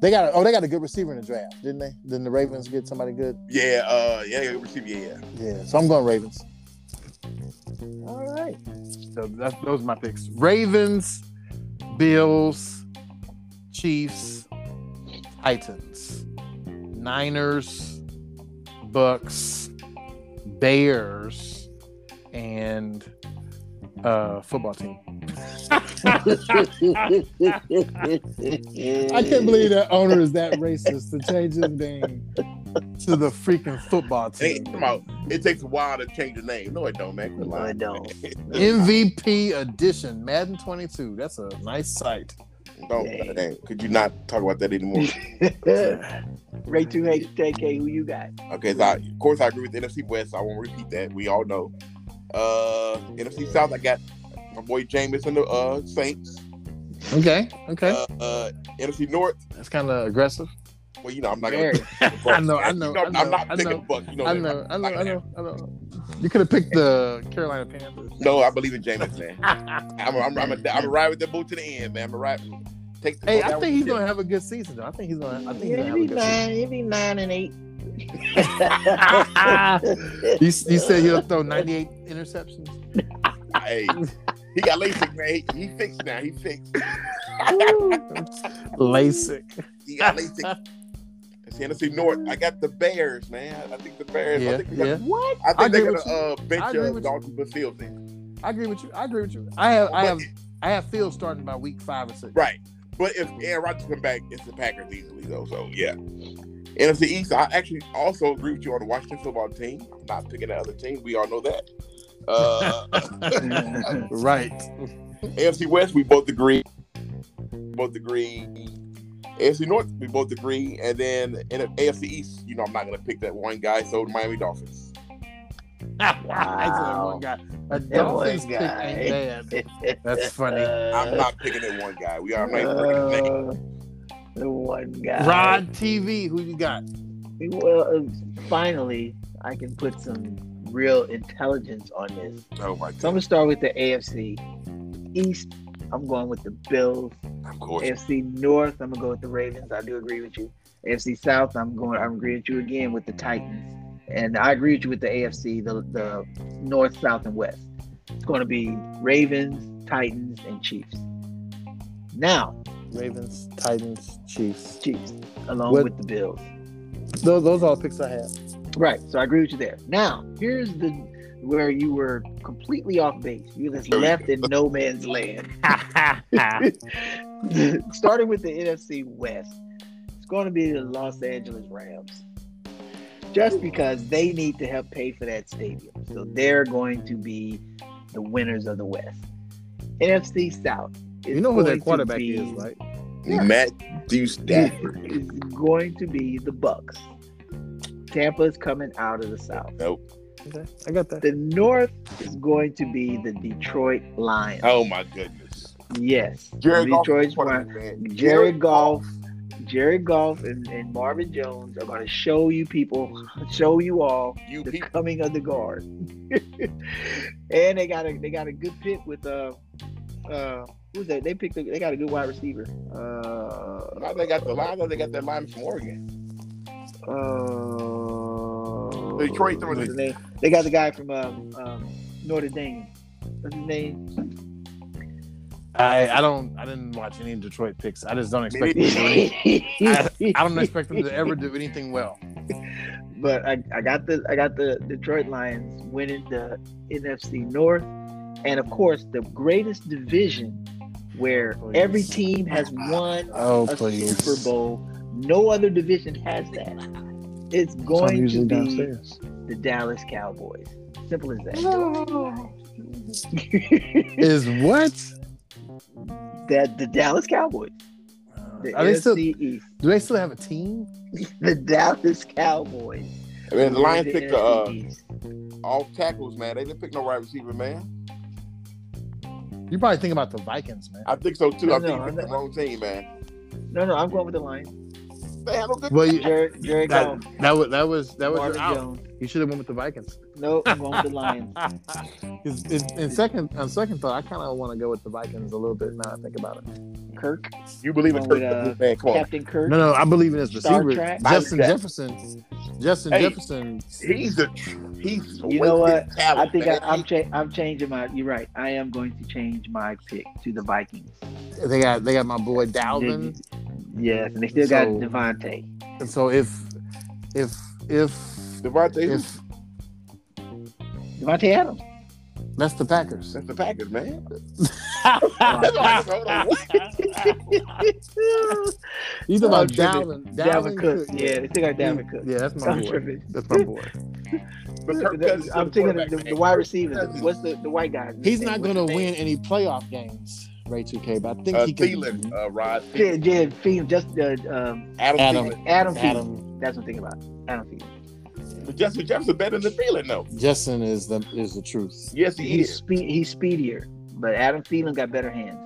S1: They got a, oh they got a good receiver in the draft, didn't they? Didn't the Ravens get somebody good?
S3: Yeah, uh, yeah, yeah, receiver, yeah, yeah.
S1: Yeah. So I'm going Ravens.
S2: All right.
S1: So that's, those are my picks: Ravens, Bills, Chiefs, Titans, Niners, Bucks, Bears, and uh, football team. I can't believe that owner is that racist to change his name to the freaking football
S3: Hey,
S1: team.
S3: come on. It takes a while to change the name. No, it don't, man. Quit
S2: No, I
S3: lying.
S2: don't.
S1: MVP edition, Madden 22. That's a nice sight.
S3: Don't. Hey, Could you not talk about that anymore?
S2: [LAUGHS] Ray two H KK, who you got?
S3: Okay, so I, of course I agree with NFC West. I won't repeat that. We all know. Uh, NFC South, I got my boy Jameis and the uh, Saints.
S1: Okay, okay.
S3: Uh, uh, NFC North,
S1: That's kind of aggressive.
S3: well, you know, I'm not gonna.
S2: Very.
S1: [LAUGHS] I know,
S3: [LAUGHS]
S1: I know,
S3: You
S1: I know,
S3: I'm not
S1: I
S3: picking
S1: know.
S3: Buck. You know,
S1: I
S3: that.
S1: know, I know,
S3: not
S1: I
S3: gonna
S1: know, I know. You could have picked the Carolina Panthers.
S3: No, I believe in Jameis,
S1: [LAUGHS]
S3: man. I'm, I'm, I'm, a, I'm a ride with the boot to the end, man. I'm a ride. Take the
S1: Hey,
S3: fuck
S1: I
S3: out
S1: think
S3: with
S1: he's
S3: the
S1: gonna have a good season though. I think he's gonna. I think he's
S2: Yeah,
S1: gonna
S2: it'd
S1: have a
S2: be
S1: good season.
S2: nine. It'd be nine
S1: [LAUGHS]
S2: and eight. [LAUGHS]
S1: He, [LAUGHS] he said he'll throw 98 interceptions.
S3: Hey, he got LASIK, man. He, he fixed now. He fixed.
S1: LASIK. [LAUGHS]
S3: He got LASIK. It's Tennessee North. I got the Bears, man. I think the Bears. I
S1: Yeah,
S3: think,
S1: yeah.
S2: [LAUGHS]
S5: What?
S3: I
S1: I
S3: think they're
S1: agree
S3: gonna uh,
S1: I
S3: bench
S1: agree
S3: uh,
S1: with you.
S3: Dalton Fields. in.
S1: I agree with you. I agree with you. I have I
S3: But-
S1: have I have Fields starting by week five or six.
S3: Right. But if Aaron Rodgers come back, it's the Packers easily though. So yeah. NFC East, I actually also agree with you on the Washington football team. I'm not picking the other team. We all know that. Uh,
S1: [LAUGHS] Right. [LAUGHS]
S3: AFC West, we both agree. Both agree. AFC North, we both agree. And then in the AFC East, you know, I'm not gonna pick that one guy. So the Miami Dolphins.
S2: Wow.
S1: I said one guy. A
S2: That one
S1: Dolphins pick
S2: guy.
S1: ain't bad. That's funny.
S3: I'm not picking that one guy. We are not picking that.
S2: Uh, the one guy.
S1: Rod TV, who you got?
S2: Well, uh, finally, I can put some real intelligence on this.
S3: Oh my
S2: So I'm
S3: god.
S2: gonna start with the AFC East. I'm going with the Bills.
S3: Of course.
S2: AFC North. I'm gonna go with the Ravens. I do agree with you. AFC South. I'm going. I'm agree with you again with the Titans. And I agree with you with the AFC, the the North, South, and West. It's going to be Ravens, Titans, and Chiefs. Now,
S1: Ravens, Titans, Chiefs.
S2: Chiefs, along
S1: What-
S2: with the Bills.
S1: Those, those are all the picks I have.
S2: Right. So I agree with you there. Now, here's the where you were completely off base. You just left in no man's land. [LAUGHS]
S1: [LAUGHS]
S2: Starting with the NFC West, it's going to be the Los Angeles Rams. Just because they need to help pay for that stadium. So they're going to be the winners of the West. NFC South. is
S1: You know who
S2: going
S1: their
S2: to
S1: quarterback
S2: be-
S1: is, right?
S3: Matt Deuce Stafford.
S2: is going to be the Bucks. Tampa is coming out of the South.
S1: Okay. I got that.
S2: The North is going to be the Detroit Lions.
S3: Oh my goodness.
S2: Yes.
S3: Jared Goff
S2: Detroit's
S3: is
S2: one.
S3: quarterback, man.
S2: Jared Goff, Jared Goff, and, and Marvin Jones are going to show you people, show you all
S3: You
S2: the
S3: people.
S2: coming of the guard. [LAUGHS] and they got a they got a good pick with uh uh who's that? They picked a, they got a good wide receiver. Uh,
S3: Now they got the line. Now they got that line from Oregon.
S2: uh
S3: Detroit threw
S2: what's
S3: it.
S2: his name? They got the guy from um, um, Notre Dame. What's his name?
S1: I, I don't I didn't watch any Detroit picks. I just don't expect them to do anything. I don't expect them to ever do anything well.
S2: [LAUGHS] but I, I got the I got the Detroit Lions winning the NFC North, and of course the greatest division where
S1: Please.
S2: every team has won
S1: Oh
S2: a Super Bowl. No other division has that. It's going to be the Dallas Cowboys. Simple as that.
S1: Is what?
S2: [LAUGHS] that the Dallas Cowboys, the
S1: Are they
S2: NFC
S1: still do
S2: East,
S1: they still have a team?
S2: the Dallas Cowboys.
S3: I mean, the Lions
S2: win
S3: picked
S2: NFC
S3: uh,
S2: East.
S3: all tackles, man. They didn't pick no wide receiver, man.
S1: You're probably thinking about the Vikings, man.
S3: I think so too.
S2: No,
S3: I think
S2: no,
S3: they picked the
S2: I'm
S3: wrong team, man.
S2: No, no, I'm going with the Lions.
S3: They had no good.
S1: Well, you,
S2: Jared, Jared
S1: that,
S2: Goff,
S1: that was that was that was
S2: Marvin
S1: your out.
S2: Jones.
S1: You should have went with the Vikings.
S2: No, I'm going with the
S1: [LAUGHS]
S2: Lions.
S1: Is- is- in second on second thought, I kind of want to go with the Vikings a little bit now. I think about it.
S2: Kirk,
S3: You believe in
S2: Going
S3: Kirk?
S2: with,
S3: man, come on.
S2: Captain Kirk.
S1: No, no, I believe in his
S2: Star
S1: receiver,
S2: Trek?
S1: Justin
S3: Star Trek.
S1: Jefferson. Justin
S3: Hey.
S1: Jefferson.
S3: He's a tr- he's. a
S2: You know
S3: wasted
S2: I
S3: Talent,
S2: think I,
S3: man.
S2: I'm cha- I'm changing my. You're right. I am going to change my pick to the Vikings.
S1: They got they got my boy Dalvin.
S2: Yes, and they still got
S1: So-
S2: Devontae.
S1: And so if if if
S3: Devontae. who?
S1: if
S2: Devontae Adams. [LAUGHS]
S1: that's the Packers.
S3: That's the Packers, man. [LAUGHS]
S1: [LAUGHS]
S2: [LAUGHS]
S1: You talking about Dalvin,
S2: Dalvin- Dalvin Cook. Yeah, they still got Dalvin Cook.
S1: Yeah, that's my
S2: I'm
S1: boy.
S2: tripping.
S1: That's
S2: [LAUGHS]
S1: my boy.
S3: But Kirk Cousins is
S2: I'm
S3: the
S2: thinking
S3: quarterback,
S2: of the, the
S3: man.
S2: wide receiver.
S3: Cousins.
S2: What's the, the white guy?
S1: [LAUGHS] He's not
S2: What's
S1: going to
S2: his
S1: win
S2: name?
S1: any playoff games, Ray 2K, but I think
S3: Uh,
S1: he can.
S3: Thielen, uh, Rod.
S2: Yeah,
S3: Thielen.
S2: yeah, Fiend, just uh, um,
S3: Adam,
S1: Adam.
S3: Thielen.
S2: Adam. Thielen.
S1: Adam
S2: That's what I'm thinking about. Adam Thielen.
S3: But Justin Jefferson better than Thielen, though.
S1: Justin is the is the truth.
S3: Yes, he
S2: He's
S3: is.
S2: spe- he's speedier, but Adam Thielen got better hands.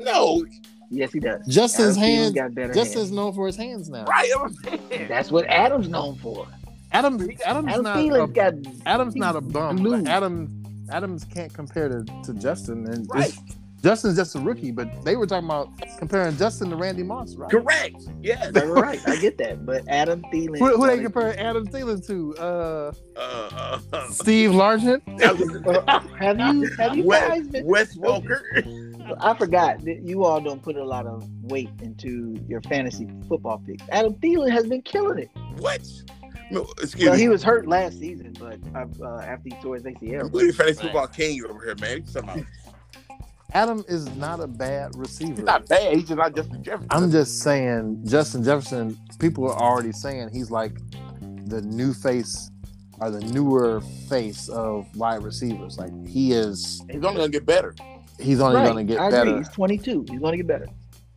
S3: No,
S2: Yes, he does.
S1: Justin's
S2: Adam Thielen
S1: hands.
S2: got better hands.
S1: Justin's known for his hands now.
S3: right. I'm saying.
S2: That's what Adam's known for.
S1: Adam Adam's
S2: Adam
S1: not
S2: Thielen's
S1: a,
S2: got
S1: Adam's not a bum.
S2: Glue. [LAUGHS]
S1: but Adam Adams can't compare to, to Justin and
S3: Right.
S1: it's- Justin's just a rookie, but they were talking about comparing Justin to Randy Moss, right?
S3: Correct. Yes.
S2: right, right, right. I get that, but Adam Thielen.
S1: Who, who they compare Adam Thielen to? Uh,
S3: Uh,
S2: [LAUGHS]
S3: uh,
S1: Steve Largent?
S3: that was-
S1: [LAUGHS]
S2: Uh, have you have you
S3: Wes,
S2: guys been
S3: Wes Walker.
S2: I forgot that you all don't put a lot of weight into your fantasy football picks. Adam Thielen has been killing it.
S3: What? No, excuse
S2: Well,
S3: me.
S2: he was hurt last season, but uh, uh, after he tore his
S3: I'm
S2: ACL,
S3: literally fantasy football king over here, man. He's somehow-
S1: Adam is not a bad receiver.
S3: he's not bad. He's just not Justin Jefferson.
S1: I'm just saying, Justin Jefferson. People are already saying he's like the new face or the newer face of wide receivers. Like he is,
S3: he's only gonna get better.
S1: he's only
S2: Right.
S1: going to
S2: I
S1: get
S2: agree.
S1: better.
S2: He's 22. He's going to get better.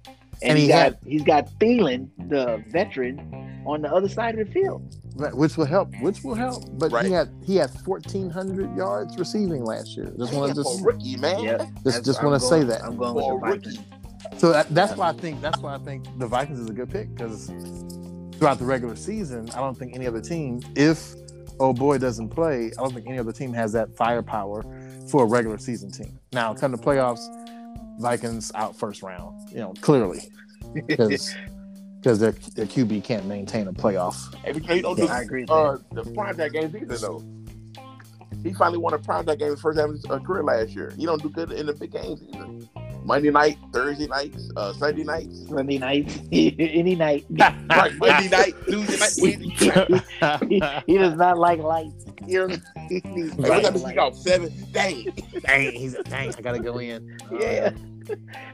S2: And,
S1: And
S2: he,
S1: he
S2: got
S1: had-
S2: he's got Thielen, the veteran, on the other side of the field.
S1: But- which will help. Which will help. But
S3: Right.
S1: he had he had 1400 yards receiving last year. Just want to
S3: Damn, for a
S1: just
S3: rookie, man.
S2: Yep.
S1: just, just
S2: I'm
S1: want to
S2: going-
S1: say that.
S2: I'm going with
S3: For
S2: the
S3: a rookie.
S2: Vikings.
S1: So that, that's why I think that's why I think the Vikings is a good pick because throughout the regular season, I don't think any other team, if oh boy doesn't play, I don't think any other team has that firepower for a regular season team. Now come to playoffs, Vikings out first round, you know
S2: [LAUGHS]
S1: clearly because their their QB can't maintain a playoff.
S2: [LAUGHS]
S3: Hey, but you know, you don't
S2: Yeah,
S3: do
S2: I agree with
S3: uh, the primetime games either, though. He finally won a primetime game his first half of his uh, career last year. He don't do good in the big games either. Monday night, Thursday nights, uh, Sunday
S1: [LAUGHS]
S3: nights,
S2: Monday night, [LAUGHS] any [LAUGHS] night.
S3: right? Monday night, Tuesday night, Wednesday night.
S2: he, he does not like lights.
S3: Here,
S2: [LAUGHS] He needs
S3: [LAUGHS] Like, we got
S2: bright
S3: this week
S2: lights.
S3: off seven. Dang.
S1: dang, he's dang, I gotta go in.
S2: [LAUGHS]
S1: Uh,
S2: Yeah. [LAUGHS]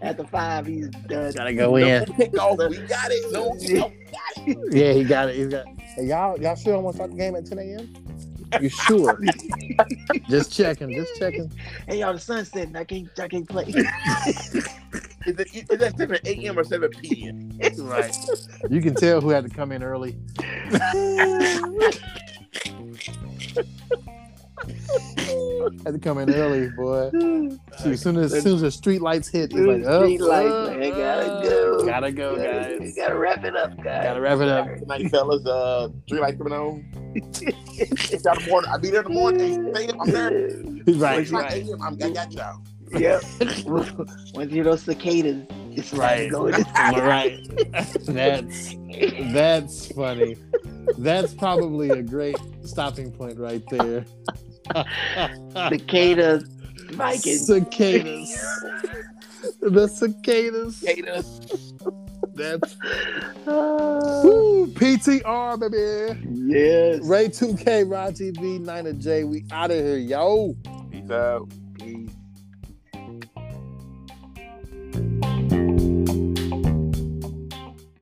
S2: At the five, he's done.
S1: gotta go
S3: No kickoff. We got it.
S1: [LAUGHS]
S3: No kickoff.
S1: Yeah, he got it. He's got. Hey, y'all, y'all sure I want to start the game at 10 a.m.? You [LAUGHS] sure? just checking. Just checking.
S2: Hey, y'all, the sun's setting. I can't, I can't play. [LAUGHS]
S3: Is, it, is that 7 a.m. or 7 [LAUGHS] p.m.?
S1: Right. You can tell who had to come in early. had to come in early, boy. Shoot, as soon as, as soon as the street lights hit, it's like, oh,
S2: Street lights,
S1: oh,
S2: man, gotta go.
S1: gotta go,
S2: We
S1: guys.
S2: gotta wrap it up, guys.
S1: Gotta wrap it
S2: [LAUGHS]
S1: up.
S3: Good night, fellas. Uh, three lights coming on. It's out in the morning. I'll be there in the morning. 8 a.m. I'm there.
S1: Right,
S3: It's not
S1: right,
S3: 8 a.m. I'm, I got y'all.
S2: [LAUGHS] Yep. [LAUGHS] Once you hear those cicadas, it's
S1: Right.
S2: right. Going.
S1: right. That's that's funny. That's probably a great stopping point right there.
S2: cicadas, Vikings.
S1: Cicadas. the cicadas.
S3: Cicadas.
S1: That's
S2: Uh,
S1: woo, PTR, baby.
S2: yes.
S1: Ray 2K, Rod TV, Nina J. We out of here, yo.
S3: Peace out.